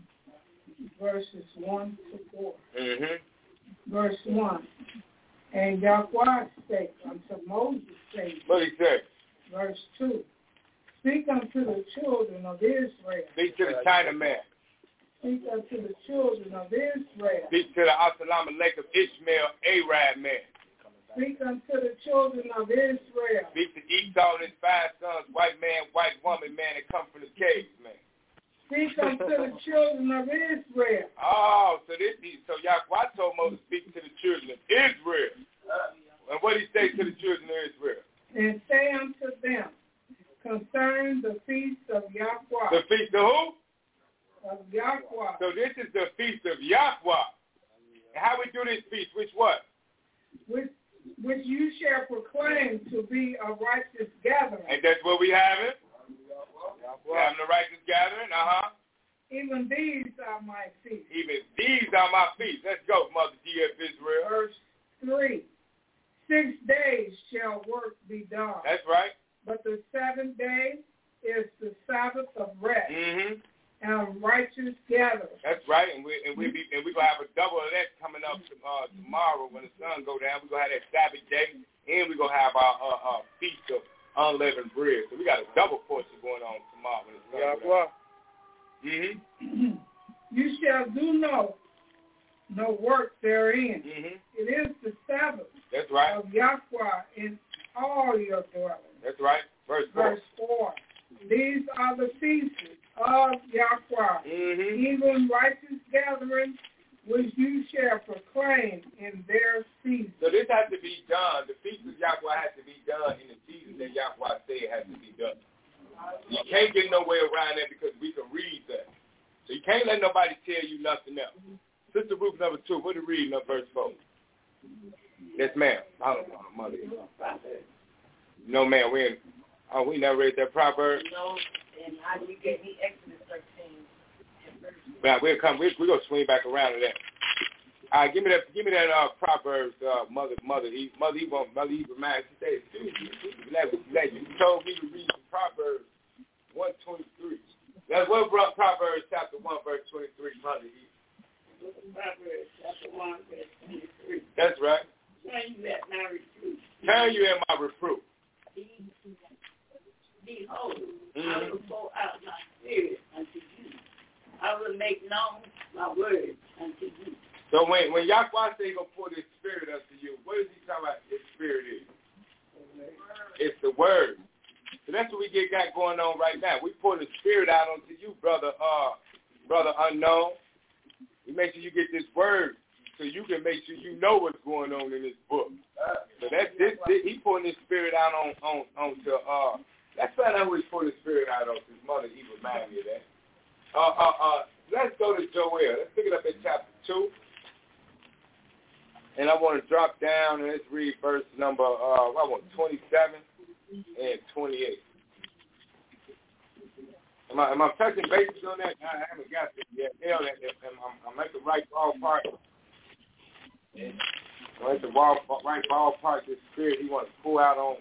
verses 1 to 4. Mm-hmm. Verse 1. And Yahweh spake unto Moses, saying, What he said? verse 2, Speak unto the children of Israel, Speak to the China man. speak unto the children of Israel, Speak to the Assalamu alaikum Ishmael Arab man. speak unto the children of Israel, Speak to Esau and his five sons, white man, white woman, man, that come from the caves, man. Speak unto the children of Israel. Oh, so this he so Yahweh told Moses speak to the children of Israel. And what did he say to the children of Israel? And say unto them, concerning the feast of Yahweh. The feast of who? Of Yahweh. So this is the feast of Yahweh. And how we do this feast? Which what? Which, which you shall proclaim to be a righteous gathering. And that's what we having. We having a righteous gathering. Uh huh. Even these are my feet. Even these are my feet. Let's go, Mother DF Israel. Verse 3. Six days shall work be done. That's right. But the seventh day is the Sabbath of rest Mm-hmm. and righteous gathering. That's right. And we and we be and we gonna have a double of that coming up uh, tomorrow when the sun go down. We are gonna have that Sabbath day, and we are gonna have our uh, uh, feast of unleavened bread. So we got a double portion going on tomorrow when the sun go down. Mm-hmm. You shall do no no work therein. Mhm. It is the Sabbath That's right. of Yahweh in all your dwelling. That's right. Verse four. Verse four. These are the feasts of Yahweh, Mm-hmm. even righteous gatherings which you shall proclaim in their feasts. So this has to be done. The feast of Yahweh has to be done in the season that Yahweh say it has to be done. You can't get no way around that because we can read that. So you can't let nobody tell you nothing else. Sister Ruth number two, what are you reading up verse four? Yes, ma'am. I don't know, mother. No, ma'am, we ain't, oh, we never read that proverb. No, and I, you gave me Exodus 13 and verse Now we'll come. We're, we're gonna swing back around to that. All right, give me that. Give me that. Uh, Proverbs, uh, mother, mother, he, mother, he won't, mother, he reminds. She said, "Excuse me, that, that you told me to read from Proverbs one twenty three. That's what brought Proverbs chapter one verse twenty three, mother. Eve. Proverbs chapter 1, verse 23. That's right. Turn you at my reproof. Turn you in my reproof. Behold, Mm-hmm. I will pour out my spirit unto you. I will make known my words unto you. So when when Yahweh say he gonna pour this spirit unto you, what is he talking about? His spirit is. It's the word. So that's what we get got going on right now. We pour the spirit out onto you, brother. Uh, brother unknown. We make sure you get this word, so you can make sure you know what's going on in this book. So that's this. this he pouring his spirit out on on onto. Uh, let's find out who he's pouring his spirit out on. His mother. He reminded me of that. Uh, uh, uh. Let's go to Joel. Let's pick it up in chapter two. And I want to drop down and let's read verse number, uh, I want 27 and 28. Am I, am I touching bases on that? I haven't got this yet. Hell, that, that, I'm, I'm- I'm at the right ballpark. I'm at the wall, right ballpark. This spirit he wants to pull out on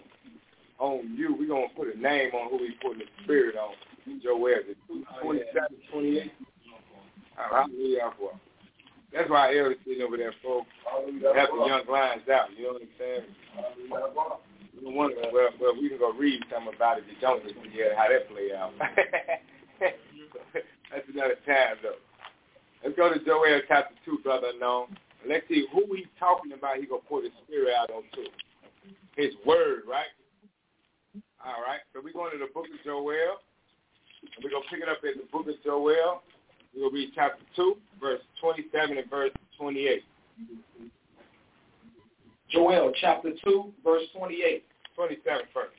on you. We're going to put a name on who he's putting the spirit on. Joel, the 27, 28. All right, hallelujah. Yahweh. That's why Ellis sitting over there, folks. Help the young lions out. You know what I'm saying? We don't want to, well, well, we can go read something about it. You don't just yeah, how that play out. That's another time, though. Let's go to Joel chapter 2, brother unknown. And let's see who he's talking about he going to pour the spirit out on to. His word, right? All right. So we're going to the book of Joel. And we're going to pick it up in the book of Joel. We'll read chapter 2, verse 27 and verse 28. Joel chapter 2, verse 28. 27 first.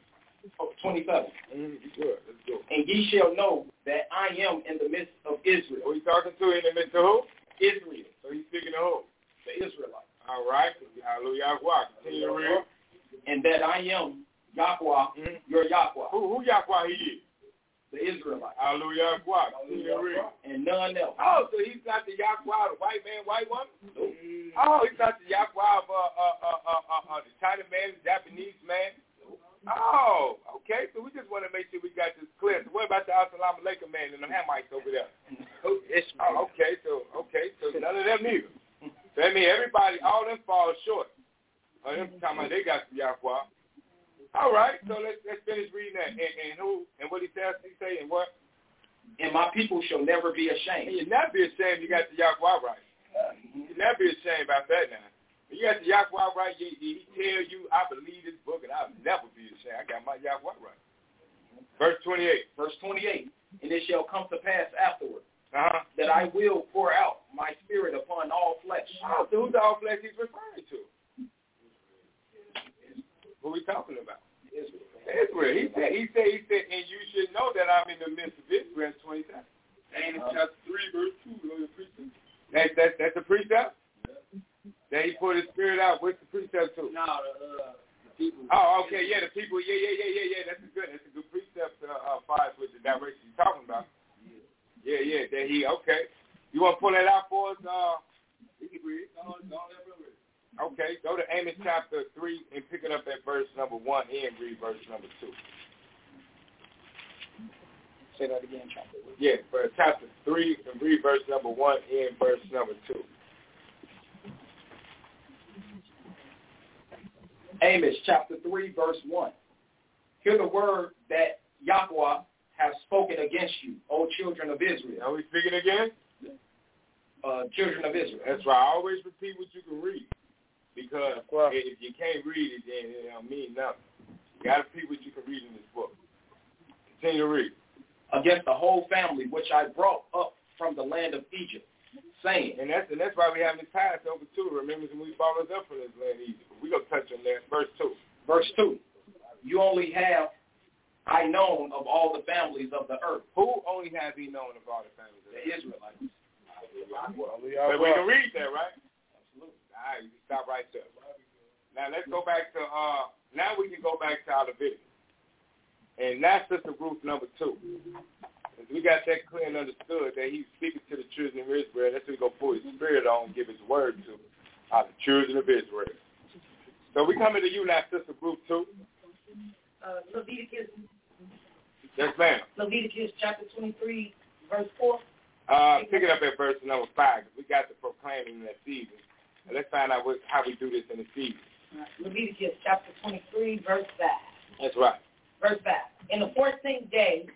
Oh, 27. Mm, you good. Let's go. And ye shall know that I am in the midst of Israel. Who you talking to in the midst of who? Israel, So he's speaking to who? the Israelite. All right. Hallelujah. Yahweh. Continue to read. And that I am Yahweh, Mhm. your Yahweh, Who, who Yahweh he is? the Israelite, Hallelujah. Yahweh. Continue to read. and none else. Oh, so he's not the Yahweh of the white man, white woman? Oh, he's not the Yahweh of uh, uh, uh, uh, uh, uh, the China man, the Japanese man? Oh, okay. So we just want to make sure we got this clear. So what about the Assalamu alaikum man and the Hamites over there? Oh, Oh, okay, so okay, so none of them neither. So I mean, everybody, all them fall short. Oh, them talking about they got some Yahweh. All right, so let's let's finish reading that. And, and who and what he says, he say and what? And my people shall never be And ashamed. you'd not be ashamed you got the Yahweh right. You'd not be ashamed about that now. You got the Yahweh right. He, he tell you, I believe this book, and I'll never be ashamed. I got my Yahweh right. Verse twenty-eight. Verse 28. And and it shall come to pass afterward Uh-huh. that I will pour out my spirit upon all flesh. Oh, so who's all flesh he's referring to? Who we talking about? Israel. Israel. He said, he said, he said, and you should know that I'm in the midst of Israel 27. Daniel chapter 3, verse 2. Lord, the priesthood. That, that, that's the precept? That he poured his spirit out. What's the precept to? No, the, uh, the people. Oh, okay, yeah, the people, yeah, yeah, yeah, yeah, yeah. That's a good, that's a good precept. Uh, uh, fires with the direction you're talking about. Yeah, yeah. That he okay. You want to pull that out for us? Uh, You can read. No, no, that's not read. okay. Go to Amos chapter three and pick it up at verse number one and read verse number two. Say that again, chapter. Yeah, verse chapter three and read verse number one and verse number two. Amos chapter 3, verse 1. Hear the word that Yahweh has spoken against you, O children of Israel. Are we speaking again? Uh, children of Israel. That's why I always repeat what you can read, because if you can't read it, then it don't mean nothing. You got to repeat what you can read in this book. Continue to read. Against the whole family which I brought up from the land of Egypt, saying, And that's and that's why we have this Passover too. Remember when we brought us up from this land of Egypt. We gonna touch on that. Verse two. verse 2, you only have I known of all the families of the earth, Who only has he known of all the families? the Israelites. But we can read that, right? Absolutely. All right, you can stop right there. Now let's go back to uh. Now we can go back to our Leviticus, and that's just the group number two. 'Cause We got that clear and understood that he's speaking to the children of Israel. That's what he's gonna pull his spirit on, and give his word to uh, the children of Israel. So we coming to you now, sister group two. Uh, Leviticus, Yes, ma'am. Leviticus chapter 23, verse 4. Uh, pick it up at verse number five. 'cause We got to proclaiming that season. And let's find out what, how we do this in the season. Leviticus chapter 23, verse 5. That's right. verse 5. In the 14th day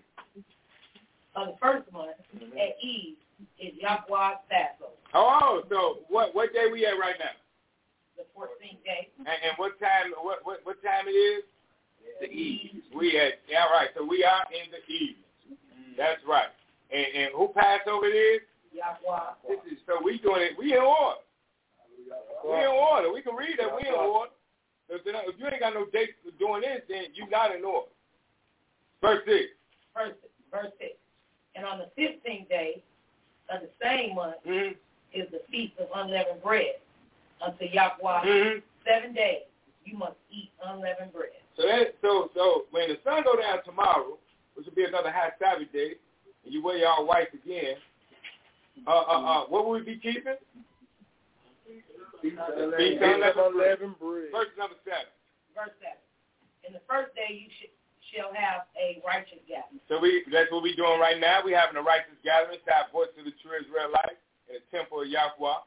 of the first month at eve is Yahweh's Passover, Oh, so what what day we at right now? the 14th day. And, and what time what, what what time it is? The Eve. We at yeah, right. So we are in the evening. That's right. And and who Passover it is? Yahweh. This is so we doing it. We in order. We in order. We can read that. We in order. If, you- if you ain't got no date for doing this, then you not in order. Verse six. Verse, verse 6. And on the 15th day of the same month Mm-hmm. is the feast of unleavened bread unto Yahweh. Mhm. Seven days you must eat unleavened bread. So that so so when the sun go down tomorrow, which will be another hot Sabbath day, and you wear your all whites again, uh uh uh, what will we be keeping? Feast of unleavened bread. Verse number seven. Verse 7. In the first day you sh- shall have a righteous gathering. So we that's what we're doing right now. We're having a righteous gathering, side voice to the true Israelite in the temple of Yahweh.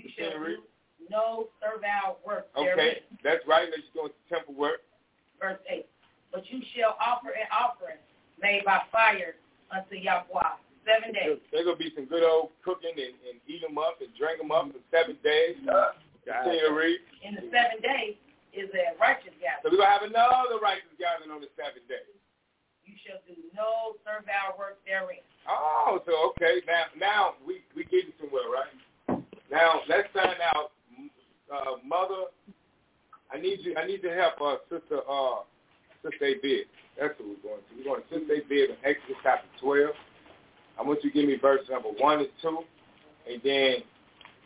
You Continue shall to read. do no servile work therein. Okay, that's right. Let's go into temple work. verse 8. But you shall offer an offering made by fire unto Yahweh seven days. There's gonna be some good old cooking and, and eat them up and drink them up for seven days. Continue to read. In the seven days is a righteous So gathering. we're gonna have another righteous gathering on the Sabbath day. You shall do no servile work therein. Oh, so okay. Now, now we we getting somewhere, right? Now let's find out, uh, mother. I need you. I need to help uh, sister uh, sister Bib. That's what we're going to. We're going to sister Bib in Exodus chapter twelve. I want you to give me verse number one and two, and then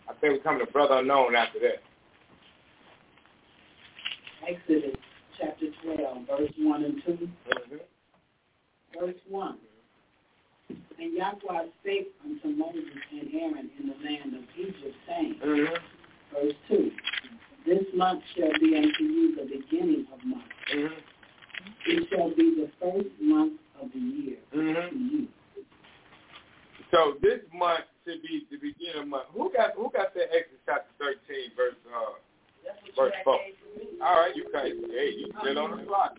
I think we're coming to brother unknown after that. Exodus chapter 12, verse 1 and 2. Mm-hmm. Verse 1. And Yahweh spake unto Moses and Aaron in the land of Egypt, saying, Mm-hmm. verse 2, This month shall be unto you the beginning of months. Mm-hmm. It shall be the first month of the year Mm-hmm. to you. So this month should be the beginning of month. Who got who got that Exodus chapter thirteen verse uh That's Verse what you had four. gave to me. All right, you guys. Hey, you still on the clock.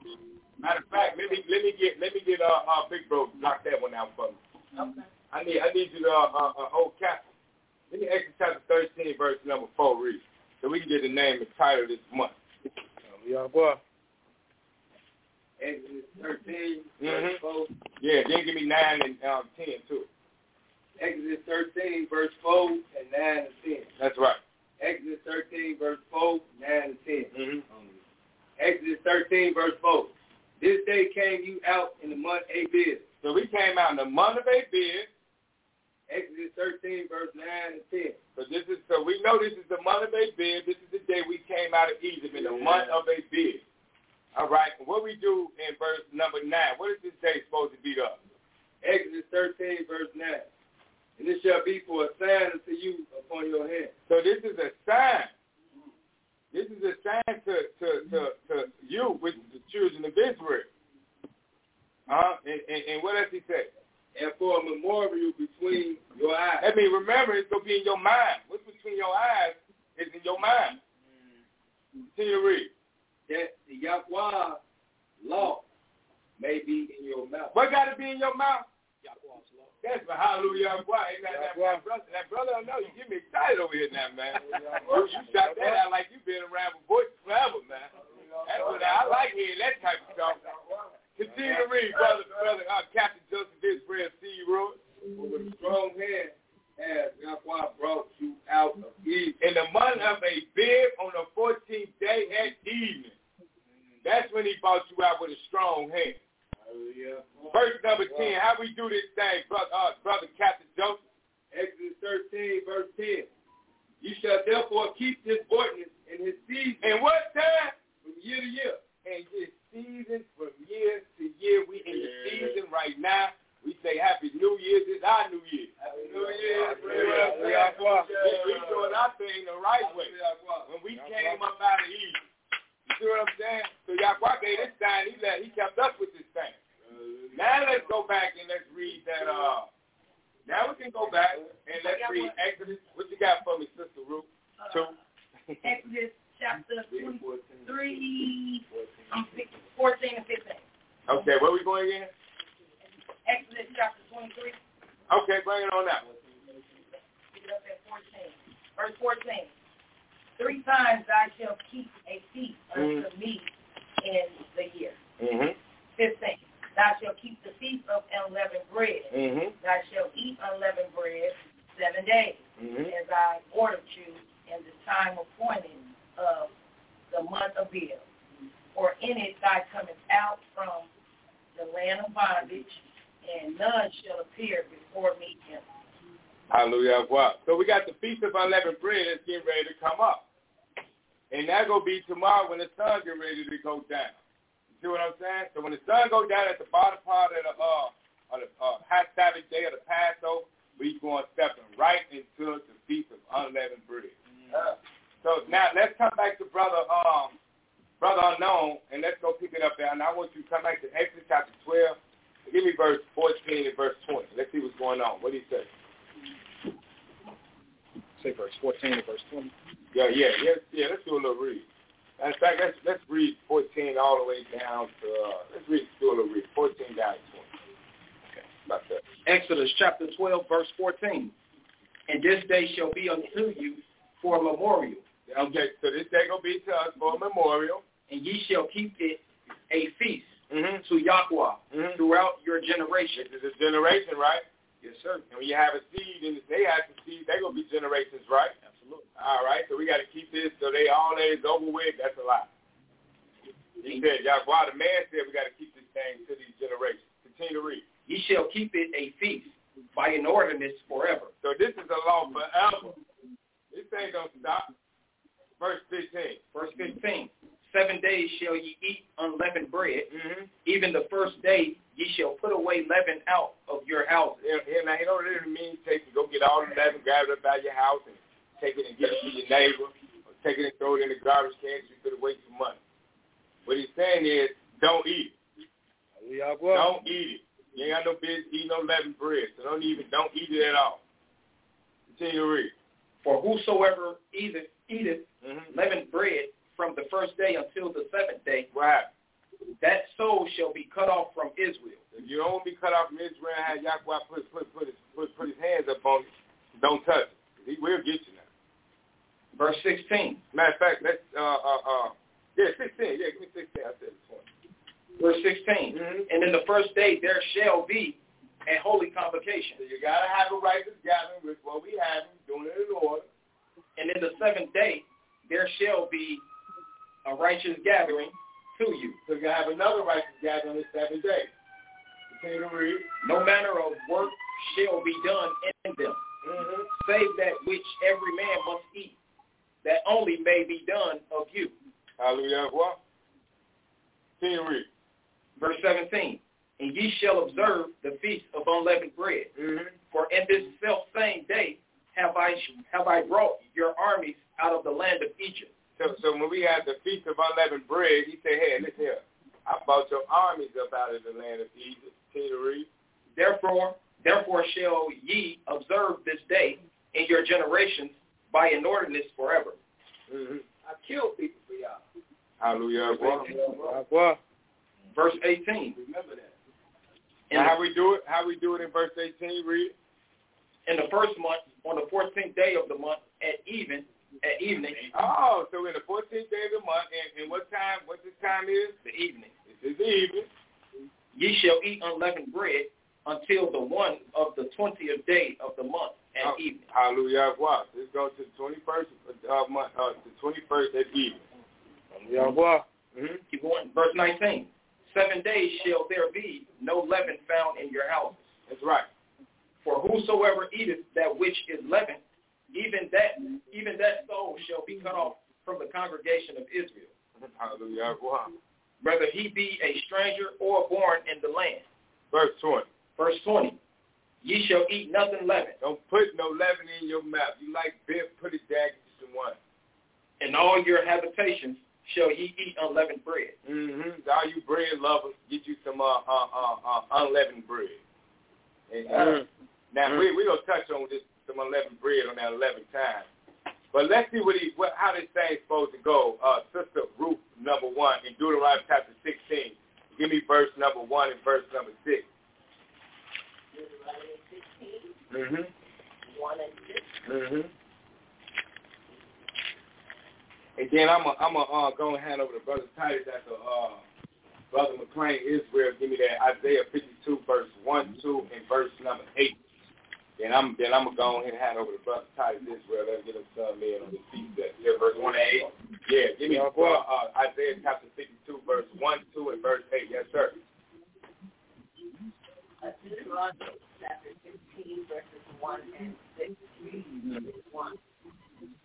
Matter of fact, let me let me get let me get uh, uh big bro to knock that one out for me. Okay. I need I need you to uh, uh, uh old captain. Let me Exodus chapter thirteen verse number four read, Uh, so we can get the name and title this month. Yeah, boy. Exodus 13, verse Mhm. 4. Yeah, then give me nine and um, ten too. Exodus 13, verse 4 and 9 and 10. That's right. Exodus 13, verse 4, 9 and 10. Mm-hmm. Exodus 13, verse 4. This day came you out in the month Abib. So we came out in the month of Abib. Exodus 13, verse 9 and 10. So this is so we know this is the month of Abib. This is the day we came out of Egypt in the month of Abib. All right. and What we do in verse number nine? What is this day supposed to be to us? Exodus 13, verse 9. And it shall be for a sign unto you upon your hand. So this is a sign. This is a sign to to to, to you, which is the children of Israel. Uh, and, and, and what else he said? And for a memorial between your eyes. I mean, remember, it's going to be in your mind. What's between your eyes is in your mind. Mm-hmm. Continue to read. That the Yahweh law may be in your mouth. What got to be in your mouth? That's my hallelujah. Why? Ain't that, that, that brother? That brother, I know you get me excited over here now, man. you you shot that out like you been around with boys forever, man. That's what I, I like hearing that type of talk. Continue to read, brother, brother, uh, Captain Joseph Israel C. Roy. With a strong hand has Yahweh brought you out of Egypt. In the month of a bib on the 14th day at evening. That's when he brought you out with a strong hand. Hallelujah. Verse number 10, how we do this thing, brother, uh, brother Captain Joseph? Exodus 13, verse 10. You shall therefore keep this ordinance in his season. And what time? From year to year. And this season from year to year, we in the season right now. We say Happy New Year. This is our New Year. Happy New Year. We, we doing our thing the right way. When we came up out of Egypt. You see what I'm saying? So Yahweh gave this sign. He, let, he kept us with this thing. Now let's go back and let's read that. Uh, now we can go back and let's read Exodus. What you got for me, Sister Ruth? Two. Exodus chapter 23, um, six- 14 and 15. Okay, where we going again? Exodus chapter 23, Okay, bring it on out. pick it up at 14. Verse 14. Three times I shall keep a feast unto Mm-hmm. me in the year. Mhm. 15. Thou shalt keep the feast of unleavened bread. Mhm. mm-hmm, Thou shalt eat unleavened bread seven days, mm-hmm. Mhm. as I ordered you in the time appointed of the month of Bib. For in it thy comest out from the land of bondage, and none shall appear before me in Hallelujah. Wow. So we got the Feast of Unleavened Bread that's getting ready to come up. And that going to be tomorrow when the sun get ready to go down. You see what I'm saying? So when the sun go down at the bottom part of the, uh, of the uh, high Sabbath day of the Passover, we going stepping right into the Feast of Unleavened Bread. Uh, so now let's come back to Brother um, Brother Unknown, and let's go pick it up there. And I want you to come back to Exodus chapter 12. Give me verse 14 and verse 20. Let's see what's going on. What do you say? Say verse 14 to verse 20. Yeah, yeah, yeah, yeah. Let's do a little read. In fact, let's let's read 14 all the way down to uh, let's read do a little read 14 down to 20. Okay, about that. Exodus chapter 12, verse 14. And this day shall be unto you for a memorial. Okay, so this day gonna be to us for a memorial. And ye shall keep it a feast Mhm. to Yahweh Mhm. throughout your generation. This is a generation, right? Yes, sir. And when you have a seed, and they have a seed, they gonna be generations, right? Absolutely. All right, so we got to keep this so they all that is over with. That's a lie. He said, Yahweh, the man said, we got to keep this thing to these generations. Continue to read. Ye shall keep it a feast by an ordinance forever. So this is a law forever. This thing don't stop. Verse 15. Verse 15. Seven days shall ye eat unleavened bread. Mm-hmm. Even the first day ye shall put away leaven out of your house. And, and I don't really mean take and go get all the leaven, grab it up out of your house, and take it and give it to your neighbor, or take it and throw it in the garbage can so you could have wasted some money. What he's saying is, don't eat it. Don't eat it. You ain't got no business eating no leavened bread, so don't even, don't eat it at all. Continue to read. For whosoever eateth, eateth Mm-hmm. leavened bread from the first day until the seventh day, What happened? that soul shall be cut off from Israel. If you don't want to be cut off from Israel, have Yahweh put, put, put, his, put, put his hands up on you, don't touch it. He will get you now. Verse 16. Matter of fact, let's uh uh uh yeah, sixteen, yeah, give me sixteen. I said twenty. verse 16. And in the first day there shall be a holy convocation. So you got to have a righteous gathering with what we have, doing it in order. And in the seventh day there shall be a righteous gathering to you. So you're going to have another righteous gathering this seventh day. Continue to read. No manner of work shall be done in them, save that which every man must eat, that only may be done of you. Hallelujah. What? Continue to read. Verse 17. And ye shall observe the feast of unleavened bread. For in this self same day have I have I brought your armies out of the land of Egypt. So, so when we had the Feast of Unleavened Bread, he said, hey, listen here. I brought your armies up out of the land of Egypt. Continue to read. Therefore, therefore shall ye observe this day in your generations by an ordinance forever. Mm-hmm. I kill people for y'all. Hallelujah. Verse 18. Remember that. And how we do it? How we do it in verse 18? Read. In the first month, on the 14th day of the month, at even, at evening, Oh, so in the 14th day of the month, and, and what time? What this time is? the evening, This is the evening. ye shall eat unleavened bread until the one of the 20th day of the month at Oh, evening. Hallelujah. Wow. This goes to the 21st of month, uh, the 21st at Mm-hmm. evening. hmm Keep going. Verse 19. Seven days shall there be no leaven found in your houses. That's right. For whosoever eateth that which is leavened, even that even that soul shall be cut off from the congregation of Israel, Hallelujah. Wow. whether he be a stranger or born in the land. Verse 20. Verse 20. Ye shall eat nothing leavened, Don't put no leaven in your mouth. You like beer, put it down, get you some wine. in all your habitations shall ye eat unleavened bread. Mm-hmm. All you bread lovers, get you some uh, uh, uh, uh, unleavened bread. And, uh, Now we we gonna touch on this some unleavened bread on that eleventh time, but let's see what he what how this thing's supposed to go. Uh, Sister Ruth number one in Deuteronomy chapter sixteen. Give me verse number one and verse number six. Mm-hmm. Deuteronomy 16, 1 and 6. Mm-hmm. And then I'm a, I'm a uh, go and hand over to Brother Titus after uh, Brother McLean Israel. Give me that Isaiah 52 verse 1, 2, and verse number 8. Then I'm then I'm gonna go ahead and hand over to Brother Titus Israel. Let's get him some in on the feet that yeah, verse 1 to 8. Yeah, give me uh, uh, Isaiah chapter 52 verse 1, 2, and verse 8. Yes, sir. Uh, Deuteronomy chapter 15, verses 1 and 6. Read 1.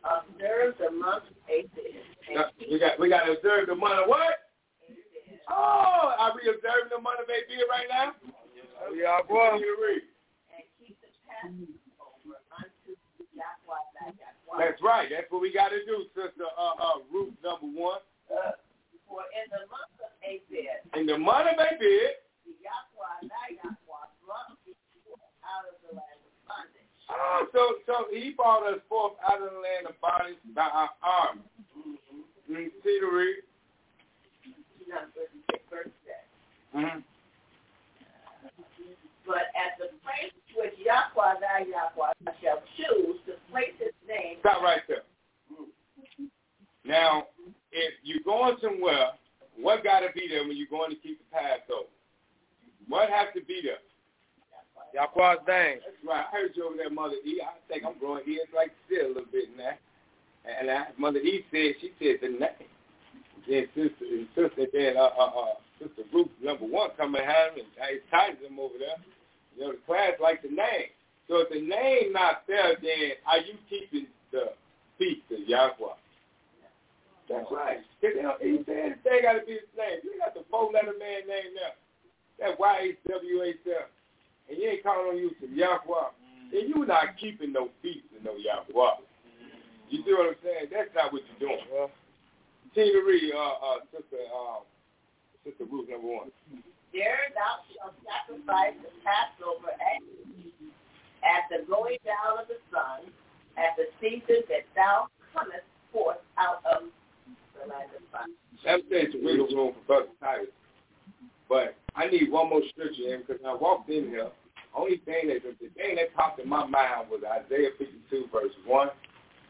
Observe the month Abib and Now, we keep got we got to observe the month of what? Abib Oh, are we observing the month of Abib right now? Yeah, boy. and keep the Passover unto Yahweh thy God. That's right. That's what we got to do, sister. Uh, uh, root number one Uh, For in the month of Abib in the month of Abib. the Yahweh thy Yahweh brought thee forth out of the land of bondage. Oh, so so he brought us forth out of the land of bondage by our arm. Mm, see the read. Numbers verse 6. Mm-hmm. But at the place which Yahweh thy Yahweh shall choose to place his name, Stop right there. Now, if you're going somewhere, what got to be there when you're going to keep the Passover? What has to be there? Yaquaz name. That's right. I heard you over there, Mother E. I think I'm growing ears like still a little bit now. And I, Mother E said, she said the name. Then sister, and sister, then uh, uh, uh, sister Ruth number one coming home, and I tied them over there. You know, the class like the name. So if the name not there, then are you keeping the feast of Yahweh? That's right. Cause they don't, he said they got to be his name. You got the four-letter man name there. That Y-H-W-H-F and you ain't counting on you some Yahweh, then you not keeping no feast and no Yahweh. You see what I'm saying? That's not what you're doing. Huh? Tina Reed, uh, uh, sister, uh, sister Ruth number one. there thou shalt sacrifice the Passover at, at the going down of the sun, at the season that thou comest forth out of the land of fire. That says the wiggle room for Brother Titus. But I need one more scripture in because I walked in here. Only thing that the thing that popped in my mind was Isaiah 52 verse one,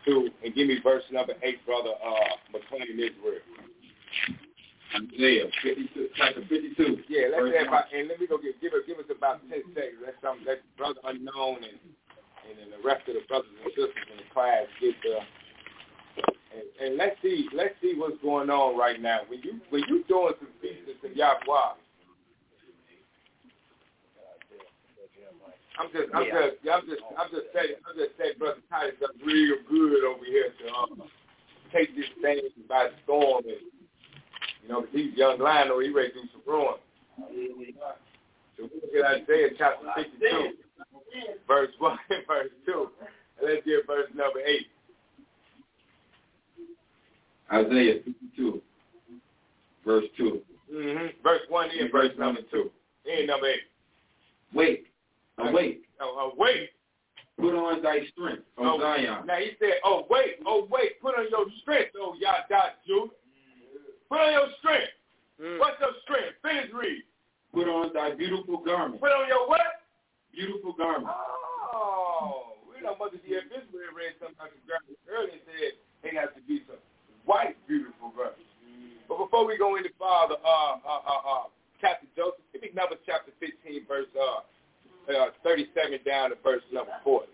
two, and give me verse number eight, brother uh, McLean Israel. Isaiah 52, chapter 52. Yeah, let's verse have one. about, and let me go get give it give us about ten seconds. Let some let brother unknown and and then the rest of the brothers and sisters in the class get the and, and let's see let's see what's going on right now. When you when you doing some business in Yahweh, I'm just I'm Yeah. just I'm just I'm just saying I'm just saying brother Titus done real good over here to um, take this thing by storm and you know, 'cause these young lion over he ready to do some ruin. So we look at Isaiah chapter 52, verse 1 and verse 2. And let's get verse number 8. Isaiah 52, verse 2. hmm Verse 1 and verse number 2. And number 8. Wait, awake, Oh, oh, wait. put on thy strength, O oh, Zion. Now he said, oh, wait, oh, wait. Put on your strength, oh, y'all dot Jew. Put on your strength. What's your strength? Finish read. Put on thy beautiful garment, Put on your what? beautiful garment. Oh, we done mother the invisible read sometimes graphic earlier said it has to be some white beautiful brothers. But before we go any farther, uh, uh, uh, uh, chapter Joseph, give me Numbers chapter 15, verse uh, uh, 37 down to verse number 40.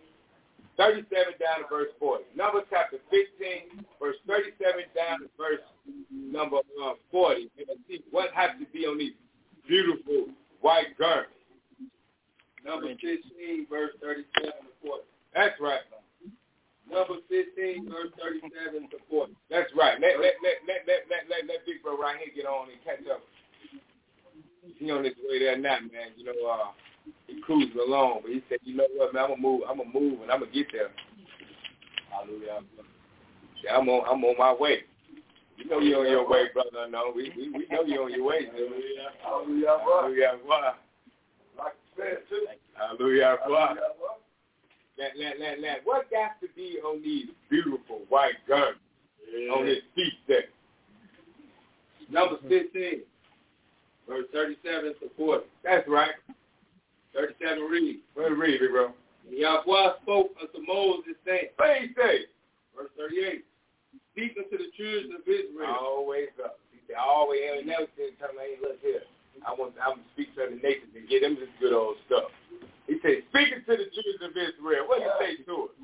37 down to verse 40. Numbers chapter 15, verse 37 down to verse number uh, 40. And let's see what has to be on these beautiful white garments. Numbers 15, verse 37 to 40. That's right. Numbers 15, verse 37 to 40. That's right. Let let let let let let let, let Big Bro right here get on and catch up. He on his way there now, man. You know, uh, he cruising along, but he said, you know what, man, I'm gonna move, I'm gonna move, and I'm gonna get there. Hallelujah. Yeah, I'm on, I'm on my way. You know you're on your way, brother. No, we we, we know you're on your way. Hallelujah. Hallelujah. Hallelujah. Why? Like you said, too. Hallelujah. Why? Hallelujah. Let let let let. What got to be on these beautiful white garments on his feet there? Numbers 15, verse 37 to 40. That's right. 37 reads. Let me read it, bro. And Yahweh spoke unto Moses, saying, What did he say? verse 38, Speak unto the children of Israel. Always up. He said, always and never said tell me, hey, look here. I want I'm gonna speak to the nations and get them this good old stuff. He said, speaking to the children of Israel, what did he say to us?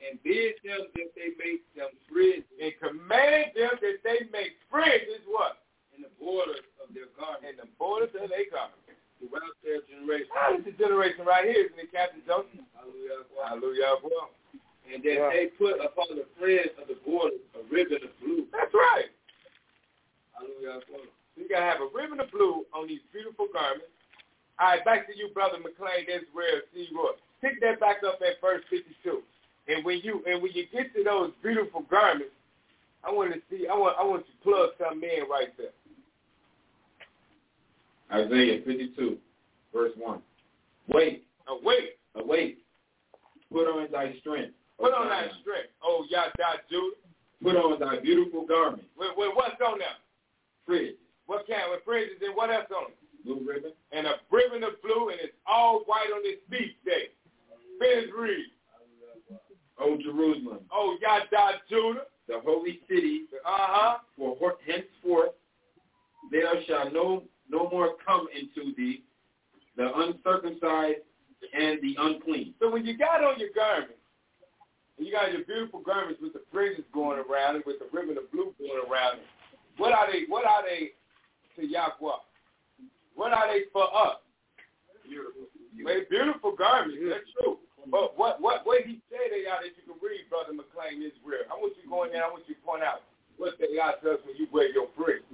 and bid them that they make them bridges And commanded them that they make fringes what? in the borders of their garments And the borders of their garment. throughout their generation. Now this is generation right here, isn't it, Captain Joseph? Hallelujah. Hallelujah. Well, And that they put upon the fringe of the borders a ribbon of blue. that's right. Hallelujah. So you gotta have a ribbon of blue on these beautiful garments. All right, back to you, brother McLean Israel C. Roy. Pick that back up at verse 52. And when you and when you get to those beautiful garments, I want to see. I want I want you to plug something in right there. Isaiah 52, verse 1. Wait, Now wait, Awake, put on thy strength. O put on that Zion. strip. Oh, y'all, y'all, Judah. Put on thy beautiful garment, Wait, wait, what's on there? fringe, What kind? With fringes and what else on it? blue ribbon. And a ribbon of blue, and it's all white on this beach day. Finish read. O Jerusalem, Oh, y'all, y'all, Judah. the holy city, Uh huh. for hor- henceforth there shall no no more come into thee the uncircumcised and the unclean. So when you got on your garments, and you got your beautiful garments with the fringes going around it, with the ribbon of blue going around it, what are they? What are they to Yahweh? What are they for us? Beautiful, They're beautiful garments. That's true. But what what what he say they are that you can read, brother McLean is real. I want you going there. I want you to point out what they are to us when you wear your fringes.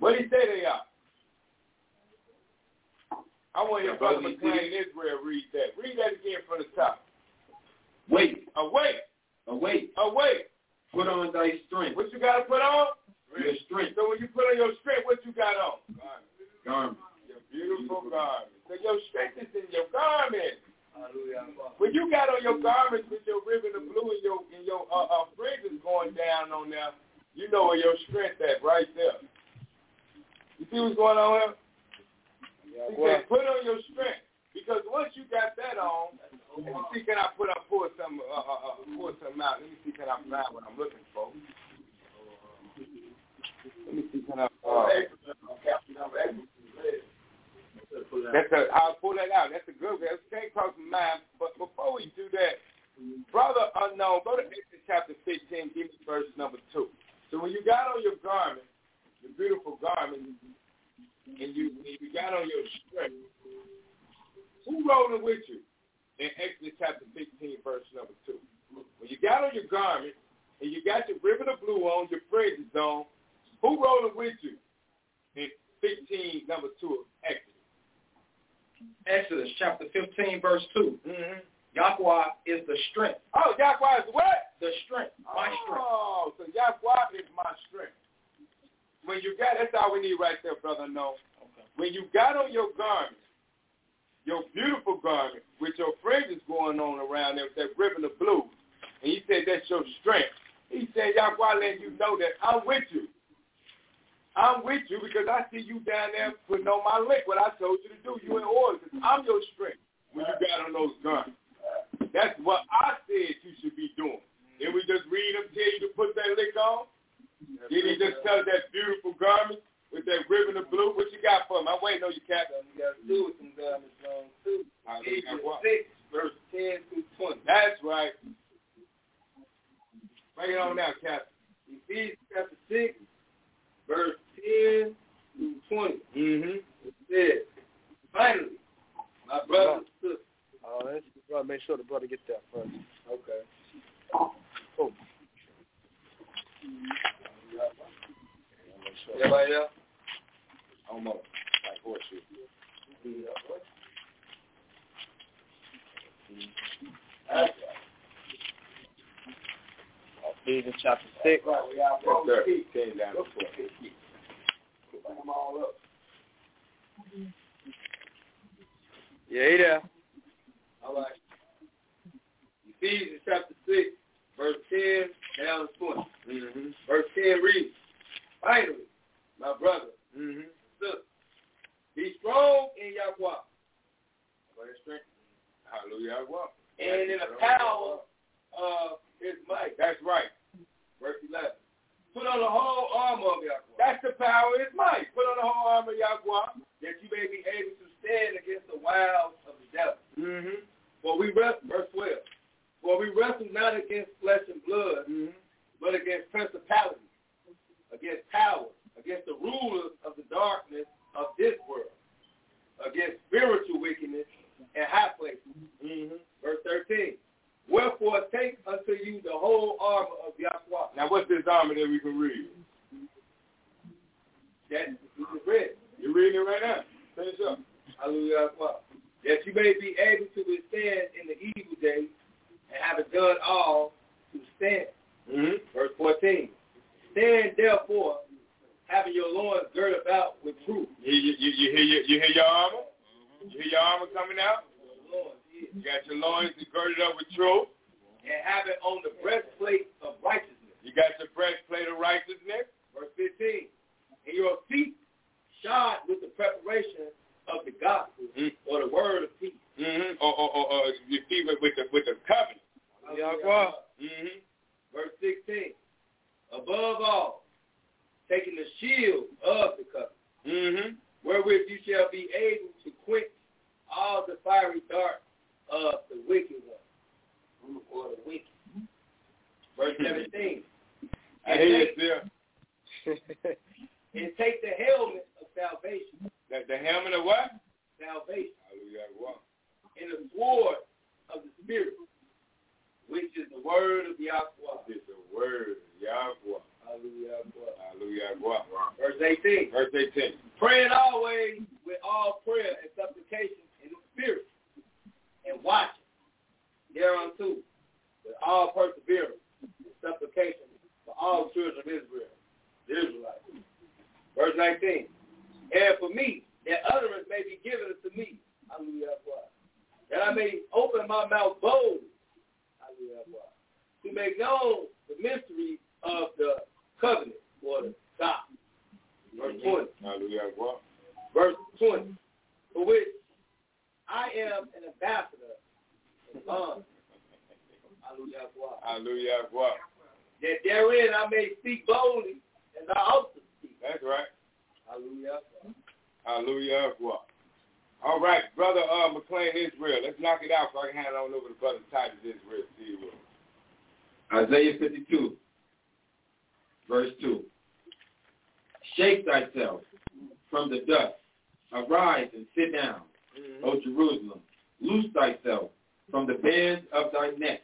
What he say they are? I want your brother McLean Israel read that. Read that again from the top. Wait, Awake, awake, awake. put on thy strength, What you got to put on? your strength So when you put on your strength, what you got on? Uh, garment. Your beautiful garment. So your strength is in your garment. Hallelujah. When you got on your garments with your ribbon of blue and your and your uh, uh, fringes going down on there, you know where your strength at right there. You see what's going on here? He said, put on your strength because once you got that on, let me see can I put up pull some uh, uh, uh, pull some out. Let me see can I find what I'm looking for. Brother unknown, go to Exodus chapter 15, give me verse number 2. So when you got on your garment, your beautiful garment, and you, and you got on your shirt, who rolling with you in Exodus chapter 15, verse number 2? When you got on your garment and you got your ribbon of blue on, your fringe is on, who rolling with you in 15, number 2 of Exodus? Exodus chapter 15, verse 2. Mm-hmm. Yahweh is the strength. Oh, Yahweh is what? The strength, my strength. Oh, so Yahweh is my strength. When you got, that's all we need right there, brother. No. Okay. When you got on your garment, your beautiful garment, with your fringes going on around there, with that ribbon of blue, and he said that's your strength. He said, Yahweh letting you know that I'm with you. I'm with you because I see you down there putting on my lick what I told you to do. You in order. I'm your strength when you got on those guns. That's what I said you should be doing. Then we just read him, tell you to put that lick on. Then he just tell that beautiful garment with that ribbon of blue. What you got for him? I'm waiting on you, Captain. You got to do with some garments on too. Hallelujah. Ephesians 6, verse 10 through 20. That's right. Bring it on now, Captain. Ephesians chapter 6, verse 10 through 20. Mm-hmm. It says, finally, my brothers and sisters. Oh, that's well, make sure the brother gets that first. Okay. Oh. Everybody else? Almost. Like horseshoe. That's Ephesians chapter 6. right. We got Yes, one sir. key. Came down Look to for it. Bring them all up. Yeah, he there. All right. Ephesians chapter 6, verse 10 down to 20. Mm-hmm. Verse 10 reads, Finally, my brother, Mm-hmm. sister, be strong in Yahweh. For his strength. Hallelujah. Well, And in the power of his might. That's right. Verse 11. Put on the whole armor of Yahweh. That's the power is might. Put on the whole armor of Yahweh. that you may be able to stand against the wiles of the devil. Mm-hmm. For we wrestle, verse 12, for we wrestle not against flesh and blood, Mm-hmm. but against principalities, against powers, against the rulers of the darkness of this world, against spiritual wickedness in high places. Mm-hmm. Verse 13, wherefore take unto you the whole armor of Yahweh. Now, what's this armor that we can read? That we just read. You're reading it right now. Finish up. Hallelujah. That you may be able to withstand in the evil day and having done all to stand. Mm-hmm. Verse 14. Stand therefore, having your loins girt about with truth. You, you, you, you hear your, you hear your armor? You hear your armor coming out? Loins, yeah. You got your loins girded up with truth. And having on the breastplate of righteousness. You got your breastplate of righteousness. Verse 15. And your feet shod with the preparation of the gospel Mm. or the word of peace. Mm-hmm. Or, or, or, or your feet with, with the with the covenant. Hallelujah. Mm-hmm. Verse 16. Above all, taking the shield of the covenant. Mm-hmm. wherewith you shall be able to quench all the fiery darts of the wicked one. Or the wicked. Verse 17. I hear you, sir. And take the helmet of salvation, The, the helmet of what? salvation, Hallelujah. Wow. and the sword of the Spirit, which is the word of Yahweh. It's the word of Yahweh. Hallelujah. Hallelujah. Wow. Verse 18. Verse 18. Praying always with all prayer and supplication in the spirit, and watching thereunto with all perseverance and supplication for all children of Israel, the Israelites. Verse 19. And for me, that utterance may be given unto me, hallelujah, God, that I may open my mouth boldly, hallelujah, God, to make known the mystery of the covenant or the gospel. Verse 20 Hallelujah. Wow. verse 20, for which I am an ambassador in bond. Hallelujah. Hallelujah. Wow. That therein I may speak boldly as I ought to speak. That's right. Hallelujah. Hallelujah. Wow. All right, brother uh, McLean Israel. Let's knock it out so I can hand it on over to brother Titus Israel. See you. Will. Isaiah 52, verse 2. Shake thyself from the dust. Arise and sit down, O Jerusalem. Loose thyself from the bands of thy neck,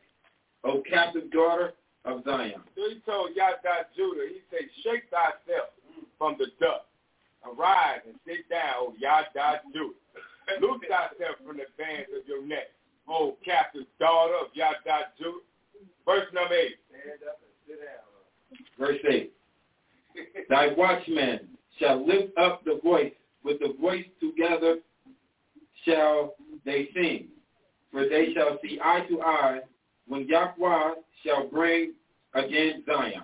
O captive daughter of Zion. So he told Yada Judah, he said, shake thyself from the dust. Arise and sit down, O Yada Judah. Loose thyself from the bands of your neck, O captive daughter of Yada Judah. Verse number 8. Stand up and sit down. Verse 8. Thy watchman shall lift up the voice. With the voice together shall they sing. For they shall see eye to eye when Yahweh shall bring again Zion.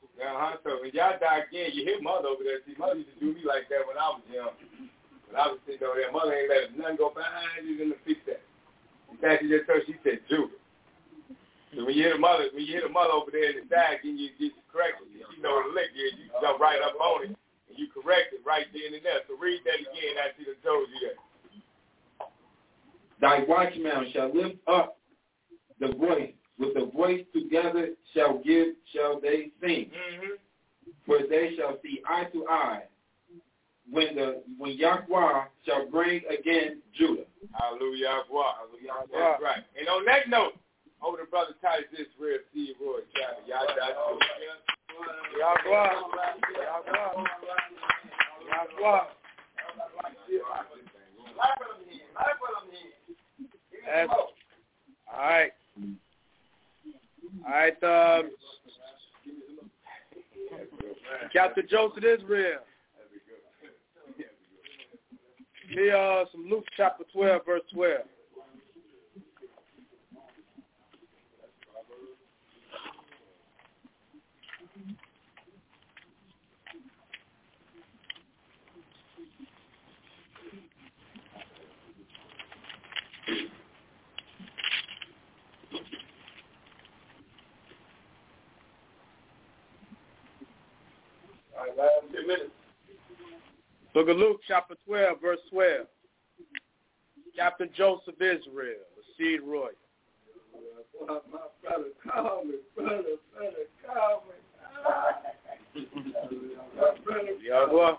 Uh-huh. So when y'all die again, you hit mother over there. See, mother used to do me like that when I was young. When I was sitting over there, mother ain't let nothing go behind you to fix that. In fact, she just told she said Judah. So when you hit a mother, when you hit a mother over there in the side, then you get corrected. She know the lick, yeah, you jump right up on it, and you correct it right then and there. So read that again. I see done told you that. Thy watchman shall lift up the voice. With the voice together shall give, shall they sing. For they shall see eye to eye when the when Yahweh shall bring again Judah. Hallelujah. Hallelujah. That's right. And on that note, over to brother Titus Israel, Steve Roy, Chapter. Y'all got you. Y'all rock. Y'all rock. Y'all rock. That's, all right. All right, um, Captain Joseph Israel. Give Me uh, some Luke chapter 12, verse 12. All right, last 10 minutes. Book of Luke, chapter 12, verse 12. Captain Joseph Israel, the seed royal. Yahweh.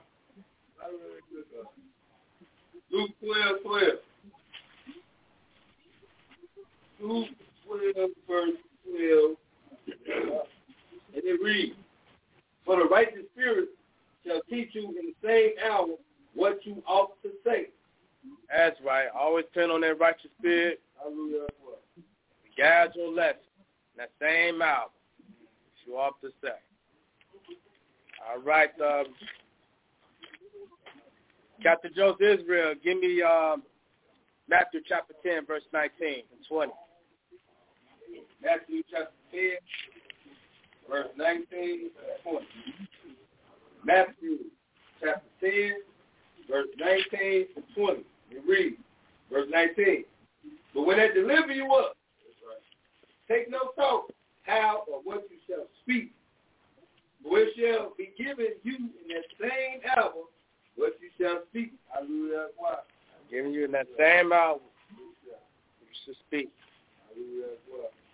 Luke 12, 12. Luke 12, verse 12. And it reads, For the righteous spirit shall teach you in the same hour what you ought to say. That's right. Always turn on that righteous spirit. Hallelujah. Guide your lesson. That same hour. You off to say. All right, um, Captain Joseph Israel, give me um, Matthew chapter 10, verse 19 and 20. Matthew chapter 10, verse 19 and 20. Matthew chapter 10, verse 19 and 20. It reads, verse 19. But when they deliver you up, take no thought how or what you shall speak. For it shall be given you in that same hour what you shall speak. Hallelujah. Giving you in that same hour. You should speak.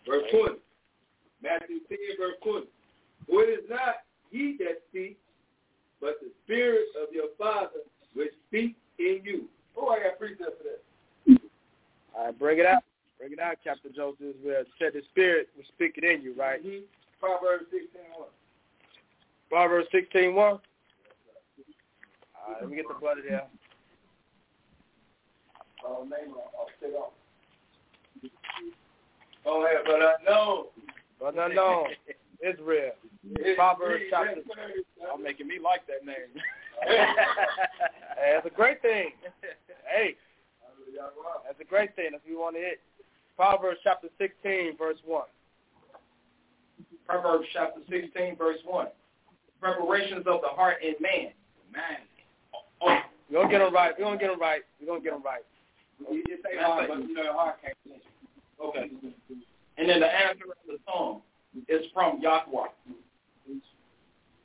Verse 20. Matthew 10, verse 20. For it is not ye that speak, but the Spirit of your Father which speaks in you. Oh, I got precepts for that. All right, bring it out. Bring it out, Captain Joseph Israel. Said the Spirit was speaking in you, right? Mm-hmm. Proverbs 16, 1. Proverbs 16, 1. All right, let me get the brother there. Oh, name of, I'll sit off. Go ahead, but I know. Brother unknown, Israel. Proverbs chapter. I'm making me like that name. Hey, that's a great thing. Hey, that's a great thing. That's what we want to hit. Proverbs chapter 16, verse 1. Proverbs chapter 16, verse 1. Preparations of the heart in man. Man. Oh, We're going to get them right. We're going to get them right. We're going to get them right. you just say heart, but you know the heart can't finish. Okay. And then the answer of the song is from Yahweh.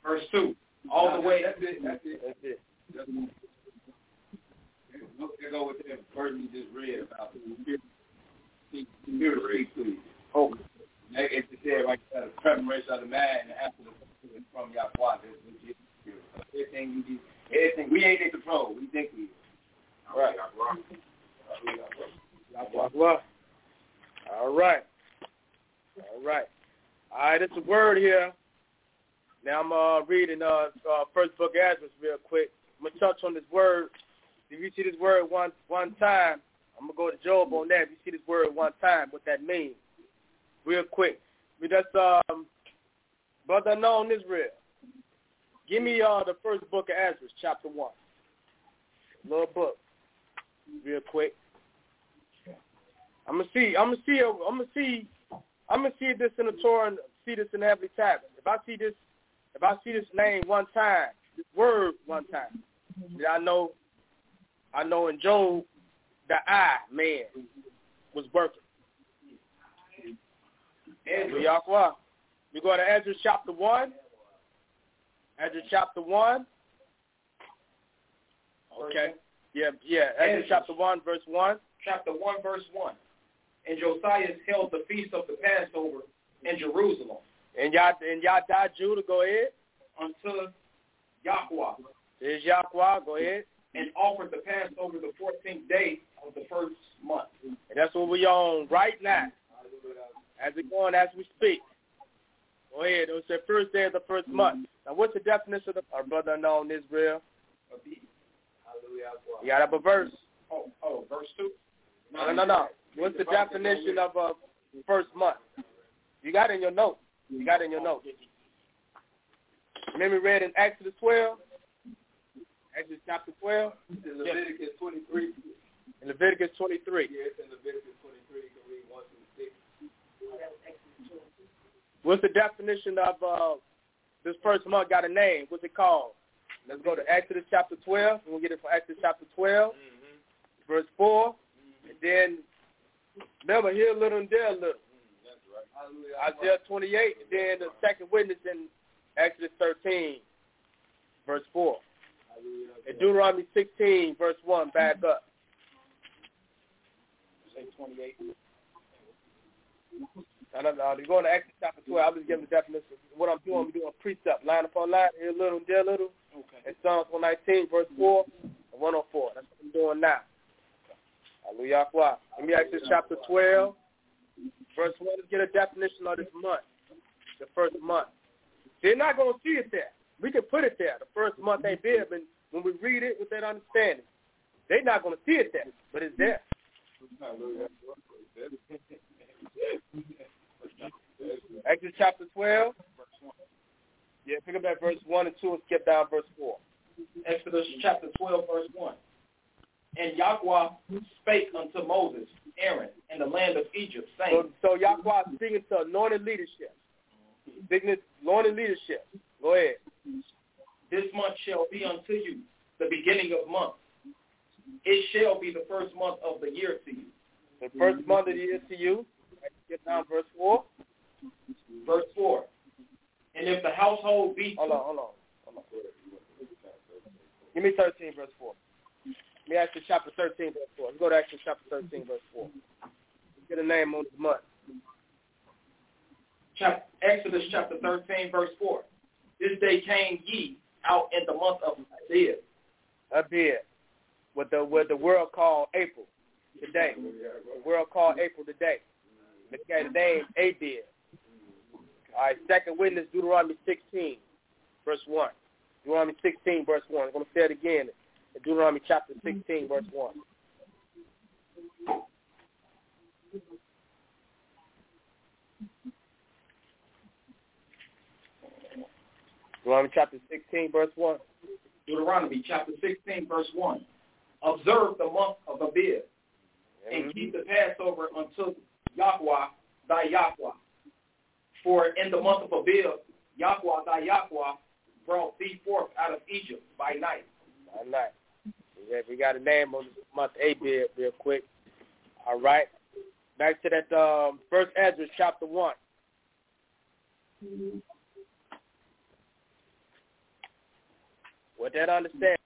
Verse 2. All the way. That's it. to go with that verse you just read about the spirit. Speak, spirit speak to you. Oh. Okay. Like uh, it just said right there, the preparation of the man and after the is from Yahweh. That's what you spirit. So Everything you do, everything we ain't in control. We think we. All right. Yahweh. Yahweh. All right. All right. All right, it's a word here. Now I'm uh, reading uh, uh, First Book of Ezra real quick. I'm gonna touch on this word. If you see this word one one time, I'm gonna go to Job on that. If you see this word one time, what that means, real quick. But that's um, brother unknown Israel. Give me uh the First Book of Ezra, chapter one, little book, real quick. I'm gonna see. I'm gonna see. I'm gonna see. I'm gonna see this in the Torah and see this in the Heavenly Tavern. If I see this, if I see this name one time, this word one time, then I know, I know in Job, the I man was working. Ezra. Yahweh. We go to Ezra chapter one. Ezra chapter one. Okay. Yeah, yeah. Ezra chapter one, verse one. Chapter one, verse one. And Josiah held the feast of the Passover in Jerusalem And y'all, and y'all die Judah. Go ahead. unto Yahweh, There's Yahweh. Go ahead. and offered the Passover the fourteenth day of the first month. And that's what we on right now. As we going, as we speak. Go ahead. It was the first day of the first month. Now, what's the definition of our brother unknown Israel? You got up a verse. Oh, oh, verse two. No, no, no. What's the definition of a first month? You got it in your note. You got it in your note. Remember we read in Exodus 12? Exodus chapter 12? This is Leviticus 23. In Leviticus 23. Yeah, it's in Leviticus 23. You can read 1 through 6. What's the definition of uh, this first month got a name? What's it called? Let's go to Exodus chapter 12. We're going to get it from Exodus chapter 12, Mm-hmm. verse 4. And then, remember, here a little and there a little. Mm, Isaiah 28, and then the second witness in Exodus 13, verse 4. And Deuteronomy 16, verse 1, back up. Say twenty-eight. I don't know. They're going uh, to Exodus chapter 12. I'm just giving the definition. What I'm doing, I'm doing precept, line upon line, here a little and there a little. Okay. And Psalms 119, verse 4 and 104. That's what I'm doing now. Hallelujah. Let me Exodus chapter 12, verse 1. Let's get a definition of this month, the first month. They're not going to see it there. We can put it there. The first month ain't there, but when we read it with that understanding, they're not going to see it there, but it's there. Exodus chapter 12. Yeah, pick up that verse 1 and 2 and skip down verse 4. Exodus chapter 12, verse 1. And Yahweh spake unto Moses, Aaron, in the land of Egypt, saying, So, so Yahweh is speaking to anointed leadership. Speaking to anointed leadership. Go ahead. This month shall be unto you the beginning of months. It shall be the first month of the year to you. The first month of the year to you. Skip down verse 4. Verse 4. And if the household be... Hold on, hold on. Hold on. Give me 13 verse 4. Let me Exodus chapter 13 verse 4. Let's go to Exodus chapter 13 verse 4. Let's get a name on this month. Chap- Exodus chapter 13, verse 4. This day came ye out in the month of Abib. Up here. What the, what the world called April today. The world called April today. Let's get a name, Abib. All right, second witness, Deuteronomy 16, verse 1. Deuteronomy 16, verse 1. I'm going to say it again. Deuteronomy chapter 16, verse 1. Deuteronomy chapter 16, verse 1. Deuteronomy chapter 16, verse 1. Observe the month of Abib, Mm-hmm. and keep the Passover unto Yahweh thy Yahweh. For in the month of Abib, Yahweh thy Yahweh brought thee forth out of Egypt by night. All right. Yeah, we got a name on this month A bid real quick. All right. Back to that um first Ezra chapter one. With that understanding,